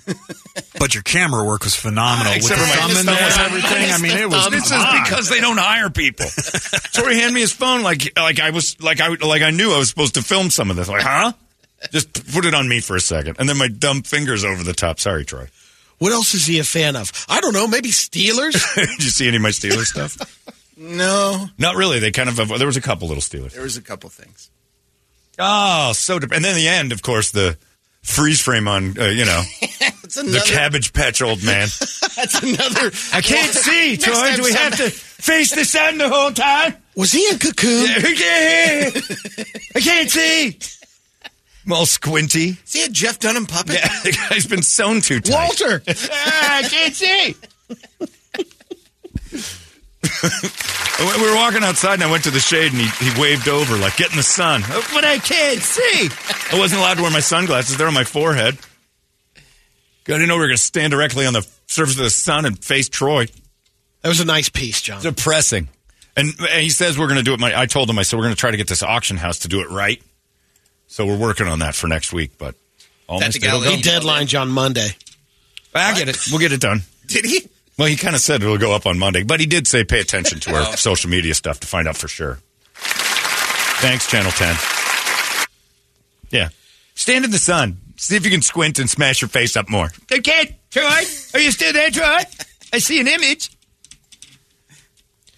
But your camera work was phenomenal.
Except
With the
for my
thumb in
thumb.
there and everything. I mean, it was.
This is
on.
because they don't hire people. Tori handed me his phone like like I was like I like I knew I was supposed to film some of this. Like, huh? Just put it on me for a second, and then my dumb fingers over the top. Sorry, Troy.
What else is he a fan of? I don't know. Maybe Steelers.
Did you see any of my Steelers stuff?
no,
Not really. They kind of uh, there was a couple little Steelers.
there was a couple things.
Oh, so dep- and then the end, of course, the freeze frame on uh, you know
That's
the Cabbage Patch old man.
That's another.
I can't see,
Next
Troy.
time
Do we have
some-
to face the sun the whole time?
Was he in cocoon?
I can't see. I'm all squinty.
See a Jeff Dunham puppet?
Yeah, the guy's been sewn too tight.
Walter.
Ah,
I can't see.
We were walking outside, and I went to the shade, and he, he waved over, like, get in the sun. Oh, But I can't see. I wasn't allowed to wear my sunglasses. They're on my forehead. 'Cause I didn't know we were going to stand directly on the surface of the sun and face Troy.
That was a nice piece, John.
Depressing. And, and he says we're going to do it. My, I told him, I said, we're going to try to get this auction house to do it right. So we're working on that for next week, but almost it'll go.
He deadlined on Monday.
I get it. We'll get it done.
Did he?
Well, he kind of said it'll go up on Monday, but he did say pay attention to
Oh.
our social media stuff to find out for sure. Thanks, Channel 10. Yeah. Stand in the sun. See if you can squint and smash your face up more. Okay, Troy. Are you still there, Troy? I see an image.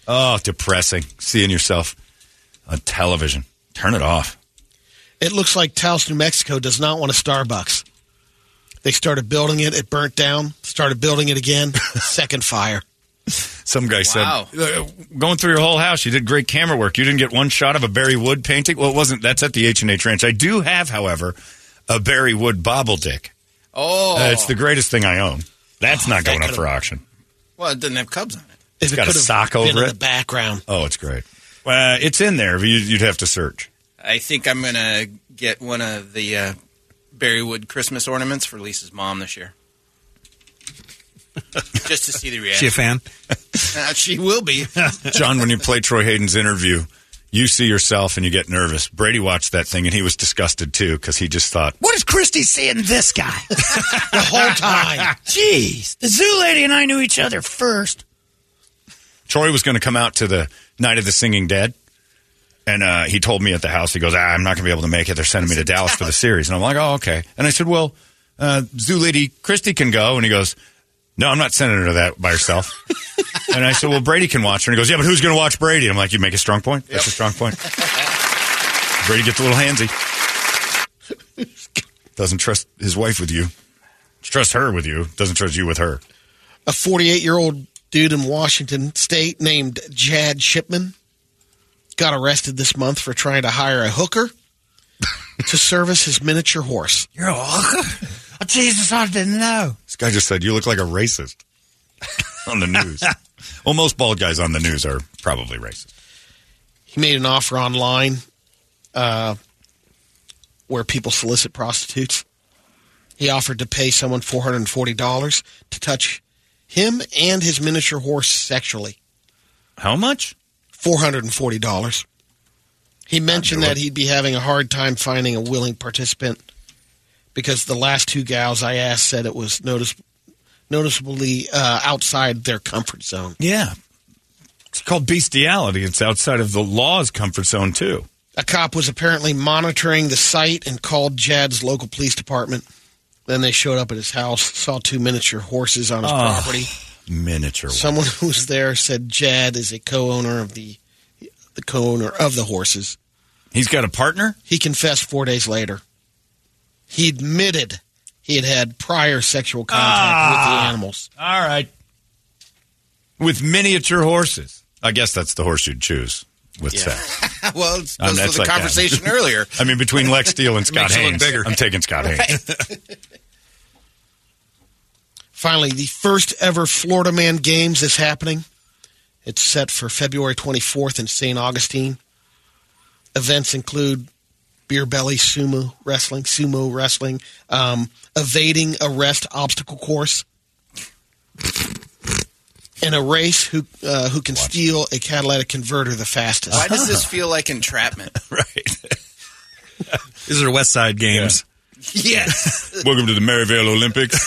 Oh, depressing. Seeing yourself on television. Turn it off.
It looks like Taos, New Mexico does not want a Starbucks. They started building it. It burnt down. Started building it again. Second fire.
Some guy said, "Uh, "Going through your whole house, you did great camera work. You didn't get one shot of a Barry Wood painting." Well, it wasn't. That's at the H and H Ranch. I do have, however, a Barry Wood bobble dick.
Oh,
Uh, it's the greatest thing I own. That's not going up for auction.
well, it doesn't have Cubs on it.
It's got a sock over it.
background.
Oh, it's great. Well, it's in there. but you- You'd have to search.
I think I'm going to get one of the uh, Berrywood Christmas ornaments for Lisa's mom this year. Just to see the reaction.
She a fan?
Uh, she will be.
John, when you play Troy Hayden's interview, you see yourself and you get nervous. Brady watched that thing and he was disgusted too because he just thought,
What is Christy seeing this guy the whole time? Jeez, the zoo lady and I knew each other first.
Troy was going to come out to the night of the Singing Dead, and uh, he told me at the house, he goes, ah, "I'm not going to be able to make it. They're sending me to Dallas for the series." And I'm like, "Oh, okay." And I said, "Well, uh, Zoo Lady Christy can go," and he goes, "No, I'm not sending her to that by herself." and I said, "Well, Brady can watch her," and he goes, "Yeah, but who's going to watch Brady?" I'm like, "You make a strong point. That's a strong point." Brady gets a little handsy. Doesn't trust his wife with you. Trust her with you. Doesn't trust you with her.
a 48 year old dude in Washington state named Jad Shipman got arrested this month for trying to hire a hooker to service his miniature horse.
You're a hooker? Oh, Jesus, I didn't know.
This guy just said, You look like a racist on the news. well, most bald guys on the news are probably racist.
He made an offer online uh, where people solicit prostitutes. He offered to pay someone $440 to touch him and his miniature horse sexually.
How much?
$440. He mentioned that he'd be having a hard time finding a willing participant because the last two gals I asked said it was notice- noticeably uh, outside their comfort zone.
Yeah. It's called bestiality. It's outside of the law's comfort zone, too.
A cop was apparently monitoring the site and called Jad's local police department. Then they showed up at his house, saw two miniature horses on his
Oh,
property.
Miniature.
Someone who was there said Jad is a co-owner of the the co-owner of the horses.
He's got a partner.
He confessed four days later. He admitted he had had prior sexual contact with the animals.
Ah, All right. With miniature horses. I guess that's the horse you'd choose with sex.
well, it's
I mean,
goes
that's
to the
like that.
conversation earlier.
I mean, between Lex Steele and Scott
Makes it look
Haynes,
bigger.
I'm taking Scott Haynes.
Finally, the first ever Florida Man Games is happening. It's set for February 24th in St. Augustine. Events include beer belly sumo wrestling, sumo wrestling, um, evading arrest obstacle course, and a race who uh, who can steal a catalytic converter the fastest. Uh-huh.
Why does this feel like entrapment?
These are West Side games.
yes.
Welcome to the Maryvale Olympics.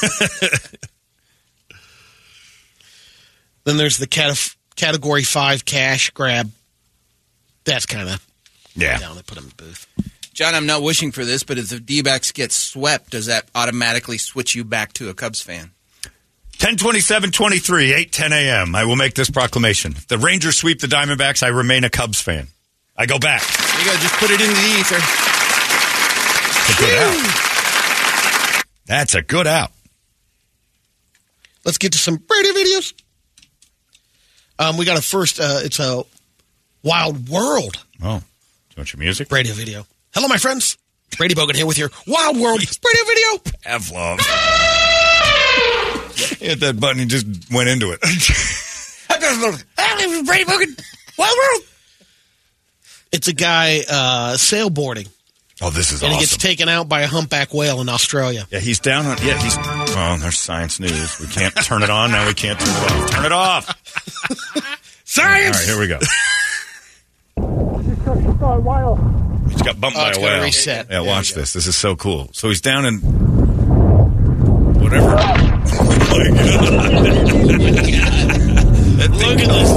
Then there's the cat- category five cash grab. That's kind of
yeah.
Down they put him in the booth.
John, I'm not wishing for this, but if the D-backs get swept, does that automatically switch you back to a Cubs fan?
1027 23, 8 10 a.m. I will make this proclamation. If the Rangers sweep the Diamondbacks, I remain a Cubs fan. I go back.
There you go. Just put it in the ether.
That's a good out. That's a good out.
Let's get to some Brady videos. Um, we got a first. Uh, it's a Wild World
Oh, do you want your music?
Brady video. Hello, my friends. Brady Bogan here with your Wild World Brady video.
Pavlov. Hit that button. He just went into it.
Brady Bogan, Wild World.
It's a guy uh, sailboarding,
Oh, this is
and he
awesome.
gets taken out by a humpback whale in Australia.
yeah, he's down on. Yeah, he's. Oh, there's science news. We can't turn it on. Now we can't turn it off. Turn it off. All
Science.
right, here we go. He's got bumped
Oh,
by
it's
a
gotta
whale.
reset.
Yeah,
There
watch this. This is so cool. So he's down in whatever. Oh my god! Look at this!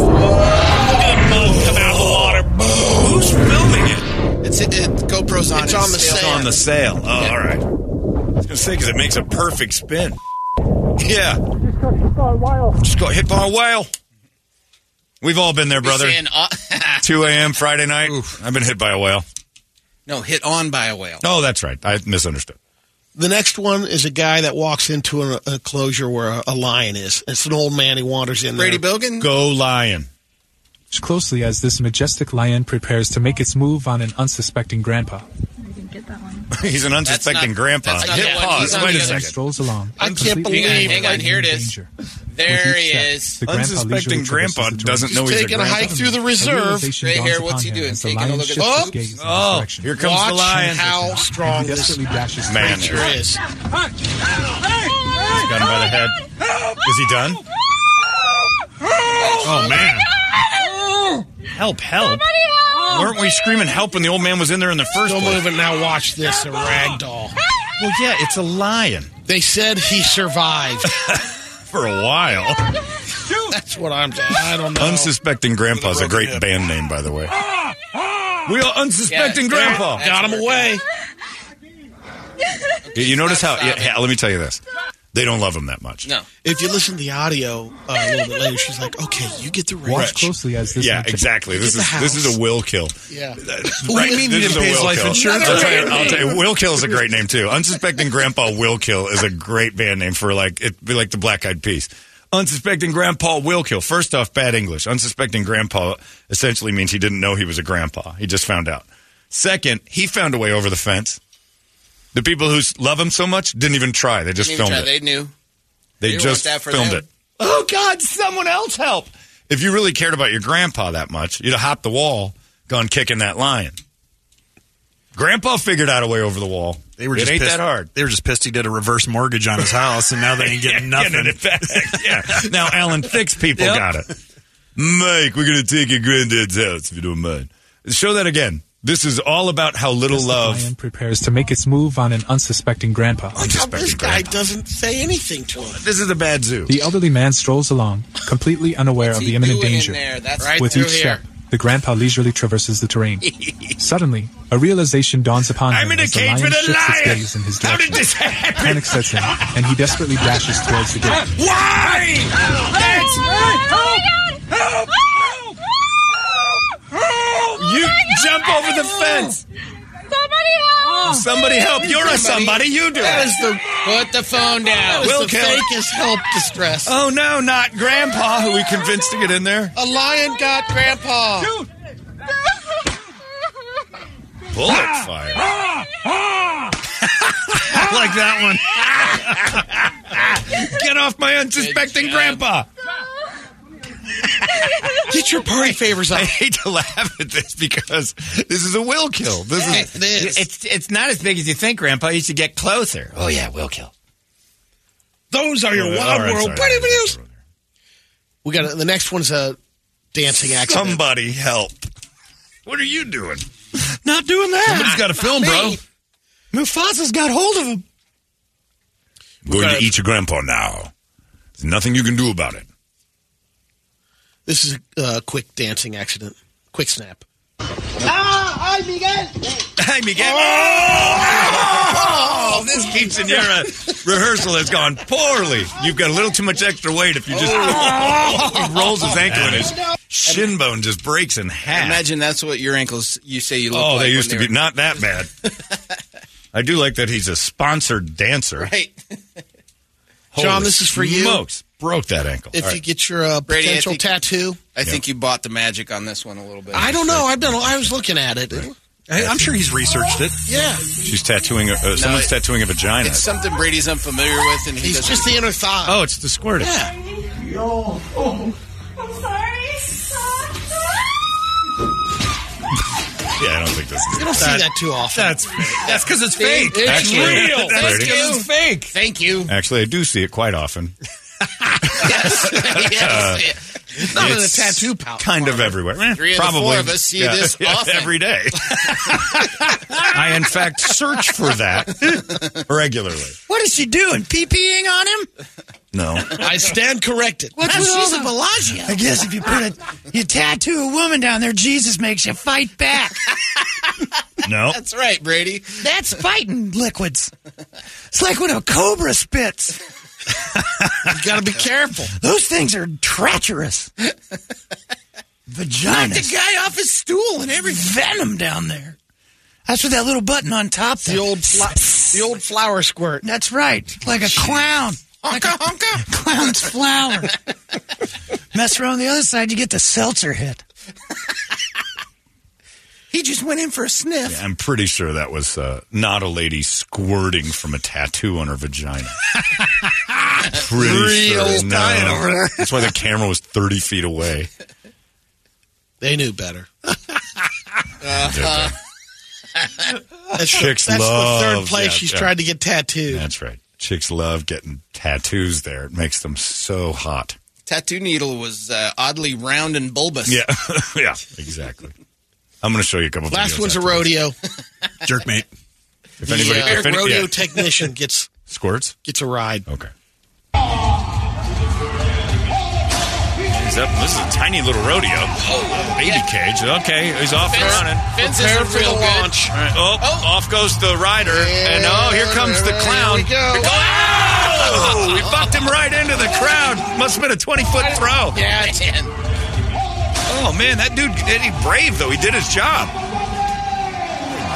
Who's filming it?
It's it, it, GoPro's on.
It's
it.
on the
Still
sail.
On the sail. Oh, all right. I was gonna say because it makes a perfect spin. Yeah. Just got hit by a whale. We've all been there, brother.
Saying, uh,
2 a.m. Friday night. I've been hit by a whale.
no, hit on by a whale.
Oh, that's right. I misunderstood.
The next one is a guy that walks into an enclosure where a, a lion is. It's an old man. He wanders in there.
Go Lion.
Watch closely as this majestic lion prepares to make its move on an unsuspecting grandpa.
He's an unsuspecting grandpa.
that's not
Hit
the one.
pause.
He's on
Wait
the
a
other-
second.
Strolls along.
I
Completely
can't believe-
unaware
Hang on,
of
here it
any
is.
danger.
There
With each
he
step,
is.
the grandpa
Unsuspecting
leisurely traverses
grandpa
the
doesn't know
terrain.
he's a Taking a grandpa. hike through the reserve.
realization
Right
dawns
here, what's
upon
he
him
doing?
as the
Taking a
lion
look at-
shifts his
Oh!
gaze in his
Oh,
direction.
here comes the Watch lion. how
And he
strong this
desperately dashes
Man,
through.
sure is. Got him by the head. Is he done? Oh, man. Help, help. Weren't we screaming help when the old man was in there in the first
Still
place?
moving now. Watch this. A rag doll.
Well, yeah, it's a lion.
They said he survived.
For a while.
That's what I'm. I don't know.
Unsuspecting Grandpa's a great band name, by the way. We are unsuspecting
Yeah,
Grandpa.
there- Got him away.
You- You notice how? Yeah, yeah, let me tell you this. They don't love him that much.
No. If you listen to the audio uh, a little bit later, she's like, "Okay, you get the
Watch
rage.
closely as this.
Yeah, exactly. This
Get
is
the
this is a will kill.
Yeah.
Right, this is a will kill. I'll tell, you,
Another
I'll
random
tell you,
name.
Will Kill is a great name too. Unsuspecting Grandpa Will Kill is a great band name for like it be like the Black Eyed Peas. Unsuspecting Grandpa Will Kill. First off, bad English. Unsuspecting Grandpa essentially means he didn't know he was a grandpa. He just found out. Second, he found a way over the fence. The people who s- love him so much didn't even try. They just
Didn't even
filmed
try.
it.
They knew.
They,
You want
just
that for
filmed
them.
it. Oh God! Someone else help! If you really cared about your grandpa that much, you'd have hopped the wall, gone kicking that lion. Grandpa figured out a way over the wall.
They were
it
just
ain't
pissed.
that hard.
They were just pissed he did a reverse mortgage on his house, and now they ain't getting nothing.
yeah. Now Alan Thick's people
Yep.
got it. Mike, we're gonna take your granddad's house if you don't mind. Show that again. This is all about how little love.
Lion prepares to make its move on an unsuspecting grandpa.
This guy doesn't say anything to him.
This is a bad zoo.
The elderly man strolls along, completely unaware of the imminent danger.
Right
With
through
each
here.
step, the grandpa leisurely traverses the terrain. Suddenly, a realization dawns upon him
I'm in a
as the
cage
lion
with a
shifts its
lion!
gaze in his
How
direction.
did this happen?
Panic sets in, and he desperately dashes towards the gate.
Why? That's
Oh,
Help!
oh,
You jump over the fence. Oh. Somebody help! You're a somebody. You do
oh. That
it.
was the put the phone down.
That was Will the kill.
fakest help distress.
Oh no, not Grandpa, who we convinced to get in there.
A lion got grandpa.
Bullet
Ah!
fire. I like that one. get off my unsuspecting Grandpa.
Get your party favors up.
I hate to laugh at this because this is a will kill. This is
It's it's not as big as you think, Grandpa. You should get closer. Oh yeah, will kill.
Those are
Oh,
your
all
wild
right,
world
sorry.
party videos. We got the next one's a dancing accident.
Somebody help! What are you doing?
Not doing that.
Somebody's gotta film, bro.
Mufasa's got hold of him.
Going to eat your grandpa now. There's nothing you can do about it.
This is a uh, quick dancing accident. Quick snap.
Ah, ay, Miguel!
Hey, Miguel. Oh, this quinceanera rehearsal has gone poorly. You've got a little too much extra weight if you just.
Oh.
he rolls his ankle and his shin bone just breaks in half.
Imagine that's what your ankles. You say you look.
oh,
like
they
when
used to be
were-
not that bad. I do like that he's a sponsored dancer.
Right.
Holy
John, this is for you.
smokes. Broke that ankle.
If
All
you
right.
get your uh,
Brady, I
potential
think-
tattoo,
I think you bought the magic on this one a little bit.
I don't know. I've done. I was looking at it.
I, am sure he's researched it.
Yeah,
She's tattooing. A, uh, someone's
it-
tattooing a vagina.
It's something Brady's unfamiliar with, and he
he's
doesn't-
just the inner thigh.
Oh, it's the squirting.
No. Oh. I'm sorry.
Yeah, I don't think this is.
You don't see that too often.
That's
that's because it's
fake. It's Actually, real. that's Brady.
It's
fake.
Thank you.
Actually, I do see it quite often.
yes.
Uh,
Not in a
it's
tattoo pouch.
Kind of everywhere. Eh,
Three of the
Probably.
four of us see this often.
Every day. I, in fact, search for that regularly.
What is she doing? Pee-peeing on him?
No.
I stand corrected.
What's with all
She's
the-
a
I
Bellagio.
guess if you put a you tattoo a woman down there, Jesus makes you fight back.
No.
That's right, Brady.
That's fighting liquids. It's like when a cobra spits.
you gotta be careful.
Those things are treacherous.
Knocked
Vagina.
the
guy off his stool and every venom down there. That's with that little button on top. The old
Pl-
Yes. The
old flower squirt.
That's right. Like a clown. Like a clown's flower. Mess around the other side, you get the seltzer hit.
He just went in for a sniff.
I'm pretty sure that was uh, not a lady squirting from a tattoo on her vagina. pretty
Real
sure.
dying
No.
over there.
That's why the camera was 30 feet away.
They knew better.
Uh-huh.
That's,
Chicks
the, that's
love
the third place
that,
she's
yeah.
tried to get tattooed.
That's right. Chicks love getting tattoos there. It makes them so hot.
Tattoo needle was uh, oddly round and bulbous.
Yeah. yeah, exactly. I'm going to show you a couple
Last
videos
one's a
after this.
rodeo.
jerk mate. If
the
anybody,
uh,
if any,
rodeo
yeah.
technician gets
squirts,
gets a ride.
Okay. He's up. This is a tiny little rodeo. Oh, baby cage. Okay, he's off
Fence-
and running.
fence isn't Prepare for real the good. launch.
All right. Oh, off goes the rider, and oh, here comes the clown.
we go.
The clown! Oh, he bucked him right into the crowd. Must have been a twenty foot throw.
Yeah, man.
Oh man, that dude. He brave though. He did his job.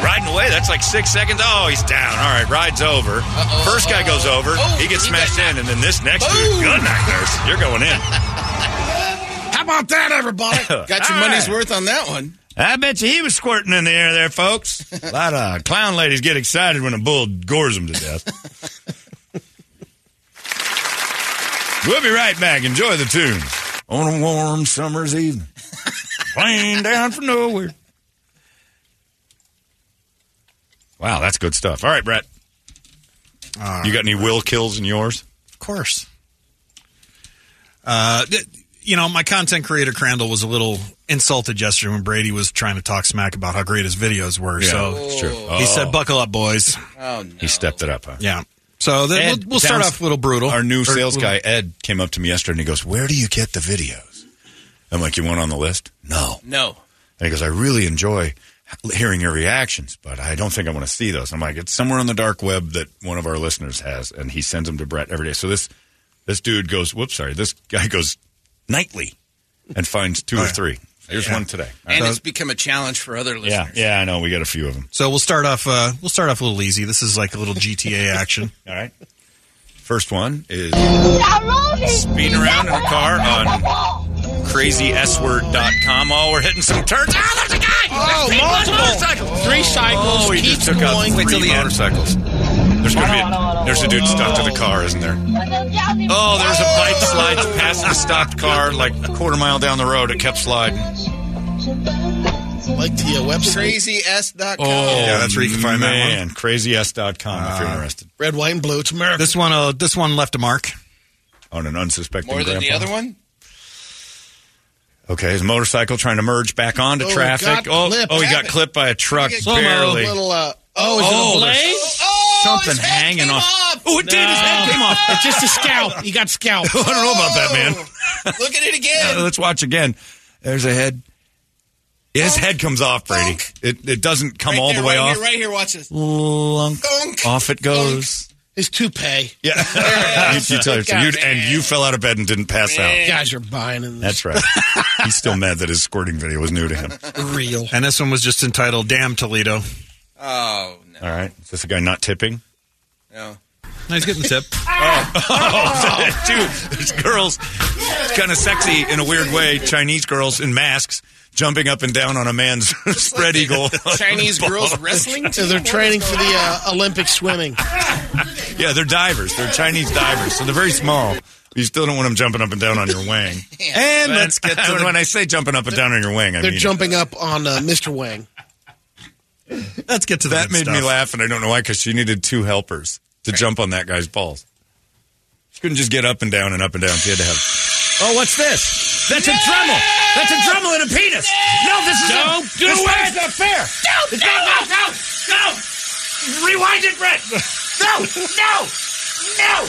Riding away. That's like six seconds. Oh, he's down. All right, ride's over. First guy goes over.
Oh,
he gets smashed in, and then this next dude. Good night, nurse. You're going in.
How about that, everybody? Got your
All
money's
right.
worth on that one.
I bet you he was squirting in the air there, folks. A lot of clown ladies get excited when a bull gores them to death. we'll be right back. Enjoy the tunes. On a warm summer's evening. Plane down from nowhere. Wow, that's good stuff. All right, Brett. you got any will kills in yours?
Of course. Uh, th- you know, my content creator Crandall was a little insulted yesterday when Brady was trying to talk smack about how great his videos were.
Yeah,
so
it's true.
He
Oh.
said, "Buckle up, boys."
Oh, no.
He stepped it up, huh?
Yeah. So Oh, then
Ed
we'll, we'll start
Downs-
off a little brutal.
Our new
Or
sales
little-
guy, Ed, came up to me yesterday and he goes, Where do you get the videos? I'm like, You want on the list? No.
No.
And he goes, I really enjoy hearing your reactions, but I don't think I want to see those. I'm like, It's somewhere on the dark web that one of our listeners has, and he sends them to Brett every day. So this this dude goes, Whoops, sorry. This guy goes nightly and finds two or three. Here's
Yeah.
one today.
And it's become a challenge for other listeners.
yeah, yeah, I know. We got a few of them.
So we'll start off. Uh, we'll start off a little easy. This is like a little GTA action.
All right. First one is speeding around in a car on crazysword.com. Oh, we're hitting some turns. Ah, there's a guy!
Oh,
There's
multiple. Three cycles,
Oh, he
keeps
just took out
going.
three
Wait till the end.
motorcycles. There's gonna be a, there's a dude stuck to the car, isn't there? Oh, there's a bike slides past the stopped car like a quarter mile down the road. It kept sliding.
Like the uh, website.
CrazyS.com.
yeah, that's where you can find that one.
Oh, man. Crazys.com if you're interested.
Red, white, and blue. It's America.
This one, uh, this one left a mark.
On an unsuspecting
More than the
grandpa.
other one?
Okay, his motorcycle trying to merge back onto
Oh,
traffic.
got
Oh,
clipped.
oh, he got
Happened.
clipped by a truck.
Slow-mo.
Barely.
Little, uh, oh, is
Oh,
it a
there's
blade?
something hanging off. Oh, it did. His head came off.
It's just a scalp. He got scalped.
I don't know about that, man.
oh, Look at it again.
Uh, let's watch again. There's a head. Yeah, his head comes off, Brady. It, it doesn't come all
Here,
the way
right
off.
Here, right here, watch this.
Lunk. Off it goes.
His toupee.
Yeah. You, you tell yourself. You, and you fell out of bed and didn't pass
You
out.
guys are buying in this.
That's right. He's still mad that his squirting video was new to him.
Real.
And this one was just entitled "Damn Toledo."
Oh,
All right. Is this a guy not tipping?
no.
No, he's getting the tip.
Oh, dude, there's girls, kind of sexy in a weird way, Chinese girls in masks jumping up and down on a man's spread eagle.
Chinese girls wrestling?
So they're training for the uh, Olympic swimming.
Yeah, they're divers. They're Chinese divers, so they're very small. You still don't want them jumping up and down on your wing. And let's get to when I say jumping up and down on your wing, I
They're
mean it.
jumping up on uh, Mr. Wang.
Let's get to
that. Made me
stuff.
laugh, and I don't know why, because she needed two helpers to jump on that guy's balls. She couldn't just get up and down and up and down. She had to have. Oh, what's this? That's a Dremel. That's a Dremel and a penis. No, this is
Don't do
this
it.
It's not fair.
Don't
It's
do
not-
it. No, no. Rewind it, Brett. No, no, no.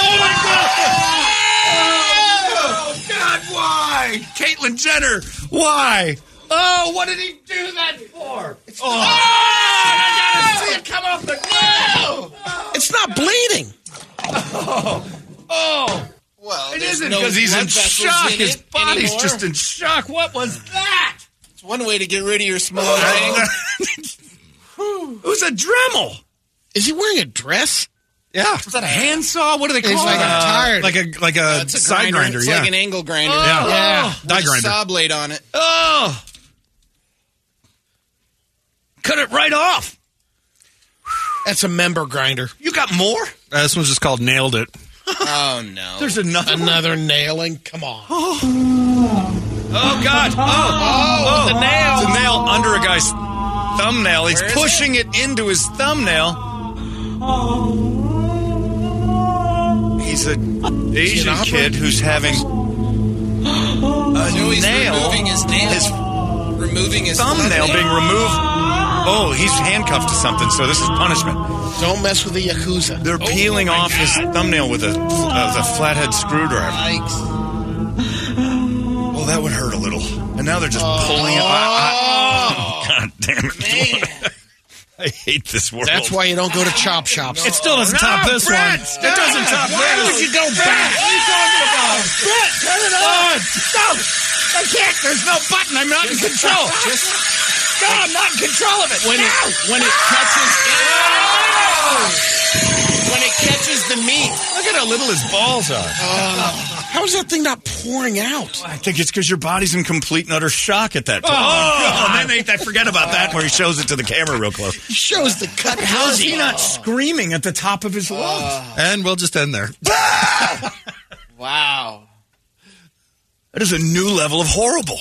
Oh my god. Oh my god.
Oh God, why? Caitlyn Jenner, why? Oh, what did he do that for?
Oh, I gotta see it come off the no.
Ah! It's not bleeding.
Oh, oh.
Well,
it
there's
isn't
no
because he's
blood
in
vessels
shock.
in
His
it
body's
anymore.
just in shock. What was that?
It's one way to get rid of your small thing.
Who's a Dremel?
Is he wearing a dress?
Yeah.
Is
that a handsaw? What do they
call
like a tired-
Like
a Uh, like a
It's a
side
grinder.
grinder.
It's
yeah.
like an angle grinder.
Oh. Yeah.
yeah.
Die
With a
grinder.
Saw blade on it.
Oh. Cut it right off.
That's a member grinder.
You got more?
Uh, this one's just called Nailed It.
Oh no!
There's another
another nailing. Come on.
Oh God! Oh, oh, the nail! It's a nail under a guy's thumbnail. He's
Where is
pushing it? into his thumbnail. He's an Asian
opera?
kid who's having a
No, he's
nail,
removing his nail.
his
removing his
thumbnail being removed. Oh, he's handcuffed to something, so this is punishment.
Don't mess with the yakuza.
They're peeling off his thumbnail with a, uh, with a flathead screwdriver. Oh, that would hurt a little. And now they're just pulling it. I- I- God damn it! I hate this world.
That's why you don't go to chop shops.
It still doesn't No, top this Brett, one. stop. It doesn't top
Why
this.
would you go
Brett,
back?
what are you talking about?
Brett, turn it on! Stop! I can't. There's no button. I'm not in control. no, I'm not in control of it.
When
no!
it when it catches
Ah!
when it catches the meat.
Look at how little his balls are.
Oh.
How is that thing not pouring out?
I think it's because your body's in complete and utter shock at that point.
Oh, God.
man, they, I forget about that where he shows it to the camera real close.
Shows the cut.
How is he
Oh.
not
screaming at the top of
Uh,
his lungs? and we'll just end there.
Wow.
That is a new level of horrible.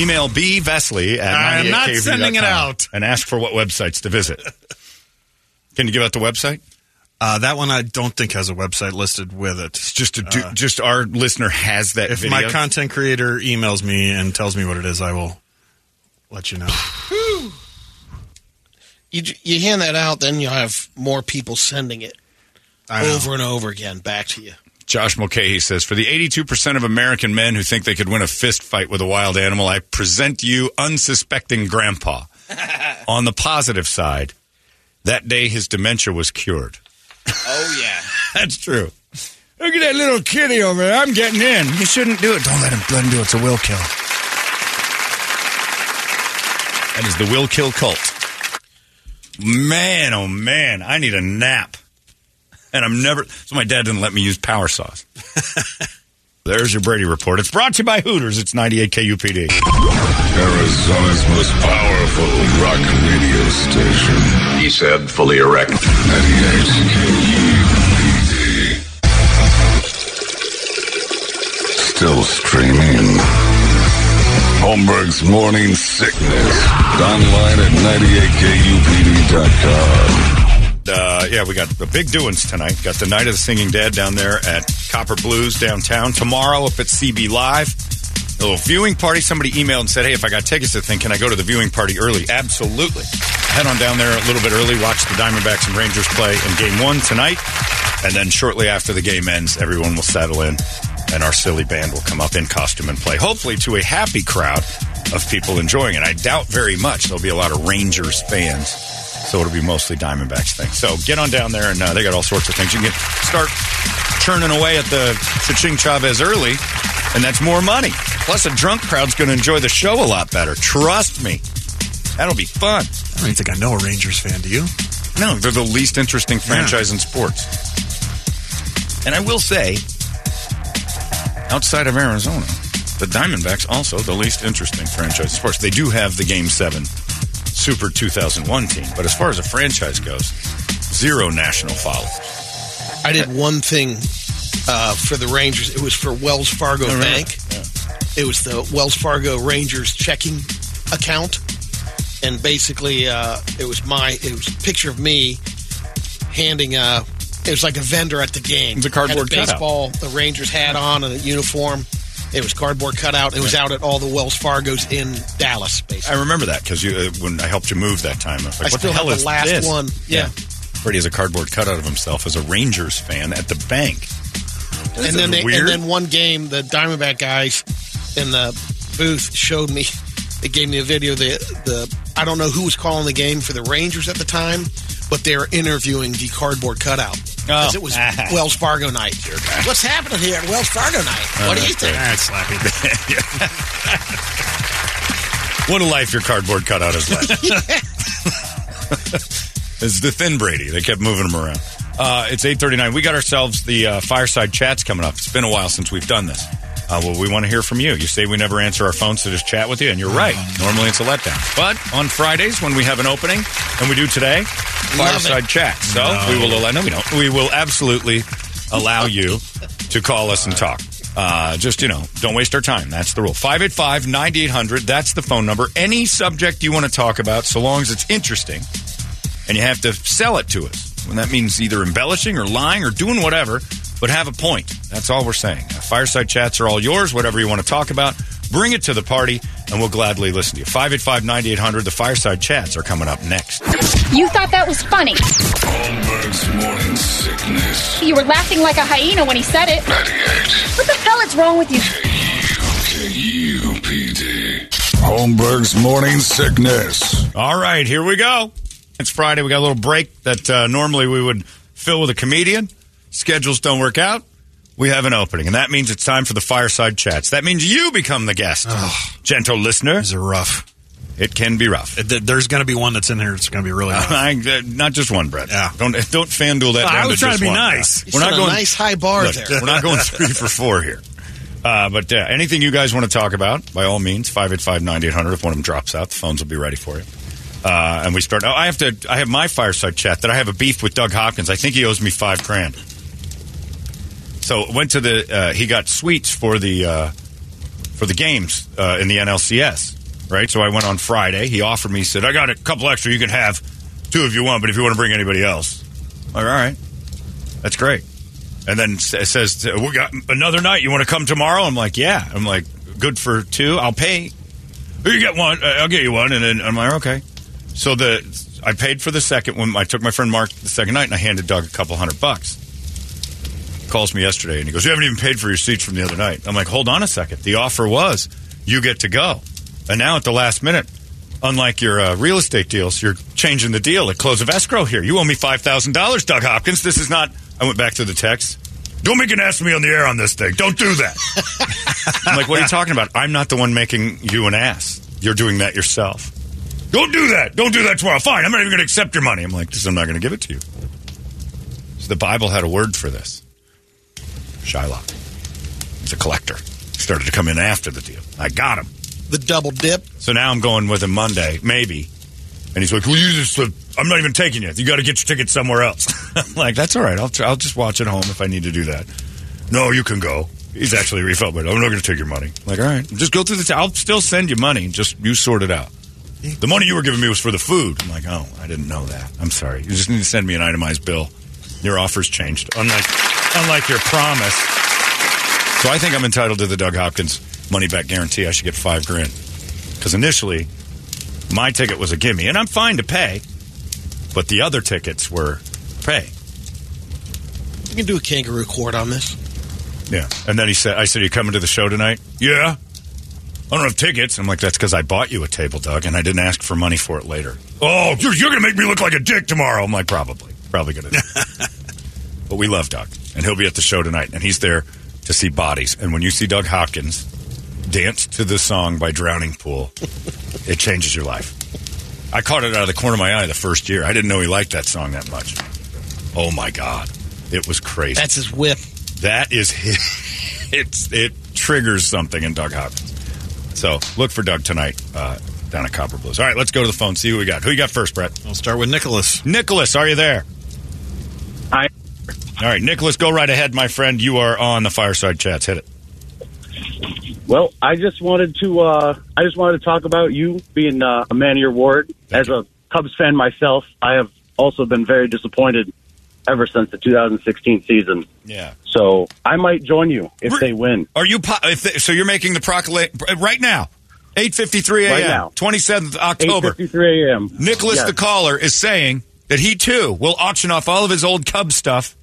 Email B. Vesley at
I am not
98kvu.com
sending it out.
And ask for what websites to visit. Can you give out the website?
Uh, that one I don't think has a website listed with it. It's
just a do, just our listener has that.
If
video?
my content creator emails me and tells me what it is, I will let you know.
You, you hand that out, then you'll have more people sending it over and over again back to you.
Josh Mulcahy says, for the 82% of American men who think they could win a fist fight with a wild animal, I present you unsuspecting grandpa. On the positive side, that day his dementia was cured.
Oh, yeah.
That's true.
Look at that little kitty over there. I'm getting in. You shouldn't do it. Don't let him.
Let him do it. It's a will kill. That is the will kill cult. Man, oh man, I need a nap. And I'm never. So my dad didn't let me use power saws. There's your Brady report. It's brought to you by Hooters. It's 98 KUPD.
Arizona's most powerful rock radio station. He said, fully erect.
E
98 KUPD. Still streaming. Holmberg's Morning Sickness. Online at 98kupd.com.
uh, yeah, we got the big doings tonight. Got the Night of the Singing Dead down there at Copper Blues downtown. Tomorrow up at CB Live. A little viewing party. Somebody emailed and said, hey, if I got tickets to the thing, can I go to the viewing party early? Absolutely. Head on down there a little bit early, watch the Diamondbacks and Rangers play in game one tonight. And then shortly after the game ends, everyone will settle in and our silly band will come up in costume and play, hopefully to a happy crowd of people enjoying it. I doubt very much there'll be a lot of Rangers fans. So it'll be mostly Diamondbacks things. So get on down there, and uh, they got all sorts of things. You can get, start churning away at the Ching Chavez early, and that's more money. Plus, a drunk crowd's going to enjoy the show a lot better. Trust me. That'll be fun.
I don't even think I know a Rangers fan. Do you?
No, they're the least interesting franchise in sports. And I will say, outside of Arizona, the Diamondbacks also the least interesting franchise in sports. They do have the Game 7 Super 2001 team, but as far as a franchise goes, zero national followers.
I did one thing uh, for the Rangers. It was for Wells Fargo
Oh, really?
Bank. It was the Wells Fargo Rangers checking account, and basically, uh, it was my it was a picture of me handing a. It was like a vendor at the game.
It's a cardboard
Had a
cutout.
baseball. The Rangers hat on and a uniform. It was cardboard cutout. It was out at all the Wells Fargos in Dallas. Basically,
I remember that because you, uh, when I helped you move that time, I was like,
I
"What
still
the hell
have the
is
last
this?"
one. Yeah.
Brady has a cardboard cutout of himself as a Rangers fan at the bank. Isn't
and then
that
they,
weird?
and then one game, the Diamondback guys in the booth showed me. They gave me a video. The the I don't know who was calling the game for the Rangers at the time, but they were interviewing the cardboard cutout
Oh.
because it was Wells Fargo night. What's happening here at Wells Fargo night?
Oh,
what do
that's
you think?
great.
Slappy.
What a life your cardboard cutout has led. it's the thin Brady. They kept moving him around. Uh, it's 8.39. We got ourselves the uh, fireside chats coming up. It's been a while since we've done this. Uh, well, we want to hear from you. You say we never answer our phones to just chat with you, and you're right. Normally it's a letdown. But on Fridays, when we have an opening, and we do today, fireside chat. So
No.
we will allow, no, we don't. We will absolutely allow you to call us and talk. Uh, just, you know, don't waste our time. That's the rule. 585 9800. That's the phone number. Any subject you want to talk about, so long as it's interesting, and you have to sell it to us. And that means either embellishing or lying or doing whatever, but have a point. That's all we're saying. Uh, Fireside chats are all yours, whatever you want to talk about. Bring it to the party, and we'll gladly listen to you. 585 9800. The fireside chats are coming up next.
You thought that was funny.
Holmberg's morning sickness.
You were laughing like a hyena when he said it. What the hell is wrong with you?
KUPD. Holmberg's morning sickness.
All right, here we go. It's Friday. We got a little break that uh, normally we would fill with a comedian. Schedules don't work out. We have an opening, and that means it's time for the fireside chats. That means you become the guest, gentle listener. These
are rough.
It can be rough.
Th- There's going to be one that's in here. It's going to be really. rough.
I, uh, not just one, Brett. Yeah. Don't don't fanduel that.
I
down
was trying to
just
be
one.
nice.
You set a nice high bar there.
We're not going three for four here. Uh, but uh, anything you guys want to talk about, by all means, 585-9800. If one of them drops out, the phones will be ready for you. Uh, and we start. Oh, I have to. I have my fireside chat that I have a beef with Doug Hopkins. I think he owes me five grand. So went to the. Uh, he got sweets for the uh, for the games uh, in the NLCS, right? So I went on Friday. He offered me. He said, "I got a couple extra. You can have two if you want, but if you want to bring anybody else, I'm like, all right, that's great." And then s- says, "We got another night. You want to come tomorrow?" I'm like, "Yeah." I'm like, "Good for two. I'll pay." You get one. uh, I'll get you one. And then I'm like, okay. So the I paid for the second one. I took my friend Mark the second night and I handed Doug a couple hundred bucks. He calls me yesterday and he goes, you haven't even paid for your seats from the other night. I'm like, hold on a second. The offer was you get to go, and now at the last minute. Unlike your uh, real estate deals, you're changing the deal at close of escrow here. You owe me $5,000, Doug Hopkins. This is not. I went back to the text. Don't make an ass of me on the air on this thing. Don't do that. I'm like, what are you talking about? I'm not the one making you an ass. You're doing that yourself. Don't do that. Don't do that tomorrow. Fine. I'm not even going to accept your money. I'm like, because I'm not going to give it to you. So the Bible had a word for this. Shylock. He's a collector. Started to come in after the deal. I got him.
The double dip.
So now I'm going with him Monday, maybe. And he's like, well, you just, uh, I'm not even taking it. You got to get your ticket somewhere else. I'm like, that's all right. I'll, tr- I'll just watch at home if I need to do that. No, you can go. He's actually refunded. I'm not going to take your money. I'm like, all right, just go through the. i I'll still send you money. Just you sort it out. The money you were giving me was for the food. I'm like, oh, I didn't know that. I'm sorry. You just need to send me an itemized bill. Your offer's changed. Unlike, unlike your promise. So I think I'm entitled to the Doug Hopkins money back guarantee. I should get five grand because initially my ticket was a gimme, and I'm fine to pay, but the other tickets were pay.
You can do a kangaroo court on this.
Yeah. And then he said, I said, Are you coming to the show tonight? Yeah. I don't have tickets. I'm like, That's because I bought you a table, Doug, and I didn't ask for money for it later. Oh, you're, you're going to make me look like a dick tomorrow. I'm like, Probably. Probably going to. but we love Doug, and he'll be at the show tonight, and he's there to see bodies. And when you see Doug Hopkins dance to the song by Drowning Pool, it changes your life. I caught it out of the corner of my eye the first year. I didn't know he liked that song that much. Oh, my God. It was crazy.
That's his whip.
That is his. It's it triggers something in Doug Hopkins. So look for Doug tonight uh, down at Copper Blues. All right, let's go to the phone. See who we got. Who you got first, Brett?
I'll start with Nicholas.
Nicholas, are you there? Hi. All right, Nicholas, go right ahead, my friend. You are on the fireside chats. Hit it.
Well, I just wanted to uh, I just wanted to talk about you being uh, a man of your word. As a Cubs fan myself, I have also been very disappointed ever since the 2016 season.
Yeah.
So I might join you if they win.
Are you po- if they, so? You're making the proclamation right now, eight fifty three
Right
a.m.
now.
twenty seventh October.
8:53 a.m.
Nicholas
Yes.
the caller is saying that he too will auction off all of his old Cubs stuff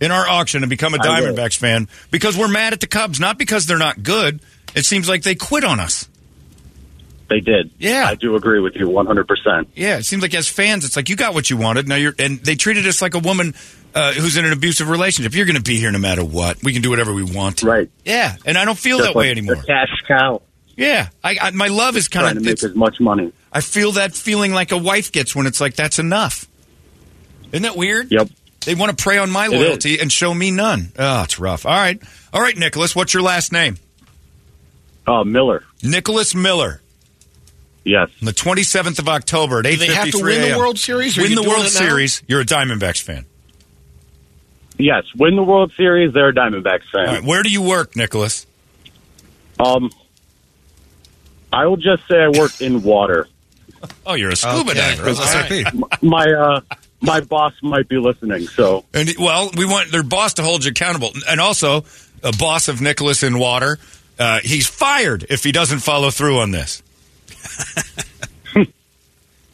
in our auction and become a
I will.
Diamondbacks fan because we're mad at the Cubs, not because they're not good. It seems like they quit on us.
They did.
Yeah, I
do agree with you 100. percent
Yeah, it seems like as fans, it's like you got what you wanted. Now you're, and they treated us like a woman uh, who's in an abusive relationship. You're going to be here no matter what. We can do whatever we want. Right. Yeah, and I don't feel that way anymore.
cash cow.
Yeah, I, I my love is kind
trying to
of
make as much money.
I feel that feeling like a wife gets when it's like that's enough. Isn't that weird?
Yep.
They want to prey on my
It is.
loyalty and show me none. Oh, it's rough. All right, all right, Nicholas. What's your last name?
Uh, Miller.
Nicholas Miller.
Yes.
On the twenty seventh of October at eight
they
fifty three
have to win the World Series, or are
Win
you
the
doing
World
it now?
Series. You're a Diamondbacks fan.
Yes, win the World Series. They're a Diamondbacks fan.
All right, where do you work, Nicholas?
Um, I will just say I work in water.
Oh, you're a scuba
Okay.
diver.
All
All right.
my uh, my boss might be listening, so
And well, we want their boss to hold you accountable, and also a boss of Nicholas in water. Uh, he's fired if he doesn't follow through on this.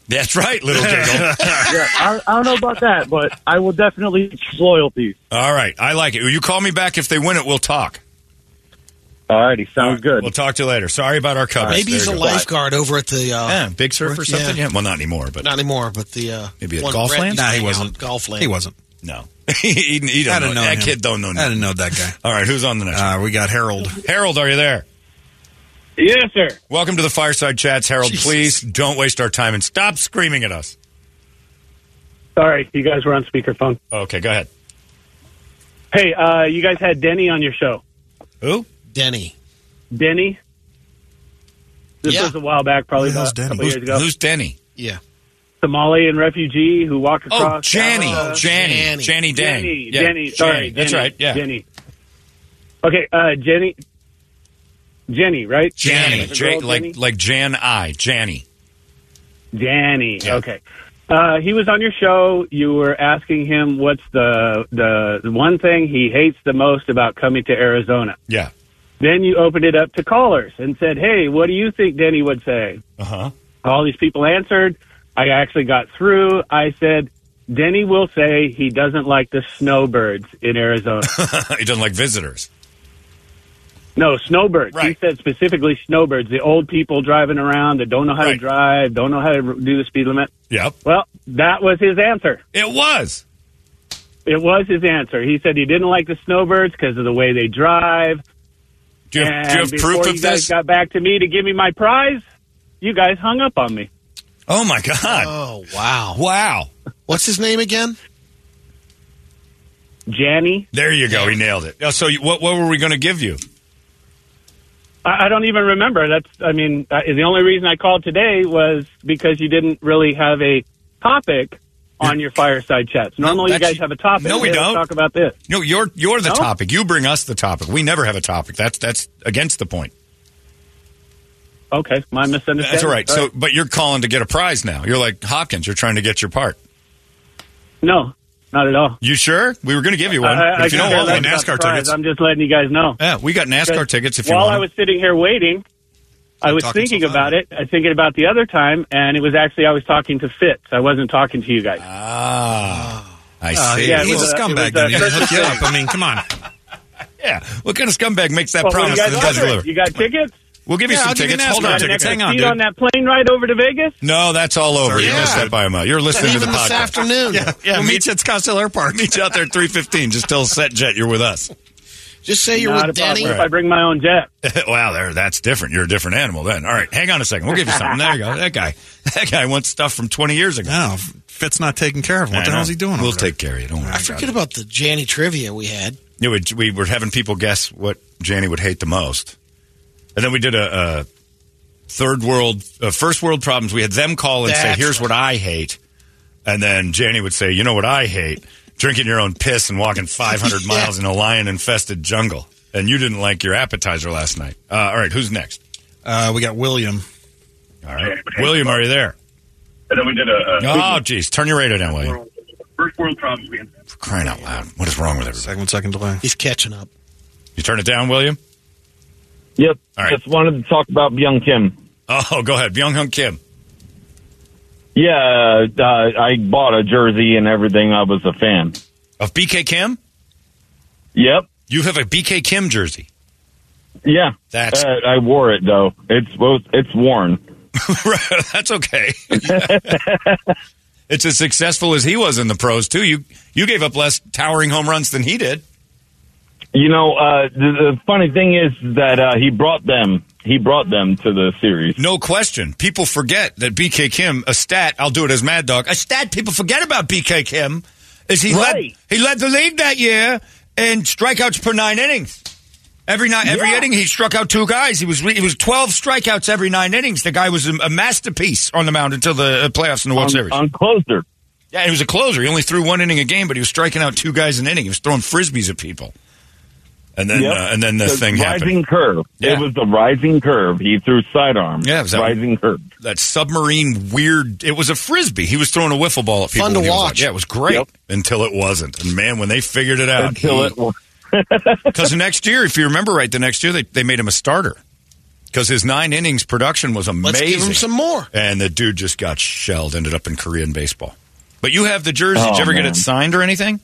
That's right, little giggle.
yeah, I, I don't know about that, but I will definitely teach loyalty.
All right, I like it. You call me back if they win it. We'll talk.
All righty, sounds good.
We'll talk to you later. Sorry about our coverage.
Maybe he's
There
a
you go.
lifeguard over at the uh,
Yeah, Big Surf or something. Yeah. well, not anymore, but
not anymore. But the uh,
maybe at
one
golf
Brett
land.
used to hang out at Golf land.
He wasn't.
No, he, he, he don't
I don't know
know. that
him.
kid don't know.
I didn't know that guy.
All right, who's on the next?
Uh, we got Harold.
Harold, are you there?
Yes, sir.
Welcome to the Fireside Chats, Harold. Please don't waste our time and stop screaming at us.
Sorry, you guys were on speakerphone.
Okay, go ahead.
Hey, uh, you guys had Denny on your show.
Who?
Denny.
Denny. This was a while back, probably about a couple
Who's,
years ago.
who's Denny?
Yeah.
Somalian refugee who walked
Oh,
across.
Janny.
uh,
Janny. Janny Dang.
Jenny.
Yeah,
Jenny. Sorry,
Janny. That's
Jenny,
right, yeah.
Jenny. Okay, uh, Jenny. Jenny, right?
Janny.
The
Jan-
girl
like like Jan I. Janny.
Danny. Okay. Uh, he was on your show. You were asking him what's the the one thing he hates the most about coming to Arizona.
Yeah.
Then you opened it up to callers and said, "Hey, what do you think Denny would say?"
Uh huh.
All these people answered. I actually got through. I said, "Denny will say he doesn't like the snowbirds in Arizona."
he doesn't like visitors.
No, snowbirds. He said specifically snowbirds, the old people driving around that don't know how to drive, don't know how to r- do the speed limit.
Yep.
Well, that was his answer.
It was.
It was his answer. He said he didn't like the snowbirds because of the way they drive.
Do you have- do you have
And
proof
before
of
you guys
this?
got back to me to give me my prize, you guys hung up on me.
Oh my God.
Oh wow.
Wow.
What's his name again?
Janny.
There you go. He nailed it. Oh, So you, what what were we going to give you?
I, I don't even remember. That's, I mean, uh, the only reason I called today was because you didn't really have a topic on your fireside chats. Normally, you
that's-
guys have a topic.
no, we
Hey, let's
don't.
Talk about this.
No, you're you're the
No?
topic. You bring us the topic. We never have a topic. That's that's against the point.
Okay, my misunderstanding.
That's all right. So, but you're calling to get a prize now. You're like Hopkins. You're trying to get your part.
No, not at all.
You sure? We were going to give you one.
I- I-
if you
I
don't
care
want
less
one,
about the prize. I'm just letting you guys know.
Yeah, we got NASCAR
Because
tickets if you
While
want
I was sitting here waiting, I was
talking
thinking about it. I was thinking about the other time, and it was actually I was talking to Fitz. I wasn't talking to you guys.
Ah, I
Uh,
see.
yeah, it was, uh, it was, uh, Christmas Day.
I mean, come on. yeah. What kind of scumbag makes that
Well, what do you
promise
guys
and then doesn't
offer?
deliver?
You got tickets?
We'll give you some tickets. Hold on, tickets. Hang on,
Seat
dude.
on that plane ride over to Vegas.
No, that's all over. You
Yeah.
missed that by a mile. You're listening to the podcast.
afternoon.
Yeah, yeah meet, you at Scottsdale Airport. Meet you out there at 315. Just tell Set Jet you're with us.
Just say
Not a problem If I bring my own jet,
wow, there, that's different. You're a different animal then. All right, hang on a second. We'll give you something. There you go. That guy. That guy wants stuff from 20 years ago.
No, Fitz not taking care of him. What
I
the
know.
hell is he doing?
We'll
over there?
take care of you. Don't worry.
I forget about the Janny trivia we had.
Yeah, we, we were having people guess what Janny would hate the most, and then we did a, a third world, uh, first world problems. We had them call and
That's
say, "Here's what I hate," and then Janny would say, "You know what I hate? Drinking your own piss and walking 500 miles in a lion-infested jungle." And you didn't like your appetizer last night. Uh, all right, who's next?
Uh, we got William.
All right, William, are you there?
And then we did a,
oh, geez, turn your radio down, William.
first world problems we had.
For crying out loud, what is wrong with everybody?
Second second delay.
He's catching up.
You turn it down, William.
Yep.
All right.
Just wanted to talk about Byung Kim.
Oh, go ahead, Byung Hung Kim.
Yeah, uh, I bought a jersey and everything. I was a fan.
Of BK Kim?
Yep.
You have a BK Kim jersey.
Yeah.
That's-
Uh, I wore it though. It's both. It's worn.
That's okay. it's as successful as he was in the pros too. You you gave up less towering home runs than he did.
You know, uh, the, the funny thing is that uh, he brought them. he brought them to the series.
No question. People forget that BK Kim, a stat, I'll do it as Mad Dog, a stat people forget about BK Kim is he
Right.
led he led the league that year in strikeouts per nine innings. Every nine, every inning he struck out two guys. He was he was twelve strikeouts every nine innings. The guy was a, a masterpiece on the mound until the uh, playoffs in the World
On-
Series.
on closer.
Yeah, he was a closer. He only threw one inning a game, but he was striking out two guys an inning. He was throwing frisbees at people. And then
Yep.
uh, and then the, thing happened.
rising curve. It was the rising curve. He threw sidearm.
Yeah, it was that-
rising curve.
that submarine weird. It was a frisbee. He was throwing a wiffle ball at people.
Fun to
when he was
watch.
out. yeah, it was great
Yep.
until it wasn't. And man, when they figured it out,
Until it was.
Because the next year, if you remember right, the next year they, they made him a starter because his nine innings production was amazing.
Let's give him some more.
And the dude just got shelled. Ended up in Korean baseball. But you have the jersey. Did
Oh,
you ever
man.
get it signed or anything?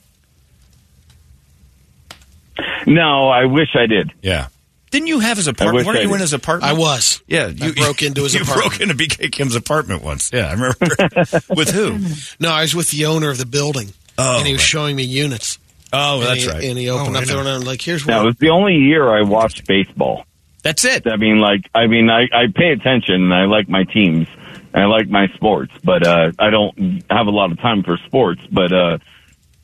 No, I wish I did.
Yeah. Didn't you have his
I
apartment?
wish
Weren't
I
you
did.
in his apartment?
I
was.
Yeah,
I broke into his
you
apartment.
broke into BK Kim's apartment once. Yeah, I remember. with who?
No, I was with the owner of the building,
Oh,
and he was
right.
showing me units.
Oh,
and
that's
he,
right.
And he opened
Oh,
up
I
there,
know.
and I'm like, "Here's
That
what."
was the only year I watched baseball.
That's it.
I mean, like, I mean, I, I pay attention and I like my teams. I like my sports, but, uh, I don't have a lot of time for sports, but, uh,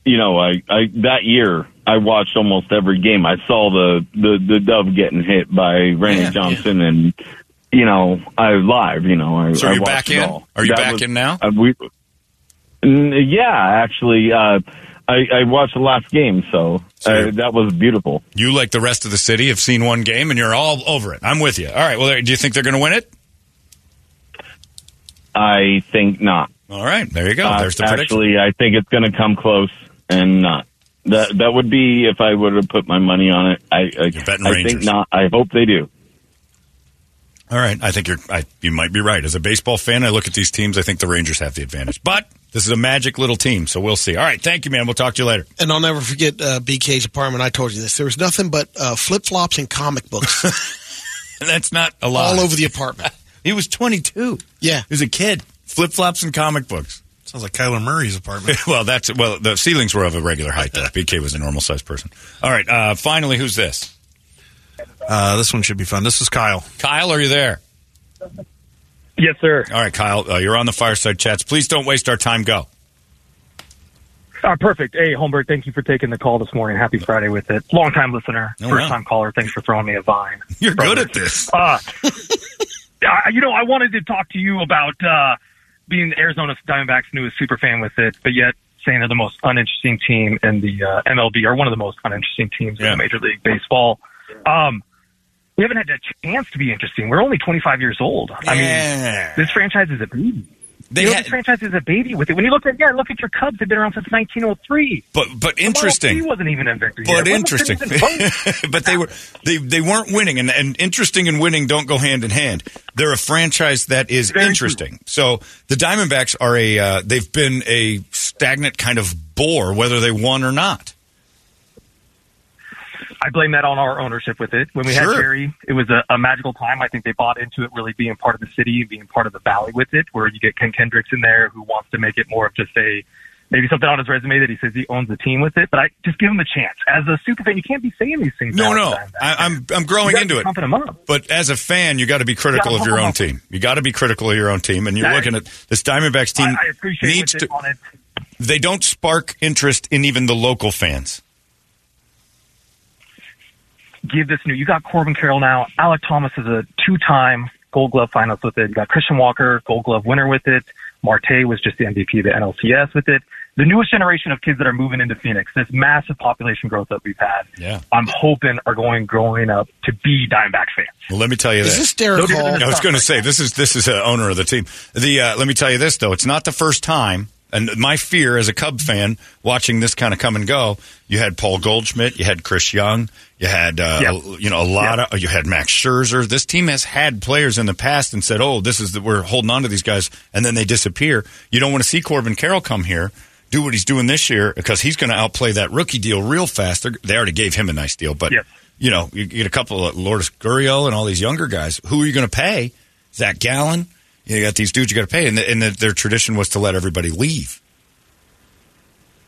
you know, I, I, that year I watched almost every game. I saw the, the, the dove getting hit by Randy Johnson and, you know, I live, you know, I,
So are
I
you
watched
back
it
in?
all.
Are you
That
back
was-
in now?
uh, we, N- yeah, actually, uh, I, I watched the last game, so uh, that was beautiful.
You, like the rest of the city, have seen one game and you're all over it. I'm with you. All right. Well, do you think they're going to win it?
I think not.
All right, there you go. There's the prediction.
Uh, actually, I think it's going to come close and not. That that would be if I would have put my money on it. I I, I think
Rangers.
not. I hope they do.
All right. I think you're. I, you might be right. As a baseball fan, I look at these teams. I think the Rangers have the advantage. But this is a magic little team, so we'll see. All right. Thank you, man. We'll talk to you later.
And I'll never forget uh, BK's apartment. I told you this. There was nothing but uh, flip flops and comic books
That's not a lie.
all over the apartment.
he was 22.
Yeah,
he was a kid. Flip flops and comic books.
Sounds like Kyler Murray's apartment.
well, that's well. The ceilings were of a regular height. Though. BK was a normal sized person. All right. Uh, finally, who's this?
Uh, this one should be fun. This is Kyle.
Kyle, are you there?
Yes, sir.
All right, Kyle. Uh, you're on the fireside chats. Please don't waste our time. Go.
Ah, perfect. Hey, Holmberg, thank you for taking the call this morning. Happy Friday with it. Long time listener,
Oh, wow.
first time caller. Thanks for throwing me a vine.
You're good at this.
Uh, I- you know, I wanted to talk to you about uh, being Arizona Diamondbacks' newest super fan with it, but yet saying they're the most uninteresting team in the uh, MLB, or one of the most uninteresting teams in Major League Baseball. Um, we haven't had a chance to be interesting. We're only 25 years old. I mean, this franchise is a baby.
They
you know,
had-
this franchise is a baby with it. When you look at yeah, look at your Cubs. They've been around since 1903.
But but
He
interesting.
wasn't even invictus.
But interesting. but they were they they weren't winning, and, and interesting and winning don't go hand in hand. They're a franchise that is interesting. So the Diamondbacks are a uh, they've been a stagnant kind of bore, whether they won or not.
I blame that on our ownership with it. When we had
Sure.
Jerry, it was a, a magical time. I think they bought into it, really being part of the city, being part of the valley with it, where you get Ken Kendricks in there who wants to make it more of just a maybe something on his resume that he says he owns the team with it. But I just give him a chance. As a super fan, you can't be saying these things.
No,
now
no,
at the time.
I, I'm I'm growing
gotta
into
be
it.
pumping 'em up.
But as a fan, you got to be critical
Yeah,
of your
pump 'em
own
up.
team. You got to be critical of your own team, and you're
That-
looking at this Diamondbacks team
I, I appreciate
needs
what
to.
they wanted.
They don't spark interest in even the local fans.
give this new. You got Corbin Carroll now. Alec Thomas is a two-time Gold Glove finalist with it. You got Christian Walker, Gold Glove winner with it. Marte was just the MVP of the NLCS with it. The newest generation of kids that are moving into Phoenix, this massive population growth that we've had,
Yeah.
I'm hoping are going growing up to be Diamondback fans.
Well, let me tell you
Is
this.
this Derek Those are Hall?
I was going to say this is this is the owner of the team. The uh, let me tell you this though, it's not the first time. And my fear as a Cub fan watching this kind of come and go, you had Paul Goldschmidt, you had Chris Young, you had uh,
Yeah.
you know a lot of you had Max Scherzer. This team has had players in the past and said, "Oh, this is the, we're holding on to these guys," and then they disappear. You don't want to see Corbin Carroll come here. Do what he's doing this year because he's going to outplay that rookie deal real fast. They're, they already gave him a nice deal, but you know, you get a couple of Lourdes Gurriel and all these younger guys. Who are you going to pay? Zach Gallen. You got these dudes you got to pay, and, the, and the, their tradition was to let everybody leave.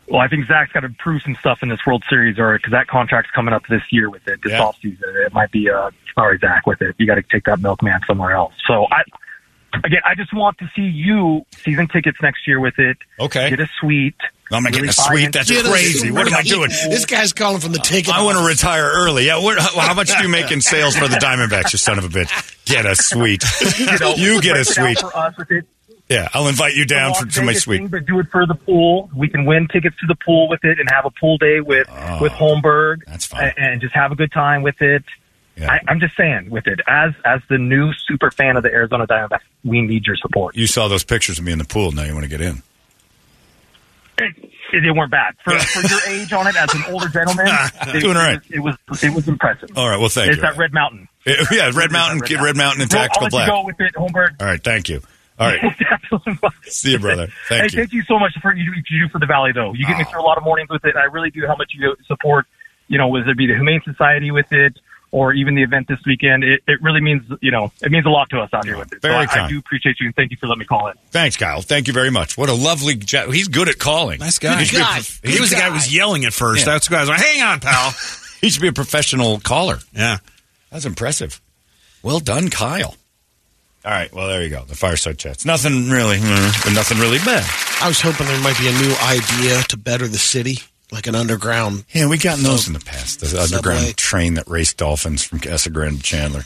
Well, I think Zach's got to prove some stuff in this World Series, or because that contract's coming up this year with it, this
Yeah.
off offseason. It might be, uh, sorry, Zach, with it. You got to take that milkman somewhere else. So I, again, I just want to see you season tickets next year with it.
Okay,
get a suite.
I'm not getting a suite. That's crazy. What am I doing?
This guy's calling from the ticket.
Uh, I want to retire early. Yeah, what, how how much do you make in sales for the Diamondbacks? You son of a bitch. Get a suite. you get a suite.
for us with it.
Yeah, I'll invite you down
Las
for, to my
Vegas
suite.
thing, but do it for the pool. We can win tickets to the pool with it and have a pool day with
Oh,
with Holmberg. That's fine. And, just have a good time with it. I, I'm just saying, with it as as the new super fan of the Arizona Diamondbacks, we need your support.
You saw those pictures of me in the pool. Now you want to get in.
It- they weren't bad for, for your age on it as an older gentleman. it,
Doing all right.
It was it was impressive.
All right, well, thank
it's
you.
that Red Mountain.
Yeah, yeah, Red Mountain, Red Mountain, and
Well, I'll
Tactical
let
Black.
you Go with it, Holmberg.
All right, thank you. All right, see you, brother.
hey,
Thank you.
thank you so much for what you, you do for the Valley, though. You get me through a lot of mornings with it. I really do how much you support, you know, whether it be the Humane Society with it or even the event this weekend. It, it really means, you know, it means a lot to us out here with it.
Very
so I- I,
kind.
do appreciate you and thank you for letting me call in.
Thanks, Kyle. Thank you very much. What a lovely jo- He's good at calling.
Nice guy.
He should be a
Good guy.
prof-
He was the guy who was yelling at first. That's the guy who was like, "Hang on, pal."
he should be a professional caller.
Yeah.
That's impressive. Well done, Kyle. All right, well, there you go. The fireside chats. Nothing really, mm, but nothing really bad.
I was hoping there might be a new idea to better the city, like an underground.
Yeah, we got those in the past. The underground
Subway.
train that raced dolphins from Casa Grande to Chandler.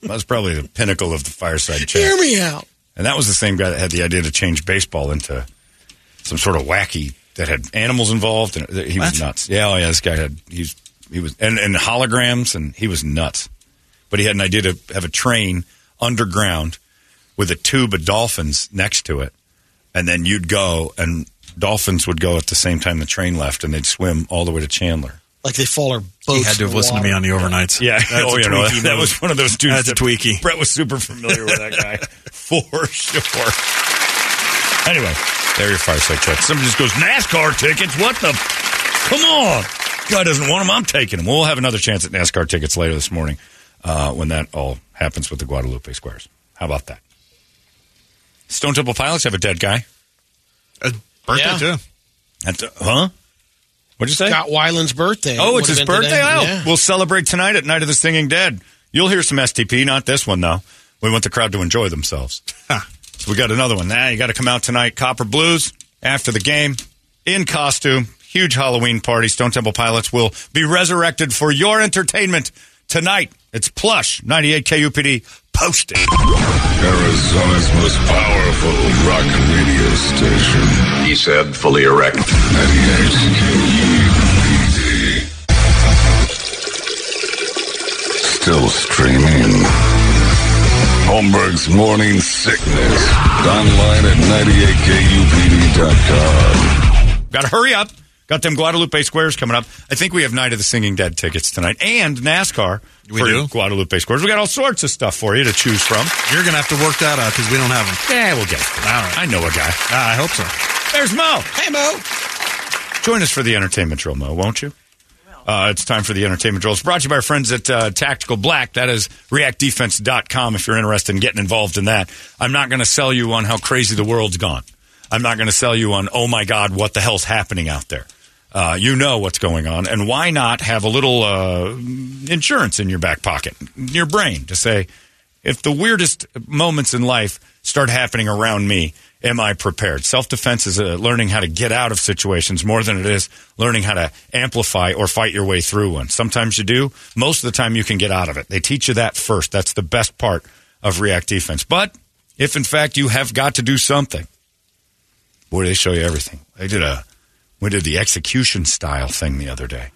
that was probably the pinnacle of the fireside chat.
Hear me out.
And that was the same guy that had the idea to change baseball into some sort of wacky that had animals involved. And he was nuts. Yeah, oh yeah, this guy had he's he was and, and holograms and he was nuts. But he had an idea to have a train underground with a tube of dolphins next to it, and then you'd go and dolphins would go at the same time the train left, and they'd swim all the way to Chandler.
Like they fall our boats.
He had to
in
have
the
listened to me
water.
on the overnights.
Yeah,
That's
oh,
a
you know,
tweaky
that
move.
was one of those dudes.
That's a
that-
tweaky.
Brett was super familiar with that guy for sure. Anyway, there are your fireside chats. Somebody just goes NASCAR tickets. What the? f- Come on, guy doesn't want them. I'm taking them. We'll have another chance at NASCAR tickets later this morning uh, when that all happens with the Guadalupe Squares. How about that? Stone Temple Pilots have a dead guy. A
birthday, Yeah. too.
That's huh? What'd you say?
Scott Weiland's birthday.
Oh,
It
it's
would've
his
been
birthday.
today.
Oh,
Yeah.
we'll celebrate tonight at Night of the Singing Dead. You'll hear some STP, not this one though. We want the crowd to enjoy themselves. So we got another one. Now you got to come out tonight. Copper Blues after the game in costume. Huge Halloween party. Stone Temple Pilots will be resurrected for your entertainment tonight. It's plush. 98 KUPD posted.
Arizona's most powerful rock radio station. He said, fully erect. E 98 Still streaming. Holmberg's Morning Sickness. Online at 98kupd.com.
Got to hurry up. Got them Guadalupe Squares coming up. I think we have Night of the Singing Dead tickets tonight and NASCAR we for do? Guadalupe Squares. We got all sorts of stuff for you to choose from.
You're going to have to work that out because we don't have them.
Yeah, we'll get it. All right. I know a guy.
Ah, I hope so.
There's Mo.
Hey, Mo.
Join us for the entertainment drill, Mo, won't you? Uh, it's time for the entertainment drill. It's brought to you by our friends at uh, Tactical Black. That is reactdefense.com if you're interested in getting involved in that. I'm not going to sell you on how crazy the world's gone. I'm not going to sell you on, oh my God, what the hell's happening out there. Uh, you know what's going on, and why not have a little uh, insurance in your back pocket, in your brain, to say, if the weirdest moments in life start happening around me, am I prepared? Self defense is uh, learning how to get out of situations more than it is learning how to amplify or fight your way through one. Sometimes you do, most of the time you can get out of it. They teach you that first. That's the best part of React Defense. But if in fact you have got to do something, boy, they show you everything. They did a, we did the execution style thing the other day.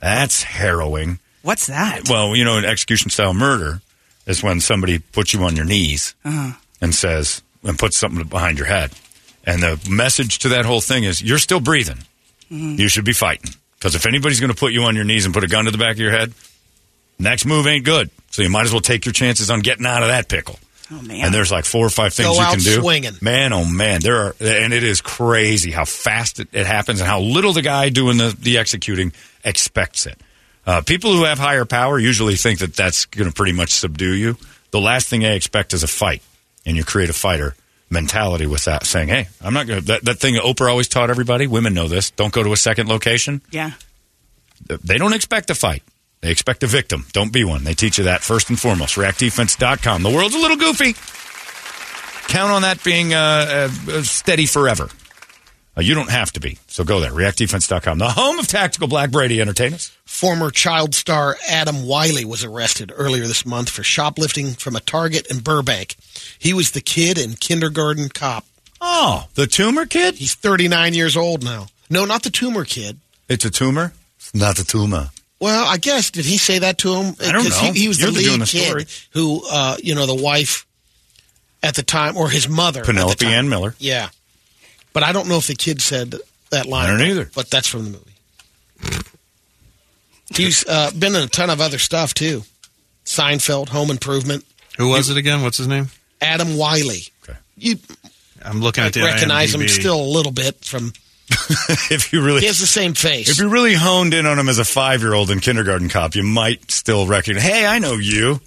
That's harrowing.
What's that?
Well, you know, an execution style murder is when somebody puts you on your knees
Uh-huh.
and says, and puts something behind your head. And the message to that whole thing is you're still breathing.
Mhm.
You should be fighting. Because if anybody's going to put you on your knees and put a gun to the back of your head, next move ain't good. So you might as well take your chances on getting out of that pickle.
Oh,
And there's like four or five things
Go
you
out
can do.
swinging.
Man, oh man, there are, and it is crazy how fast it, it happens and how little the guy doing the, the executing expects it. Uh, people who have higher power usually think that that's going to pretty much subdue you. The last thing they expect is a fight, and you create a fighter mentality with that, saying, "Hey, I'm not going to." That, that thing Oprah always taught everybody. Women know this. Don't go to a second location.
Yeah.
They don't expect a fight. They expect a victim. Don't be one. They teach you that first and foremost. ReactDefense.com. The world's a little goofy. Count on that being uh, uh, steady forever. Uh, you don't have to be. So go there. ReactDefense.com. The home of Tactical Black Brady Entertainment.
Former child star Adam Wiley was arrested earlier this month for shoplifting from a Target in Burbank. He was the kid in kindergarten cop.
Oh, the tumor kid?
He's 39 years old now. No, not the tumor kid.
It's a tumor? It's not a tumor.
Well, I guess did he say that to him?
I don't
'Cause
know.
He, he was the
You're the doing
lead
the story.
kid who, uh, you know, the wife at the time or his mother, at the
Penelope
time.
Ann Miller.
Yeah, but I don't know if the kid said that line.
I don't either.
But that's from the movie. He's uh, been in a ton of other stuff too. Seinfeld, Home Improvement,
Who was it again? What's his name?
Adam Wiley. You
I'm looking at the
recognize him
IMDb.
still a little bit from.
if you really,
he has the same face.
If you really honed in on him as a five year old in kindergarten cop, you might still recognize. Hey, I know you.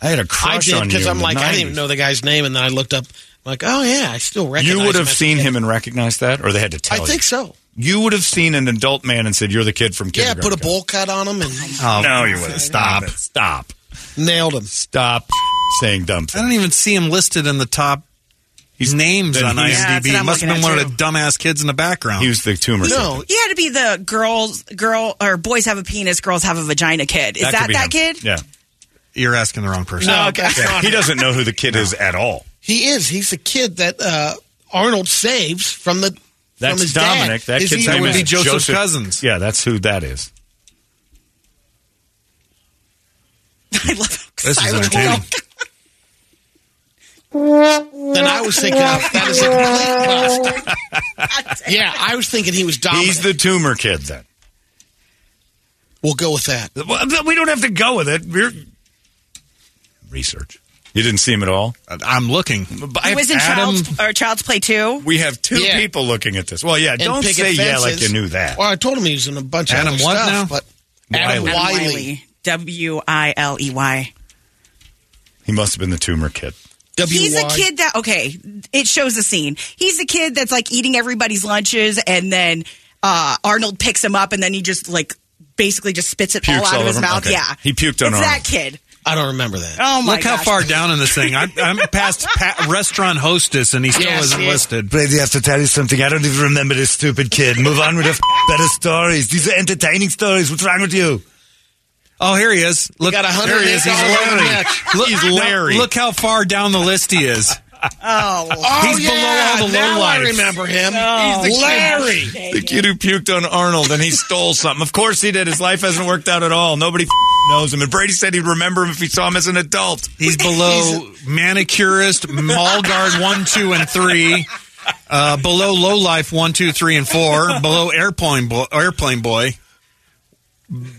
I had a
I
crush
did
on you.
because
in
I'm
the
like I
90s.
didn't even know the guy's name, and then I looked up. I'm like, oh yeah, I still recognize.
You would
him
have
as a
seen
kid.
him and recognized that, or they had to
I
tell you.
think so.
You would have seen an adult man and said, "You're the kid from
Yeah,
kindergarten."
put a bowl cut on him and
Oh, no, you wouldn't. Stop. Stop.
Nailed him.
Stop saying dumb things.
I don't even see him listed in the top His names on
Then he's- Yeah,
IMDb.
that's what I'm
Must have been
looking
one
at,
of the dumbass kids in the background.
He was the tumor.
no, he had to be the girls, girl or boys have a penis, girls have a vagina. Kid is that that, kid?
Yeah.
You're asking the wrong person.
No, okay.
Yeah, he doesn't know who the kid is at all.
He is. He's the kid that uh, Arnold saves from the. from
That's
his dad.
Dominic. That
His
kid's
evil
name
dad.
is Cousins. Yeah, that's who that is.
This is entertaining.
Then I was thinking of, that is a complete bust. yeah, I was thinking he was Dominic.
He's the tumor kid. Then
we'll go with that.
we don't have to go with it. We're research. You didn't see him at all.
Uh,
I'm looking.
He was in Child's or Child's Play too.
We have two
Yeah.
people looking at this. Well, yeah.
And
don't
picket
say yeah like
fences.
you knew that.
Well, I told him he was in a bunch
Adam
of other
what
stuff,
now?
but Adam
Wiley.
Wiley.
W I L E Y.
He must have been the tumor kid.
He's a kid that okay. It shows the scene. He's a kid that's like eating everybody's lunches, and then uh, Arnold picks him up, and then he just like basically just spits it all
Pukes
out
all
of his
over him?
mouth.
Okay.
Yeah,
He puked on
it's
Arnold.
that kid.
I don't remember that.
Oh my
Look how
gosh.
far down in this thing. I, I'm past pa- restaurant hostess, and he still
Yes,
isn't
yes.
listed.
Brady, I have to tell you something. I don't even remember this stupid kid. Move on with the f- better stories. These are entertaining stories. What's wrong with you?
Oh, here he is. Look,
got a hundred
there he is. He's
and eight dollars
Larry.
match.
Look,
He's
no,
Larry.
look how far down the list he is.
Oh,
He's below all the
now I
lowlifes.
remember him.
Oh,
He's the Larry.
The kid who puked on Arnold and he stole something. Of course he did. His life hasn't worked out at all. Nobody f- knows him. And Brady said he'd remember him if he saw him as an adult.
He's below manicurist, mall guard one, two, and three. Uh, below low life one, two, three, and four. Below airplane boy. Airplane boy.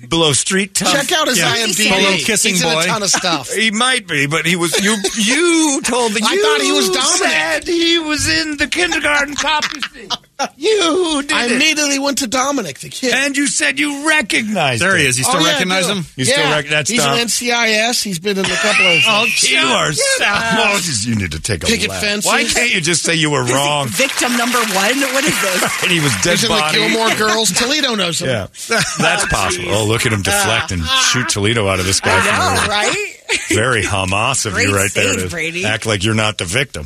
Below street tough.
Check out his
Yeah.
IMDb.
Below kissing
He's in
boy.
a ton of stuff.
He might be, but he was. You you told the.
I
you
thought he was Dominic.
said he was in the kindergarten cop.
you did I
it.
immediately went to Dominic, the kid.
And you said you recognized
There
him.
he is. You still
Oh, yeah, I
recognize
do.
him?
You
yeah.
still rec- that's
He's
Dom. Oh,
an NCIS. He's been in a couple of.
You are Sal
up.
Moses. You need to take a
Picket
lap.
fences.
Why can't you just say you were wrong?
Victim number one. What is this?
And he was dead
He's in
body.
the Gilmore Girls. Toledo knows him.
Yeah, that's possible. Oh, look at him deflect and shoot Toledo out of this guy. from the-
All right.
Very Hamas of
Great
you right
save,
there to
Brady.
act like you're not the victim.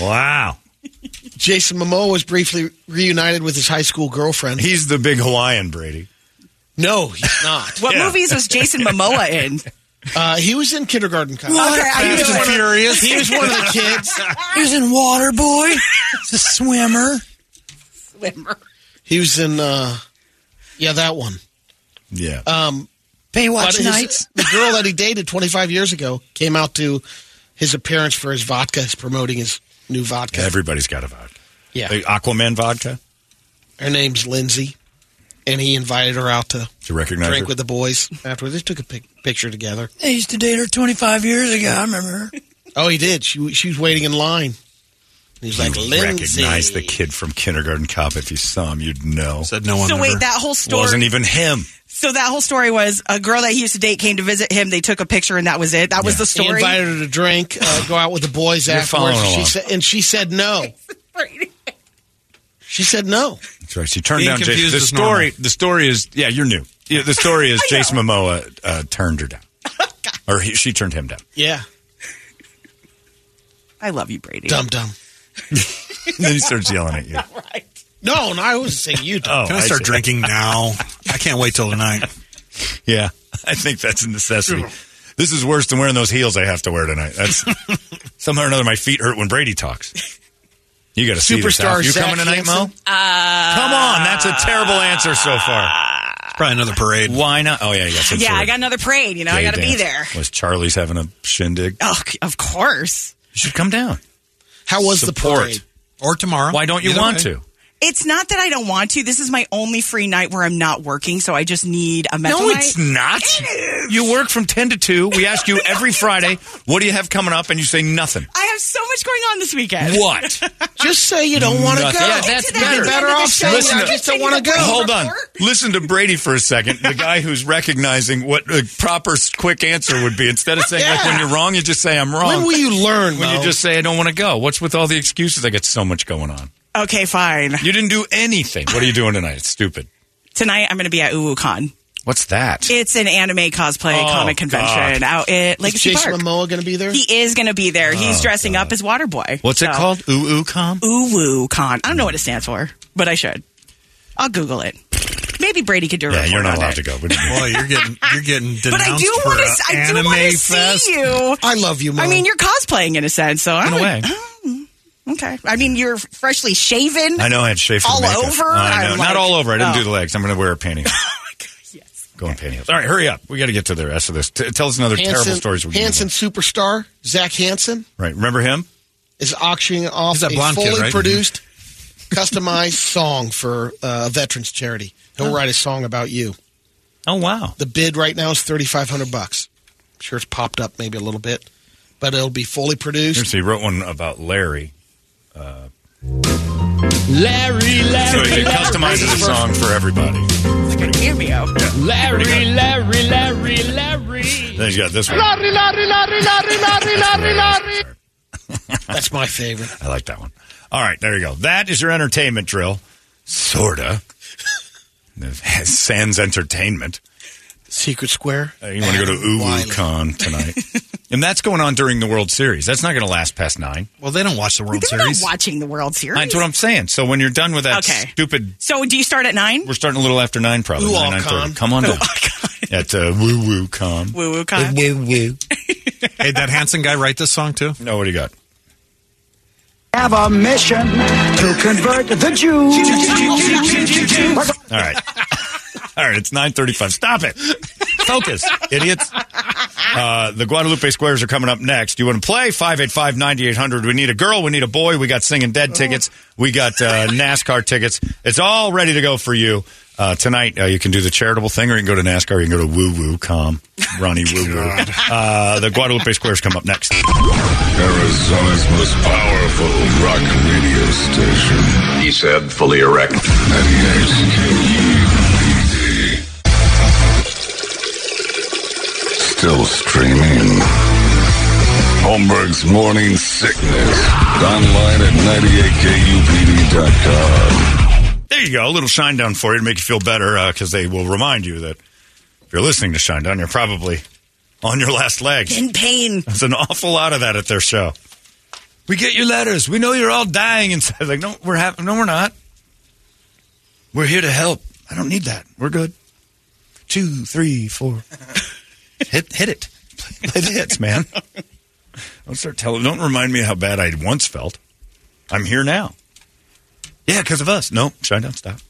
Wow.
Jason Momoa was briefly reunited with his high school girlfriend.
He's the big Hawaiian, Brady.
No, he's not.
What movies was Jason Momoa in?
Uh, he was in kindergarten. Cop.
What? Okay, I
he,
knew
was
it.
one of-
Furious.
he was one of the kids.
He was in Waterboy. He's a swimmer.
Swimmer.
He was in, uh, yeah, that one.
Yeah.
Um,
Baywatch
but his-
Nights.
The girl that he dated 25 years ago came out to his appearance for his vodka. He's promoting his new vodka.
Everybody's got a vodka.
Yeah.
The Aquaman vodka.
Her name's Lindsay, and he invited her out to
To recognize
drink
her.
with the boys afterwards. They took a pic- picture together.
I used to date her 25 years ago. I remember her.
Oh, he did. She she was waiting in line. He's
you
like, Lindsay.
recognize the kid from Kindergarten Cop if you saw him, you'd know. Said
no
one So wait, ever- that whole story-
wasn't even him.
So that whole story was a girl that he used to date came to visit him. They took a picture, and that was it. That was the
He
story.
invited her to drink, uh, go out with the boys
You're
afterwards.
following
She
along.
said, and she said no. she said no.
That's right. She turned
Being
down Jason.
confused
The
is
story. The story is yeah. You're new. Yeah, the story is Jason Momoa uh, turned her down, or he, she turned him down.
Yeah.
I love you, Brady.
Dumb dumb.
then he starts yelling at you.
No, no, I wasn't saying you.
Oh,
Dumb.
Can I start drinking now? I can't wait till tonight.
Yeah, I think that's a necessity. This is worse than wearing those heels I have to wear tonight. That's somehow or another my feet hurt when Brady talks. You got to see this.
Superstar
Alf. You
Zach
coming tonight, Mo?
Hansen? Uh,
Uh,
Come on, that's a terrible answer so far.
Probably another parade.
Why not? Oh yeah, you got some
Ah. yeah,
sort
I
of
got another parade. You know, I
gay
got to be
dance.
there.
Was Charlie's having a shindig?
Oh, of course.
You should come down.
How was
Support.
the parade?
Or tomorrow?
Why don't you
Either
want
way.
to?
It's not that I don't want to. This is my only free night where I'm not working, so I just need a mental
no,
night.
it's not. You work from ten to two. We ask you every Friday, "What do you have coming up?" and you say nothing.
I have so much going on this weekend.
What?
Just say you don't want to go.
Yeah, that's
You'd be
better.
Better off saying
Listen
I
to-
just don't want to go.
Hold on. Listen to Brady for a second. The guy who's recognizing what a proper s- quick answer would be. Instead of saying like when you're wrong, you just say I'm wrong.
When will you learn?
When
Mo?
you just say I don't want to go. What's with all the excuses? I got so much going on.
Okay, fine.
You didn't do anything. What are you doing tonight? It's stupid.
Tonight I'm going to be at UwuCon.
What's that?
It's an anime cosplay
Oh,
comic
God.
convention out at Legacy
Jason
Park.
Momoa going to be there?
He is going to be there. He's
Oh,
dressing up as Waterboy.
What's it
So-
called? UwuCon.
UwuCon. I don't know what it stands for, but I should. I'll Google it. Maybe Brady could do a
Yeah,
report
you're not
on
allowed
it.
to go.
Boy, you're getting you're getting denounced
But I do
for
want
a
to. I do
anime
want to
fest.
see you.
I love you. Mo.
I mean, you're cosplaying in a sense, so I'm
In a
like,
way.
oh, okay. I mean, you're freshly shaven.
I know I had shaved
all
makeup.
over.
I know.
I'm
Not
like-
all over. I didn't
Oh.
do the legs. I'm going to wear a panty. Going pantyhose. All right, hurry up. We got to get to the rest of this. T- tell us another terrible stories. We can
Hanson superstar Zach Hansen
Right. Remember him?
is auctioning off
He's that
a
blonde kid,
fully
right?
produced, customized song for uh, a veterans charity. He'll
Oh.
write a song about you.
Oh wow!
The bid right now is thirty five hundred bucks. I'm sure, it's popped up maybe a little bit, but it'll be fully produced.
Here's- He wrote one about Larry. Uh,
Larry,
so
Larry,
he customizes a song for everybody.
It's like a cameo.
Larry, Larry, Larry, Larry.
Then he's got this one.
Larry, Larry, Larry, Larry, Larry, Larry, Larry.
That's my favorite.
I like that one. All right, there you go. That is your entertainment drill, sorta. Sans entertainment.
Secret Square.
Uh, you want to go to UwuCon tonight, and that's going on during the World Series. That's not going to last past nine.
Well, they don't watch the World
They're not watching the World Series.
That's what I'm saying. So when you're done with that
Okay.
stupid,
so do you start at nine?
we're starting a little after nine, probably.
Ooh-ah
9:30.
con.
Come on down. At uh, Woo Woo Com.
Woo woo con.
Woo woo. hey, that Hanson guy write this song too?
No, what do you got?
Have a mission to convert the Jews.
All right. All right, it's 935. Stop it. Focus, idiots. Uh, the Guadalupe Squares are coming up next. You want to play? 585-9800. We need a girl. We need a boy. We got Singing Dead tickets. We got uh, NASCAR tickets. It's all ready to go for you. Uh, tonight, uh, you can do the charitable thing or you can go to NASCAR or you can go to Woo Woo Com. Ronnie Woo Woo. Uh, the Guadalupe Squares come up next.
Arizona's most powerful rock radio station. He said, fully erect. E 98. Still streaming. Holmberg's Morning Sickness. Online at 98kupd.com.
There you go. A little shine down for you to make you feel better because they will remind you that if you're listening to Shine Down, you're probably on your last legs.
In pain.
There's an awful lot of that at their show. We get your letters. We know you're all dying inside. Like, no, we're hap- no, we're not. We're here to help. I don't need that. We're good. Two, three, four. hit, hit it. Play, play the hits, man. don't start telling. Don't remind me how bad I once felt. I'm here now. Yeah, because of us. No, shine down. Stop.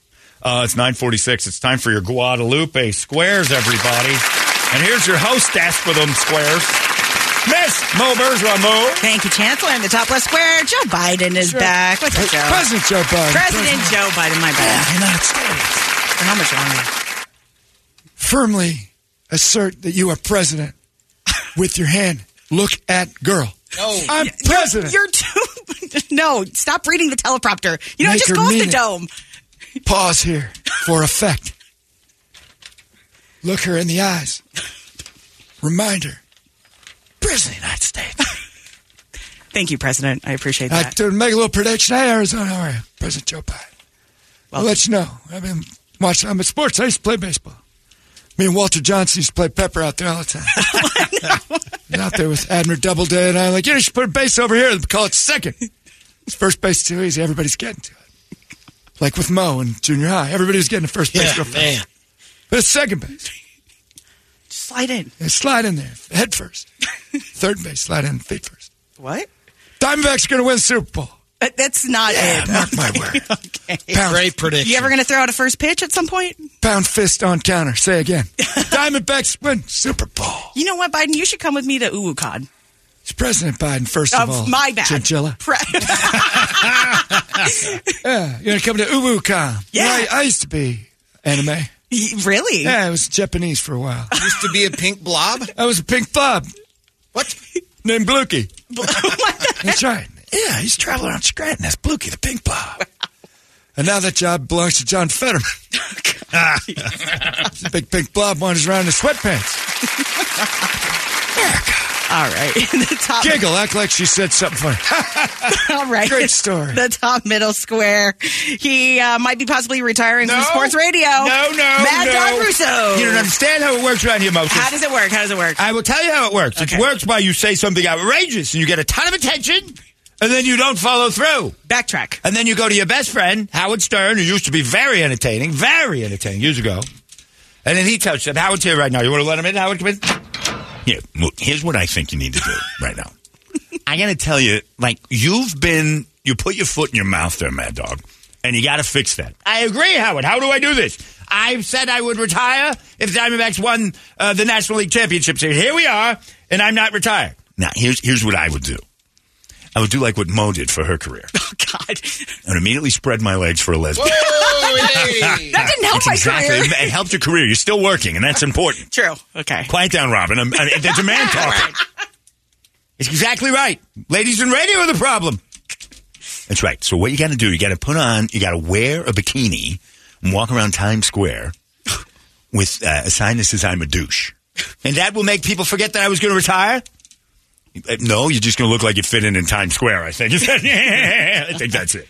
Uh, it's 946. It's time for your Guadalupe squares, everybody. And here's your hostess for them squares, Miss Mo Bergeron. Mo.
Thank you, Chancellor. In the top left square, Joe Biden is
Sure.
back. What's up, Joe?
President Joe Biden.
President Joe Biden, my bad.
United States.
How much longer?
Firmly assert that you are president with your hand. Look at girl.
No.
I'm
You're-
president.
You're, too. No, stop reading the teleprompter. You know,
Make
it just
her
goes
mean
to
it.
dome.
Pause here for effect. Look her in the eyes. Remind her. President of the United States. Uh,
Thank you, President. I appreciate
I
that.
to make a little prediction. Hey, Arizona, how are you? President Joe Biden. I'll let you know. I've been watching. I'm in sports. I used to play baseball. Me and Walter Johnson used to play pepper out there all the time.
Oh,
And out there with Admiral Doubleday and I, like, you should put a base over here. Call it second. It's first base too easy. Everybody's getting to it. Like with Mo in junior high, everybody was getting to first base
Yeah,
real
man.
fast. But it's second base.
slide in.
Yeah, slide in there, head first. Third base, slide in, feet first.
What?
Diamondbacks are going to win the Super Bowl.
But Uh, that's not it.
Mark my word. Great prediction.
You ever going to throw out a first pitch at some point?
Pound fist on counter. Say again. Diamondbacks win Super Bowl.
You know what, Biden? You should come with me to UWCon.
It's President Biden, first of,
Of
all.
my bad.
Chinchilla.
Pre-
yeah, you're going to come to UWuCon.
Yeah.
I, I used to be anime.
Really?
Yeah, I was Japanese for a while.
Used to be a pink blob.
I was a pink blob.
What?
Named Blookie.
That's
right. Yeah, he's traveling around Scranton as Blookie the Pink Blob. And now that job belongs to John Fetterman. He's a big pink blob wanders around in sweatpants.
All right. the top
Giggle, act like she said something funny.
All right.
Great story.
The top middle square. He uh, might be possibly retiring from sports radio.
No, no,
Oh, Mad
no.
Dog Russo.
You don't understand how it works around here, Moses.
How does it work? How does it work?
I will tell you how it works. It works by you say something outrageous and you get a ton of attention, and then you don't follow through.
Backtrack.
And then you go to your best friend, Howard Stern, who used to be very entertaining, very entertaining years ago. And then he tells him, Howard's here right now. You want to let him in? Howard, come in. Here, look, here's what I think you need to do right now. I got to tell you, like, you've been, you put your foot in your mouth there, Mad Dog, and you got to fix that. I agree, Howard. How do I do this? I've said I would retire if the Diamondbacks won uh, the National League Championship Series. Here we are, and I'm not retired. Now, here's, here's what I would do I would do like what Mo did for her career. Oh,
God.
I would immediately spread my legs for a lesbian.
That didn't help
It's
my
exactly,
career.
It, it helped your career. You're still working, and that's important.
True. Okay.
Quiet down, Robin. I'm, I'm, there's a man talking. It's exactly right. Ladies in radio are the problem. That's right. So what you got to do? You got to put on. You got to wear a bikini and walk around Times Square with uh, a sign that says "I'm a douche," and that will make people forget that I was going to retire. Uh, No, you're just going to look like you fit in in Times Square. I think. I think that's it.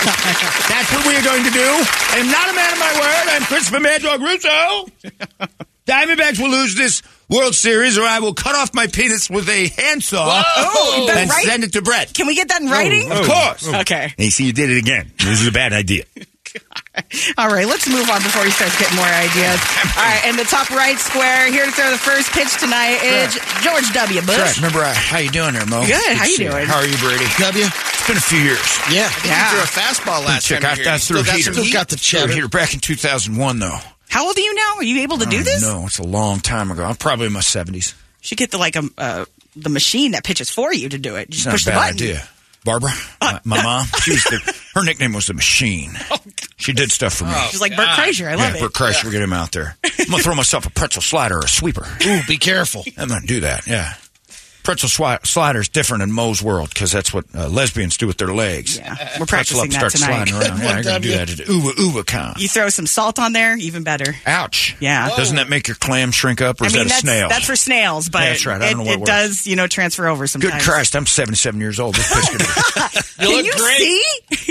That's what we are going to do. I am not a man of my word. I'm Christopher Mad Dog Russo. Diamondbacks will lose this World Series, or I will cut off my penis with a handsaw Oh,
Oh,
Whoa!
and
Right-
send it to Brett.
Can we get that in writing?
Of course.
Oh,
Okay.
And you see, you did it again. This is a bad idea.
All right, let's move on before he starts getting more ideas. All right, and the top right square here to throw the first pitch tonight is George W. Bush.
That's right. Remember, uh,
how you doing there, Mo?
Good, how you
to see
doing?
How
are you, Brady?
W.
It's been a few years.
Yeah.
Yeah.
threw a
fastball
last
Oh, Check
time
out
you're
that
here.
through
Still got
heater.
some heat? Got the cheddar.
Through heater back in 2001, though.
How old are you now? Are you able to do this?
Oh, No, it's a long time ago. I'm probably in my 70s.
should get the like um, uh, the machine that pitches for you to do it. You
It's
just
not
push
a
the
bad
button. Uh,
idea. Barbara, my, my mom, she was the, her nickname was the Machine. She did stuff for me.
Oh, She's like
Oh,
Burt Kreischer. I love
yeah,
it.
Burt Kreischer, get him out there. I'm gonna throw myself a pretzel slider or a sweeper.
Ooh, be careful.
I'm gonna do that. Yeah, pretzel swi- slider's different in Moe's world because that's what uh, lesbians do with their legs. Yeah,
Uh,
We're practicing that
starts
tonight.
sliding around. Yeah, I'm gonna do that. at Uwa Uwa Con.
You throw some salt on there, even better.
Ouch.
Yeah.
Doesn't that make your clam shrink up, or
I
is
mean,
that a
that's,
snail?
that's for snails, but
Yeah, that's right. I don't
it,
know what
it
works.
does, you know, transfer over
Good
sometimes.
Christ, I'm 77 years old. This pitch could
Can you see?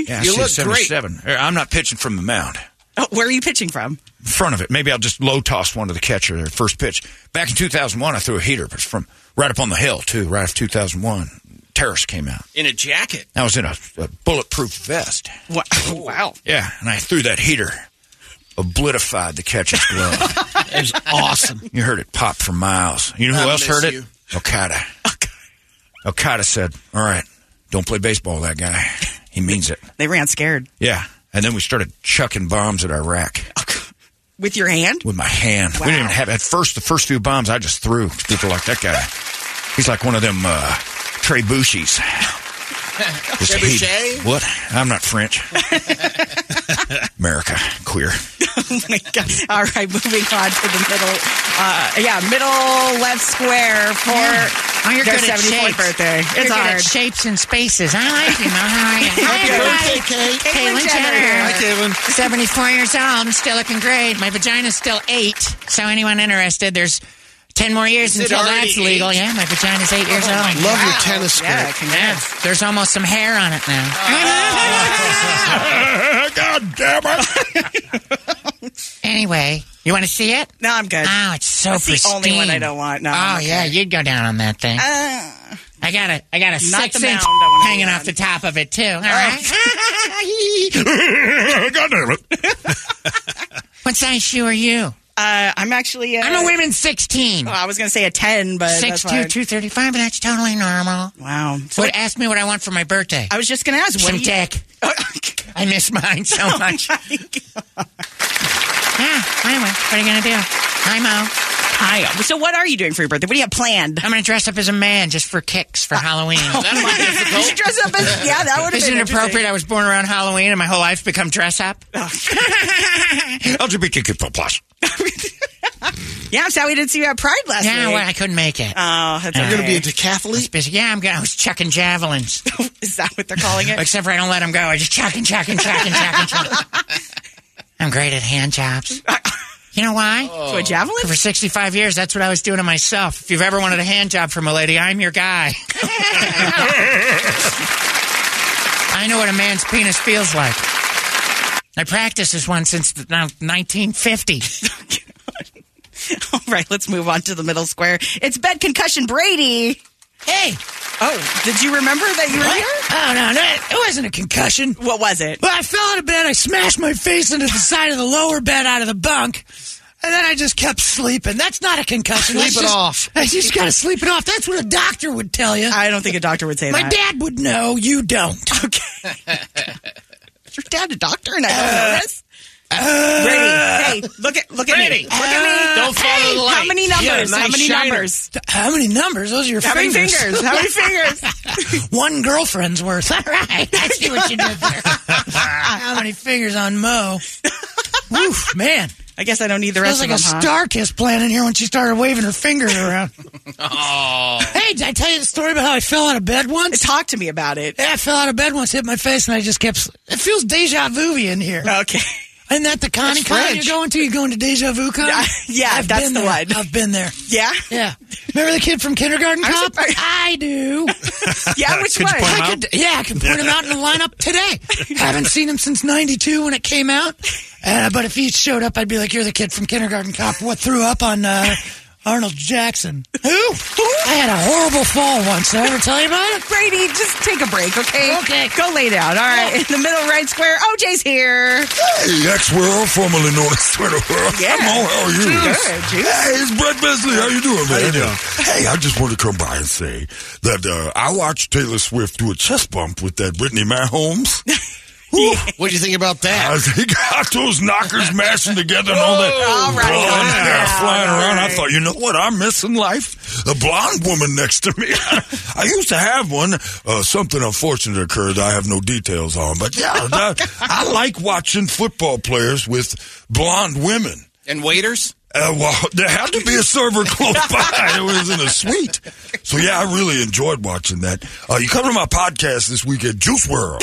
yeah, I see 77. Here, I'm not pitching from the mound.
Oh, where are you pitching from?
in front of it. Maybe I'll just low toss one to the catcher their first pitch. Back in 2001, I threw a heater, but it's from right up on the hill too. Right after 2001, Terrace came out.
In a jacket.
I was in a, a bulletproof vest.
Wow. wow.
Yeah, and I threw that heater, obliterated the catcher's glove. it was awesome. You heard it pop for miles. You know who
I
else
miss
heard
you.
it? Okada. Okada said, "All right, don't play baseball, that guy. He means it."
They ran scared
Yeah, and then we started chucking bombs at Iraq.
with your hand.
with my hand. We didn't even have at first the first few bombs I just threw. People like that guy. He's like one of them uh, Trey Bushies. Just
Trebuchet?
hate- What? I'm not French. America, queer.
oh my god! All right, moving on to the middle. Uh, yeah, middle left square for
Oh, you're
Their
good at
74th
shapes.
birthday. It's
you're good
hard.
at shapes and spaces. I like you, man. How are you?
Happy birthday,
Kate.
Caitlyn
Caitlyn
Jenner.
Jenner.
Hi, Caitlyn.
74 years old. I'm still looking great. My vagina's still eight. So anyone interested, there's 10 more years
Is it
until
already
that's legal.
eight?
Yeah, my vagina's eight years
Oh, my
old.
Love your God. tennis skirt. Yeah,
Yeah, there's almost some hair on it now.
God damn it.
Anyway, you want to see it?
No, I'm good.
Oh, it's so
That's the
pristine.
only one I don't want. No,
oh
I'm okay. Uh,
yeah, you'd go down on that thing.
Uh,
I got a, I got a
Not
six
the
inch
mound I wanna be
hanging
on. Oh,
off the top of it too. All right.
God damn it.
What size shoe are you?
Uh, I'm actually. i
I'm a women's 16.
I was going to say a 10, but
Six
that's
two
fine.
two thirty five. That's totally normal.
Wow.
So what, ask me what I want for my birthday.
I was just going to ask. What
Some
do you-
dick. I miss mine so
Oh
much. yeah. Anyway, what are you gonna do? Hi, Mo. Hi.
So what are you doing for your birthday? What do you have planned? Uh,
I'm gonna dress up as a man just for kicks for Halloween.
That'd be difficult. You should dress up as- yeah, that would've
Isn't
been
it appropriate?
interesting. Oh,
I was born around Halloween, and my whole life's become dress up.
LGBTQ plus.
Yeah, I'm sorry we didn't see you at Pride last
Yeah,
week.
well, I couldn't make it.
Oh, that's
You're gonna
okay.
be a decathlete? Busy. Yeah, I'm going. I was chucking javelins.
Is that what they're calling it?
Except for I don't let them go. I just chuck and chuck and chuck and chuck and chuck. I'm great at hand jobs. You know why?
To a javelin?
For 65 years, that's what I was doing to myself. If you've ever wanted a hand job from a lady, I'm your guy. I know what a man's penis feels like. I practiced this one since the, now 1950.
All right, let's move on to the middle square. It's bed concussion Brady.
Hey.
Oh, did you remember that you were
What?
here?
Oh, no, no, it wasn't a concussion.
What was it?
Well, I fell out of bed. I smashed my face into the side of the lower bed out of the bunk. And then I just kept sleeping. That's not a concussion.
Sleep
That's
it
just-
off.
I just got to sleep it off. That's what a doctor would tell you.
I don't think a doctor would say
My
that.
dad would know. You don't.
Is your dad a doctor and I don't know this? Brady, Uh, hey, look at look at me. Look at me.
Don't follow
Hey,
the
How
light.
many
Yeah,
numbers? how
nice
many
shiner.
numbers?
How many numbers? Those are your
How many
fingers.
fingers? How many fingers?
One girlfriend's worth. All right. I see what you did there. How many fingers on Mo? Oof, man.
I guess I don't need the rest
Feels like
of them.
a star kiss plan in here when she started waving her fingers around.
Huh?
hey, did I tell you the story about how I fell out of bed once?
Talk to me about it.
Yeah, I fell out of bed once, hit my face, and I just kept. sl- It feels deja vu in here.
Okay.
Isn't that the Connie
That's
con
French.
you're going to? You're going to deja vu con?
Yeah, yeah,
I've
that's
been
the
there.
one.
I've been there.
Yeah?
Yeah. Remember the kid from kindergarten
I'm
cop?
surprised-
I do.
Yeah, which
Could
one?
you point him I out? could- yeah, I could point him out in the lineup today. Haven't seen him since '92 when it came out. Uh, but if he showed up, I'd be like, "You're the kid from Kindergarten Cop. What threw up on uh, Arnold Jackson? Who? I had a horrible fall once. Did I ever tell you about it?
Brady, just take a break, okay? Okay. Go lay down. All right. In the middle right square, OJ's here.
Hey, X World, formerly known as Twitter World.
Yeah.
Hello, how are you?
Good, Juice.
Hey, it's Brett Besley. How you doing, How man? you doing? Hey, I just want to come by and say that uh, I watched Taylor Swift do a chest bump with that Brittany Mahomes.
What do you think about that?
I think got those knockers mashing together and all that
All right,
blonde
all
hair
right,
flying
all
around.
right.
I thought, you know what? I'm missing life. A blonde woman next to me. I used to have one. Uh, something unfortunate occurred. I have no details on, but yeah, that- I like watching football players with blonde women.
And waiters?
Uh, well, there had to be a server close by. It was in a suite. So yeah, I really enjoyed watching that. Uh, you come to my podcast this week at Juice World.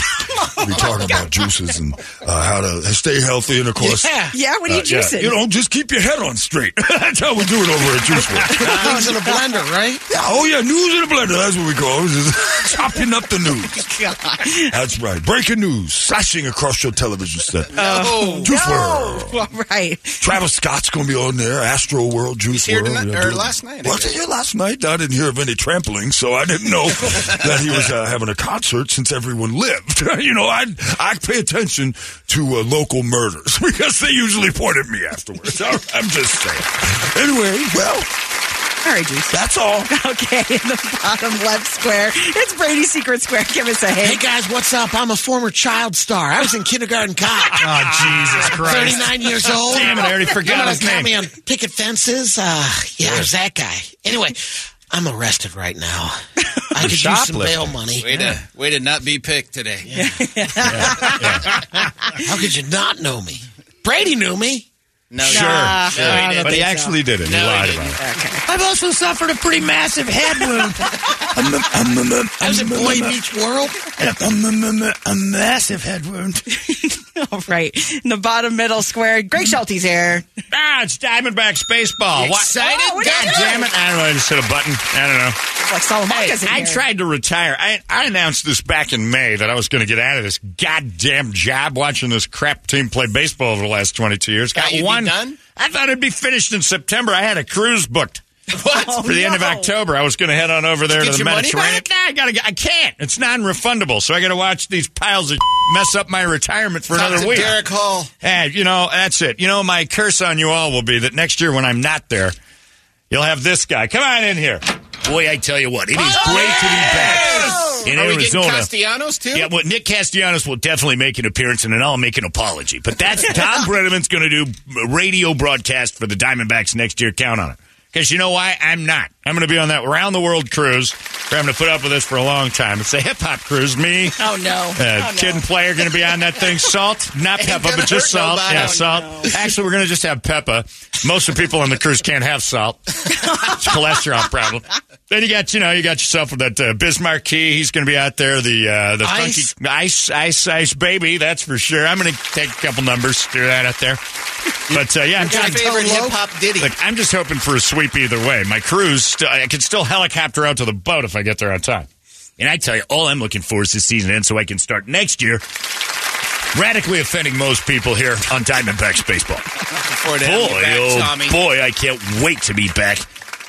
We
Oh
talking about juices and uh, how to stay healthy, and of course, Uh,
Yeah. Yeah, what are you juicing?
You know, just keep your head on straight. That's how we do it over at Juice World.
Things in a blender, right?
Yeah, oh yeah, news in a blender. That's what we call it. Just chopping up the news. That's right. Breaking news, slashing across your television set.
Oh,
Juice
no. All right.
Travis Scott's going to be on there. Astro World, Juice
here
World.
tonight-
Yeah,
or
dude.
last night, I
Was he
guess.
here last night? I didn't hear of any trampling, so I didn't know that he was uh, having a concert since everyone lived. you know, I I pay attention to uh, local murders because they usually point at me afterwards. I, I'm just saying. Anyway, well.
All right, Juice.
That's all.
Okay, in the bottom left square, it's Brady's Secret Square. Give us a
Hey
hint.
guys, what's up? I'm a former child star. I was in Kindergarten Cop.
Oh, Jesus Christ.
39 years old.
Damn it, I already forgot
Remember
his
they caught
name.
me on picket fences. Uh, yeah, it was that guy. Anyway, I'm arrested right now. I could use some bail money.
Way to, way to not be picked today.
How could you not know me? Brady knew me.
No,
sure,
Nah.
sure.
No, I don't
but he
think so.
actually did it. He
No, he
lied
didn't.
about it.
I've also suffered a pretty massive head wound.
I
was at Boy Meets World.
A massive head wound.
All right. In the bottom middle square, Greg Schulte's here.
Ah, it's Diamondbacks baseball.
You excited?
Oh, God damn it. I don't know. I just hit a button. I don't know.
Like Salamanca's in
I
here.
tried to retire. I, I announced this back in May that I was going to get out of this goddamn job watching this crap team play baseball over the last 22 years. Got one. I thought it'd be finished in September. I had a cruise booked.
What?
For the end of October, I was going to head on over there
Oh, Did
to
you
the
get your money
Mediterranean.
back?
Nah, I gotta. go- I can't. It's non-refundable, so I got to watch these piles of mess up my retirement for
Talk
another
to
week.
Derek Hall.
Hey, you know that's it. You know my curse on you all will be that next year when I'm not there, you'll have this guy. Come on in here, Oh, boy. I tell you what, it is great to be back in
Are we getting
Arizona.
Castellanos too?
Yeah, well, Nick Castellanos will definitely make an appearance, and then I'll make an apology. But that's Tom Brenneman's going to do a radio broadcast for the Diamondbacks next year. Count on it. Because you know why? I'm not. I'm going to be on that round the world cruise. We're having to put up with this for a long time. It's a hip hop cruise. Me.
Oh, no.
Uh,
Oh, no.
Kid and player going to be on that thing. Salt, not
Ain't
Peppa,
gonna
but just
hurt
salt.
nobody.
Yeah,
Oh,
salt. Actually, we're going to just have Peppa. Most of the people on the cruise can't have salt. It's a cholesterol problem. Then you got you know you got yourself with that uh, Bismarck Key. He's going to be out there. The uh, the
Ice.
funky ice ice ice baby. That's for sure. I'm going to take a couple numbers do that out there. But uh, yeah, I'm
Your
just-
favorite hip-hop ditty.
Look, I'm just hoping for a sweep either way. My cruise, st- I can still helicopter out to the boat if I get there on time. And I tell you, all I'm looking for is this season end so I can start next year radically offending most people here on Diamondbacks baseball.
to have you
boy,
back,
oh
Tommy.
boy, I can't wait to be back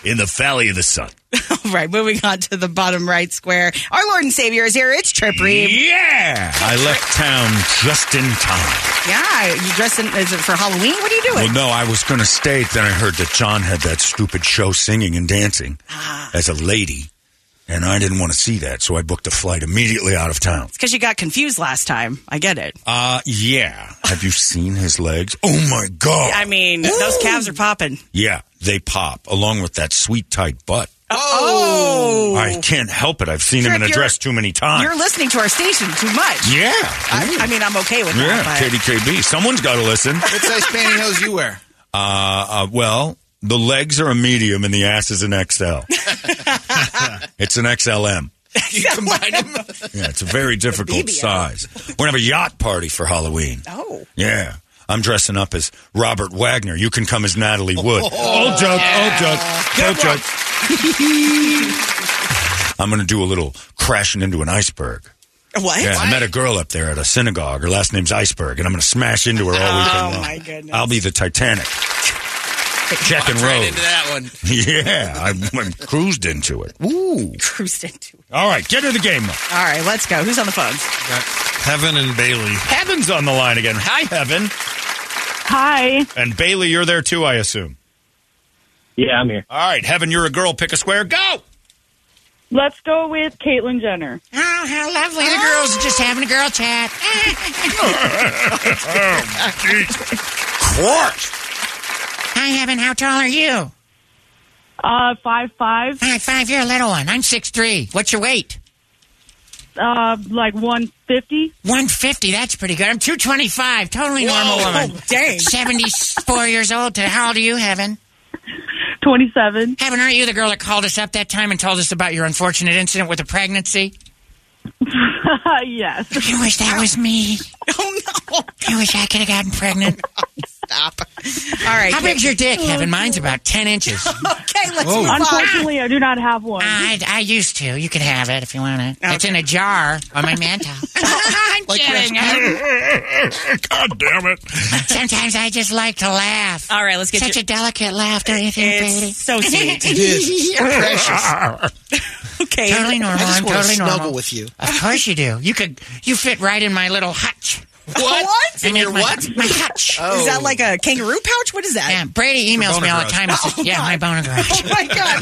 in the Valley of the Sun.
All right. Moving on to the bottom right square. Our Lord and Savior is here. It's Trip Reeve.
Yeah, I left town just in time.
Yeah. You dressed in, is it for Halloween? What are you doing?
Well, no, I was going to stay. Then I heard that John had that stupid show singing and dancing
Ah.
as a lady, and I didn't want to see that, so I booked a flight immediately out of town.
It's because you got confused last time. I get it.
Uh, yeah. Have you seen his legs? Oh my god!
I mean, those calves are popping.
Yeah, they pop along with that sweet tight butt.
Oh.
I can't help it. I've seen him
Trip,
in a
you're-
dress too many times.
You're listening to our station too much.
Yeah.
I, I mean, I'm okay with
yeah,
that. but-
Katie KB. Someone's got to listen.
What size pantyhose you wear?
Uh, uh, well, the legs are a medium and the ass is an XL. it's an XLM.
You combine them.
Yeah, it's a very difficult
BBL.
size. We're gonna have a yacht party for Halloween.
Oh.
Yeah. I'm dressing up as Robert Wagner. You can come as Natalie Wood.
Oh,
Old joke,
yeah.
old joke, old
Good one.
joke. I'm going to do a little crashing into an iceberg.
What?
Yeah, I met a girl up there at a synagogue. Her last name's Iceberg, and I'm going to smash into her all weekend
Oh,
long.
my goodness.
I'll be the Titanic. Check and roll.
into that one.
Yeah, I, I cruised into it. Ooh.
Cruised into it.
All right, get into the game.
All right, let's go. Who's on the phones?
Heaven and Bailey. Heaven's on the line again. Hi, Heaven.
Hi.
And Bailey, you're there too, I assume.
Yeah, I'm here.
All right, Heaven, you're a girl. Pick a square. Go.
Let's go with Caitlyn Jenner.
Oh, how lovely. The girls are just having a girl chat.
Quartz.
Hi, Heaven. How tall are you? Uh, five five. Five five. You're a little one. I'm six three. What's your weight? Uh, like one fifty. One fifty. That's pretty good. I'm two twenty five. Totally normal
Whoa.
woman.
Oh, dang.
Seventy four years old. To how old are you, Heaven?
27.
Heaven, aren't you the girl that called us up that time and told us about your unfortunate incident with a pregnancy?
yes.
You wish that was me.
Oh no.
You wish I could have gotten pregnant.
Stop. All right.
How big's your dick,
Oh,
Heaven? Mine's about ten inches.
okay, let's move on.
Unfortunately, I do not have one.
I, I used to. You can have it if you want it. It's in a jar on my mantle. I'm kidding.
God damn it.
Sometimes I just like to laugh. All
right, let's get
Such a delicate laugh, don't you think,
It's
Brady?
so sweet. It
is.
Precious.
okay.
Totally normal.
I just
I'm
wanna
totally
snuggle
normal.
with you.
Of course you do. You could. You fit right in my little hutch.
What? What?
I
In
make
your
my,
what?
My hutch.
Is that like a kangaroo pouch? What is that?
Oh. Yeah, Brady emails
Your
me all the
boner
time.
garage.
and says, yeah, my boner garage.
Oh my god.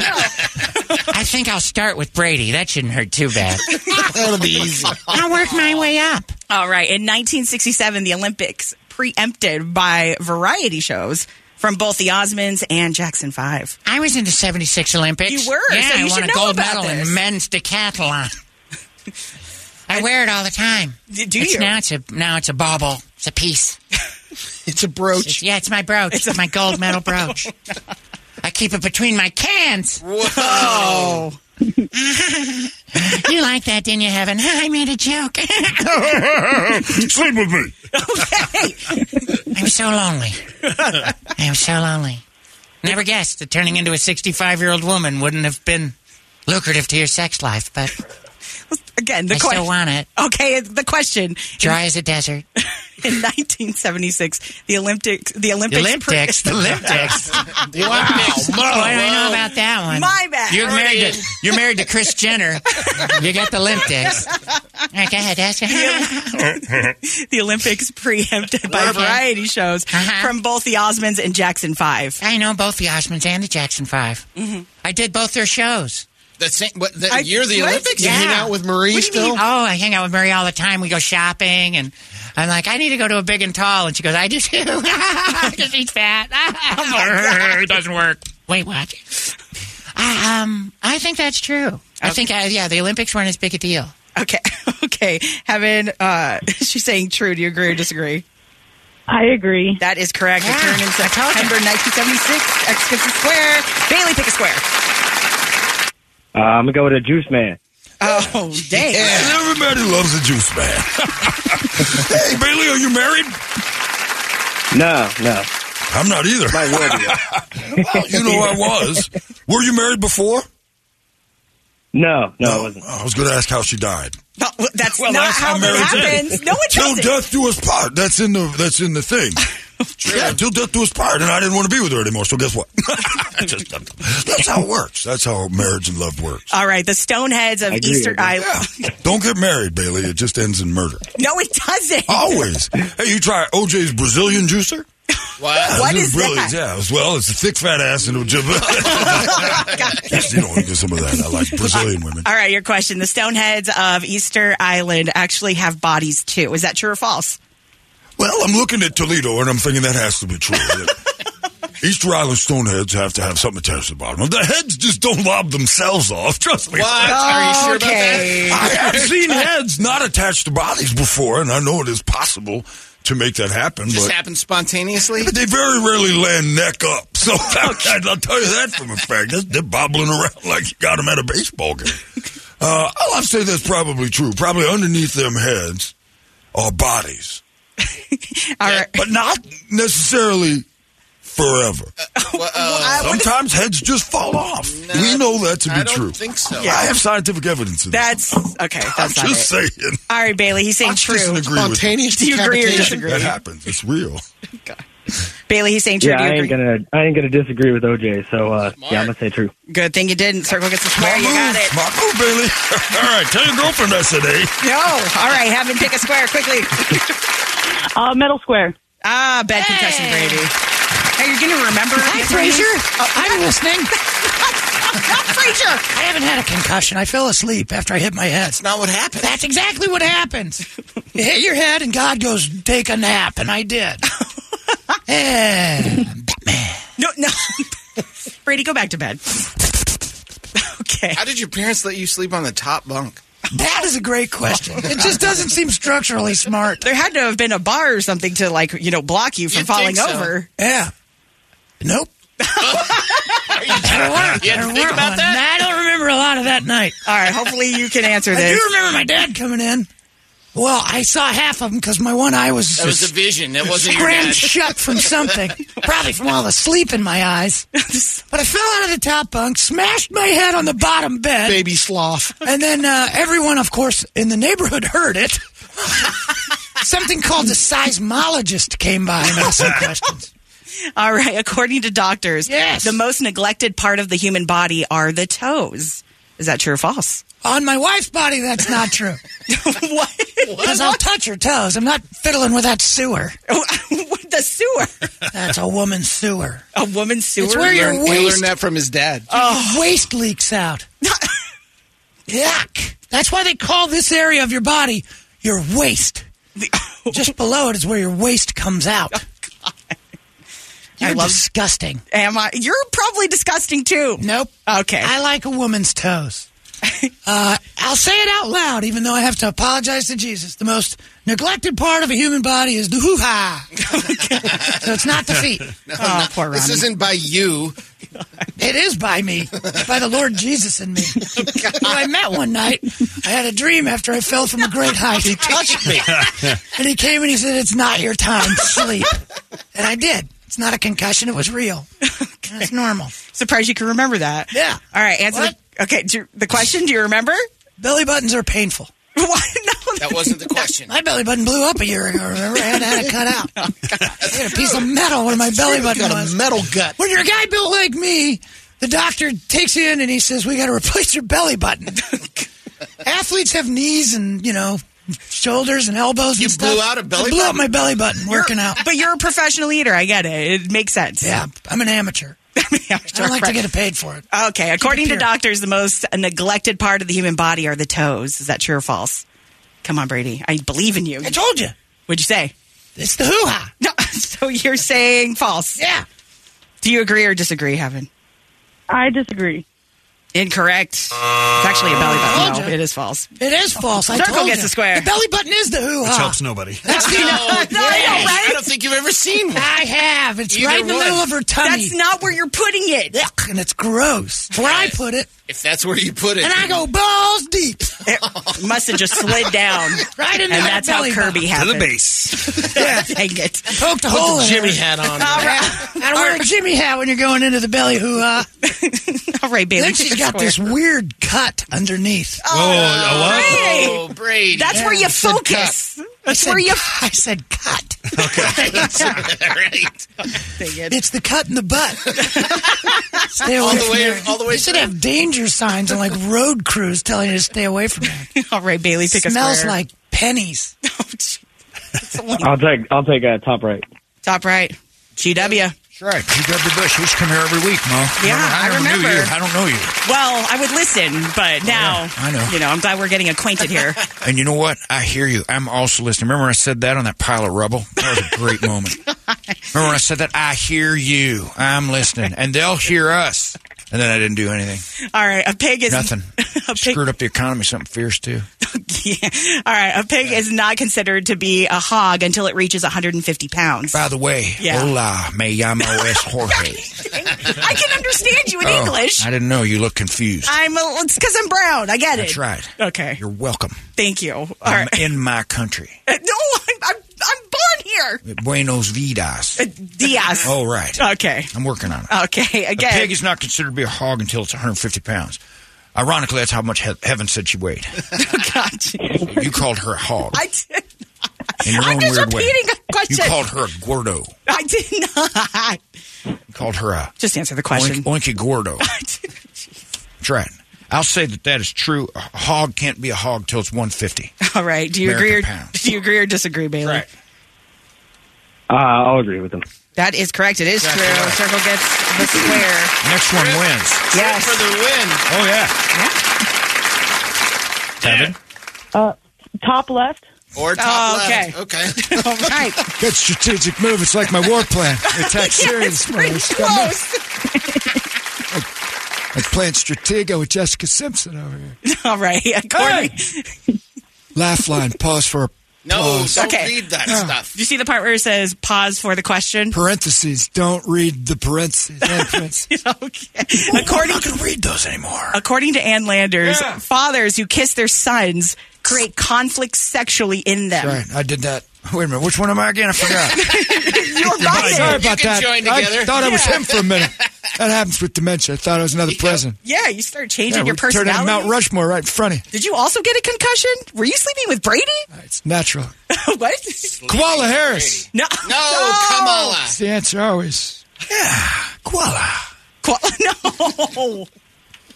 No.
I think I'll start with Brady. That shouldn't hurt too bad. That'll be easy. I'll work my way up.
All right. In 1967, the Olympics preempted by variety shows from both the Osmonds and Jackson 5.
I was in the 76 Olympics.
You were,
Yeah,
so you
I
should
won a
know
gold
about
medal
this.
in men's decathlon. I wear it all the time.
Do
it's,
you?
Now it's a now it's a bauble. It's a piece.
It's a brooch.
yeah, it's my brooch. It's my gold medal
Oh,
brooch. I keep it between my cans. Whoa. you like that, didn't you, Heaven? I made a joke.
Sleep with me.
I'm so lonely. I'm so lonely. Never guessed that turning into a 65 year old woman wouldn't have been lucrative to your sex life, but
Again, the
I
question.
still want it.
Okay, the question.
Dry as a desert.
In 1976, the Olympics. The Olympics.
Olympics, the Olympics.
the
Olympics. Wow, Mo. Boy, I know about that one.
My bad.
You're married to you're married to Chris Jenner. you got the limp dicks. All right, go ahead, ask
the Olympics preempted by variety shows
Uh-huh.
from both the Osmonds and Jackson Five. Mm.
I know both the Osmonds and the Jackson 5 I did both their shows.
The same. What,
the
year of the Olympics? You
Yeah.
hang out with Marie
What do you
still?
mean? Oh, I hang out with Marie all the time. We go shopping, and I'm like, I need to go to a big and tall, and she goes, I do too. Because he's fat.
it doesn't work.
Wait, what? I, um, I think that's true. I think, I, yeah, the Olympics weren't as big a deal.
Okay. Okay. Heaven. Uh, she's saying true. Do you agree or disagree?
I agree.
That is correct. Yeah, Return in September 1976. X gives a square. Bailey pick a square.
Uh, I'm gonna go to Juice Man.
Oh, dang.
Everybody loves a juice man. hey, Bailey, are you married?
No, no.
I'm not either.
I
well, you know I was. Were you married before?
No, no, I wasn't.
I was going to ask how she died.
that's
not how that happens. No, it
Till
doesn't.
death do us part. That's in the that's in the thing. Yeah, till death do us part, and I didn't want to be with her anymore. So guess what? I just- that's how it works. That's how marriage and love works.
All right. The Stoneheads of
I agree,
Easter
I agree.
Island.
Don't get married, Bailey. It just ends in murder.
No, it doesn't.
Always. Hey, you try OJ's Brazilian juicer? Wow.
What is
brilliant. Yeah, as well, it's a thick fat ass and it'll
Oh,
jump. Just, you know, get some of that. I like Brazilian women.
All right, your question. The Stoneheads of Easter Island actually have bodies too. Is that true or false?
Well, I'm looking at Toledo and I'm thinking that has to be true. Easter Island Stoneheads have to have something attached to the bottom. The heads just don't lob themselves off. Trust me.
What? Are you sure about Okay. that?
I have seen heads not attached to bodies before, and I know it is possible to make that happen.
Just
but
happens spontaneously.
But they very rarely land neck up. So I'll tell you that from a fact. They're, they're bobbling around like you got them at a baseball game. Uh, I'll have to say that's probably true. Probably underneath them heads are bodies.
All right.
But not necessarily forever.
Uh,
Sometimes heads just fall off. we know that to be
I don't
true.
think so.
I have scientific evidence in that.
That's okay. That's
I'm
not
just
it.
saying.
All right, Bailey. He's saying true.
Disagree with
Do you agree or disagree?
That happens. It's real.
Bailey, he's saying true.
Yeah,
Do
I
you
ain't
agree?
gonna, I ain't gonna disagree with OJ. So uh, yeah, I'm gonna say true.
Good thing you didn't. Circle gets a square. You got it.
My move, Bailey. All right, tell your girlfriend I said hey.
No. All right, have him pick a square quickly.
Uh, metal square.
Ah, bad concussion, Brady. Are you going to remember?
Hi,
it?
Frazier.
Oh,
I'm Uh, listening.
Not Frazier.
I haven't had a concussion. I fell asleep after I hit my head. That's
not what happened.
That's exactly what happens. You hit your head, and God goes, "Take a nap," and I did. Eh.
No, no. Brady, go back to bed. Okay.
How did your parents let you sleep on the top bunk?
That is a great question. It just doesn't seem structurally smart.
There had to have been a bar or something to like you know block you from
You'd
falling
think so.
over.
Yeah. Nope.
There were-
There were one. I don't remember a lot of that night.
All right. Hopefully you can answer
I
this.
do remember my dad coming in. Well, I saw half of him because my one eye was
That was
just
a vision. That wasn't your
crammed
dad.
shut from something, probably from all the sleep in my eyes. But I fell out of the top bunk, smashed my head on the bottom bed,
Baby sloth.
and then uh, everyone, of course, in the neighborhood heard it. Something called a seismologist came by and asked some questions.
All right. According to doctors, yes. the most neglected part of the human body are the toes. Is that true or false?
On my wife's body, that's not true.
what?
Because I'll touch her toes. I'm not fiddling with that sewer.
the sewer.
That's a woman's sewer.
A woman's sewer.
It's where Oh. your
He
waist,
learned that from his dad.
your waist leaks out. Yuck. That's why they call this area of your body your waist. Just below it is where your waist comes out. You're
I love-
disgusting.
Am I? You're probably disgusting too.
Nope.
Okay.
I like a woman's toes. Uh, I'll say it out loud, even though I have to apologize to Jesus. The most neglected part of a human body is the hoo ha. so it's not the feet.
No, Oh, no. poor This Ronnie. isn't
by you. It is by me, by the Lord Jesus in me, who I met one night. I had a dream after I fell from a great height. He touched me, and he came and he said, "It's not your time to sleep," and I did. It's not a concussion; it was real. It's normal.
Surprised you can remember that.
Yeah.
All right. Answer. The, okay. Do, the question. Do you remember?
Belly buttons are painful.
What?
Oh.
That wasn't the question.
My belly button blew up a year ago. Remember, I had, I had it cut out. I had a piece of metal where my belly button
got a
was.
metal gut.
When you're a guy built like me, the doctor takes you in and he says, "We got to replace your belly button." Athletes have knees and you know shoulders and elbows. You
blew out a
I
belly
blew up
button?
my belly button working out.
But you're a professional eater. I get it. It makes sense.
Yeah, I'm an amateur. I don't like to get paid for it.
Okay. According to
pure.
doctors, the most neglected part of the human body are the toes. Is that true or false? Come on, Brady. I believe in you. I
told you.
What'd you say?
It's the hoo ha.
No, so you're saying false.
Yeah.
Do you agree or disagree, Heaven?
I disagree.
Incorrect. It's actually a belly
Told
button. No,
ya.
it is false.
It is false. I
Circle
told
gets
you.
a square.
The belly button is the hoo ha.
Which helps nobody.
That's the,
No,
no,
I know,
yes.
right?
I don't think you've ever seen one.
I have. It's right in the middle of her tummy.
That's not where you're putting it.
Yuck, and it's gross. Where I put it,
If that's where you put it.
and I go balls deep.
It must have just slid down.
Right in
And
that
that's how
belly
Kirby
button.
happened.
base.
yeah, dang it.
Poked a
Oh.
hole in her. All right. I don't wear a Jimmy hat when you're going into the belly hoo ha.
All right, baby.
Then she's got
Square.
this weird cut underneath.
Oh,
Oh, what?
Brady. That's where you
I said
focus.
cut.
That's
I said,
where you.
I said cut.
right.
It's the cut in the butt. stay away
All the
from
way-
there.
all the way
You should
through.
have danger signs and like road crews telling you to stay away from there.
All right, Bailey, pick a
Smells
square.
like pennies.
I'll take I'll take a top right.
Top right. GW.
That's right. GW Bush. You should come here every week, Mo.
Yeah, I
don't know
remember.
you. I don't know you. Oh,
Well, I would listen, but now
I know.
You know, I'm glad we're getting acquainted here.
And you know what? I hear you. I'm also listening. Remember when I said that on that pile of rubble? That was a great moment.
Oh,
Remember when I said that? I hear you. I'm listening. And they'll hear us. And then I didn't do anything.
All right, a pig is
Nothing. Screwed up the economy something fierce, too.
All right, a pig is not considered to be a hog until it reaches 150 pounds.
By the way,
Yeah.
hola, me llamo es Jorge.
I can understand you in
Oh,
English.
I didn't know. You look confused.
I'm a, it's because I'm brown. I get it.
That's right.
Okay.
You're welcome.
Thank you. All
I'm
right.
in my country.
No, I'm, I'm, I'm born here.
Buenos Vidas.
Uh, Diaz.
Oh, right.
Okay.
I'm working on it.
Okay. Again.
A pig is not considered to be a hog until it's 150 pounds. Ironically, that's how much he- Heaven said she weighed. You called her a hog
I did.
in your
I'm
own
just
weird way.
repeating a question.
You called her a gordo.
I did not.
You called her a
Just answer the question.
oink, oinky gordo. that's right. I'll say that that is true. A hog can't be a hog till it's 150.
All right. Do you
American
agree? Or,
pound.
do you agree or disagree, Bailey?
Uh, I'll agree with him.
That is correct. It is
Exactly
true.
right.
Circle gets the square.
Next one wins.
Yes.
For the win.
Oh yeah. Heaven.
Uh, top left.
Or top
Oh,
left. Okay.
All right.
Good strategic move. It's like my war plan. Attack serious. Like playing Stratego with Jessica Simpson over here.
All right. According,
Lifeline. Pause for Ah,
No,
applause.
don't read that stuff.
Do you see the part where it says pause for the question?
Parentheses. Don't read the parentheses. End parentheses.
According,
to read those anymore.
according to Ann Landers, fathers who kiss their sons create conflict sexually in them.
That's right. I did that. Wait a minute. Which one am I again? I forgot.
You're right.
Sorry about that. I thought I was
Yeah.
him for a minute. That happens with dementia. I thought I was another president.
Yeah, you start changing
Yeah,
your
we turned into
personality.
Mount Rushmore right in front of you.
Did you also get a concussion? Were you sleeping with Brady?
It's natural.
what?
Koala Harris.
No.
No,
Oh.
Kamala.
It's the answer always. Yeah, koala.
Koala. No.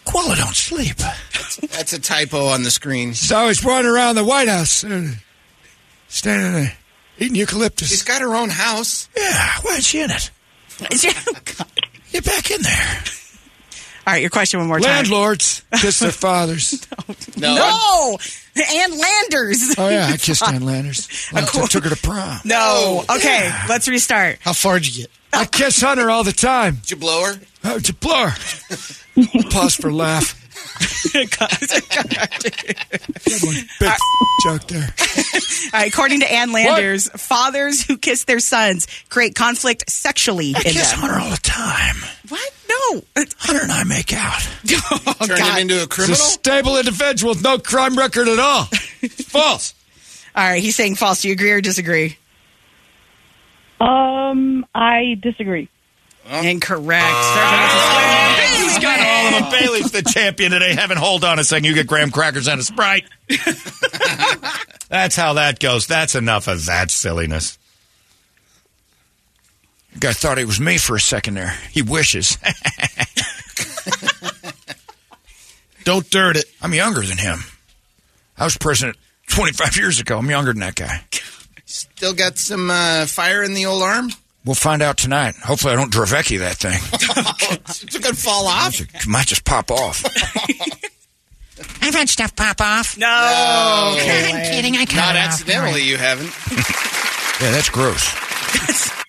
Koala don't sleep.
That's a typo on the screen.
She's always wandering around the White House, uh, standing there eating eucalyptus.
She's got her own house.
yeah, why is she in it? Get back in there.
All right, your question one more time.
Landlords kiss their fathers.
No. Ann Landers.
Oh yeah, I kissed Ann Landers. I took her to prom.
No. Okay, let's restart.
How far did you get?
I kiss Hunter all the time.
Did you blow her?
Oh, it's a blur. Pause for laugh. Big joke there.
All right, according to Ann Landers, fathers who kiss their sons create conflict sexually.
I
in
kiss
them.
Hunter all the time.
What? No. Oh, Hunter
and I make out.
Turn him into a criminal? stable individual with no crime record at all. false.
All right, he's saying false. Do you agree or disagree?
Um, I disagree.
Incorrect.
He's got all of them. Bailey's the champion today. Heaven, hold on a second. You get graham crackers and a Sprite. That's how that goes. That's enough of that silliness.
Guy thought it was me for a second there. He wishes. Don't dirt it. I'm younger than him. I was president 25 years ago. I'm younger than that guy.
Still got some uh, fire in the old arm?
We'll find out tonight. Hopefully, I don't Dravecki that thing.
It's going to fall off.
It might just pop off.
I've had stuff pop off. No.
Oh,
I'm kidding. I cut
Not
it off.
accidentally, you haven't.
Yeah, that's gross.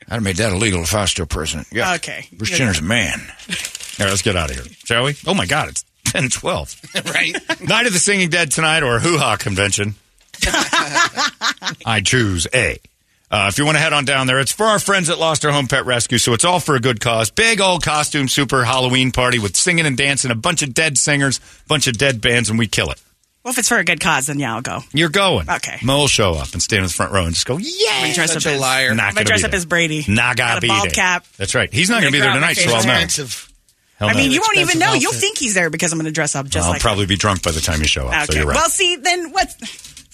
I'd have made that illegal if I was still president. Yeah.
Okay.
Bruce Jenner's a man.
All right, let's get out of here, shall we? Oh, my God, it's 10 12.
right?
Night of the Singing Dead tonight or Hoo Ha Convention. I choose A. Uh, if you want to head on down there, it's for our friends that lost their home pet rescue, so it's all for a good cause. Big old costume super Halloween party with singing and dancing, a bunch of dead singers, bunch of dead bands, and we kill it.
Well, if it's for a good cause, then yeah, I'll go.
You're going.
Okay.
Mo will show up and stand in the front row and just go, yeah.
I'm gonna dress
Such
up
a
as,
liar. Not
I'm gonna
gonna
dress
be
up
there.
as Brady. Got
Not gonna
a
be
bald
there.
cap.
That's right. He's not going to be there tonight, so I'll know. Hell
I
no.
mean, you won't even
Expensive
know. You'll
outfit.
think he's there because I'm going to dress up just
I'll
like.
probably be drunk by the time you show
okay.
up, so you're right.
Well, see, then what?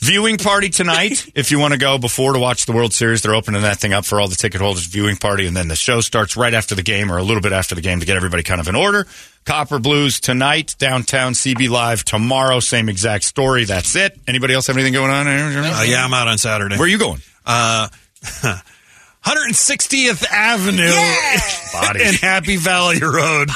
Viewing party tonight. if you want to go before to watch the World Series, they're opening that thing up for all the ticket holders. Viewing party, and then the show starts right after the game or a little bit after the game to get everybody kind of in order. Copper Blues tonight, downtown CB Live tomorrow. Same exact story. That's it. Anybody else have anything going on?
Uh, yeah, I'm out on Saturday.
Where are you going?
Uh, 160th Avenue and Happy Valley Road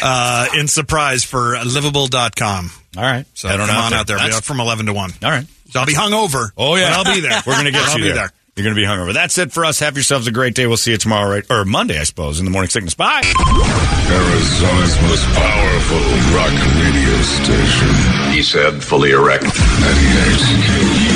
uh, in surprise for livable.com.
All right.
So
Head
come
on
on
out
out
there.
there. We'll be
That's-
out from 11 to 1.
All right.
So I'll be hungover.
Oh yeah,
But I'll be there.
We're gonna get
I'll
you
be
there.
there.
You're gonna be hungover. That's it for us. Have yourselves a great day. We'll see you tomorrow, right or Monday, I suppose, in the morning sickness. Bye.
Arizona's most powerful rock radio station. He said, fully erect. 98.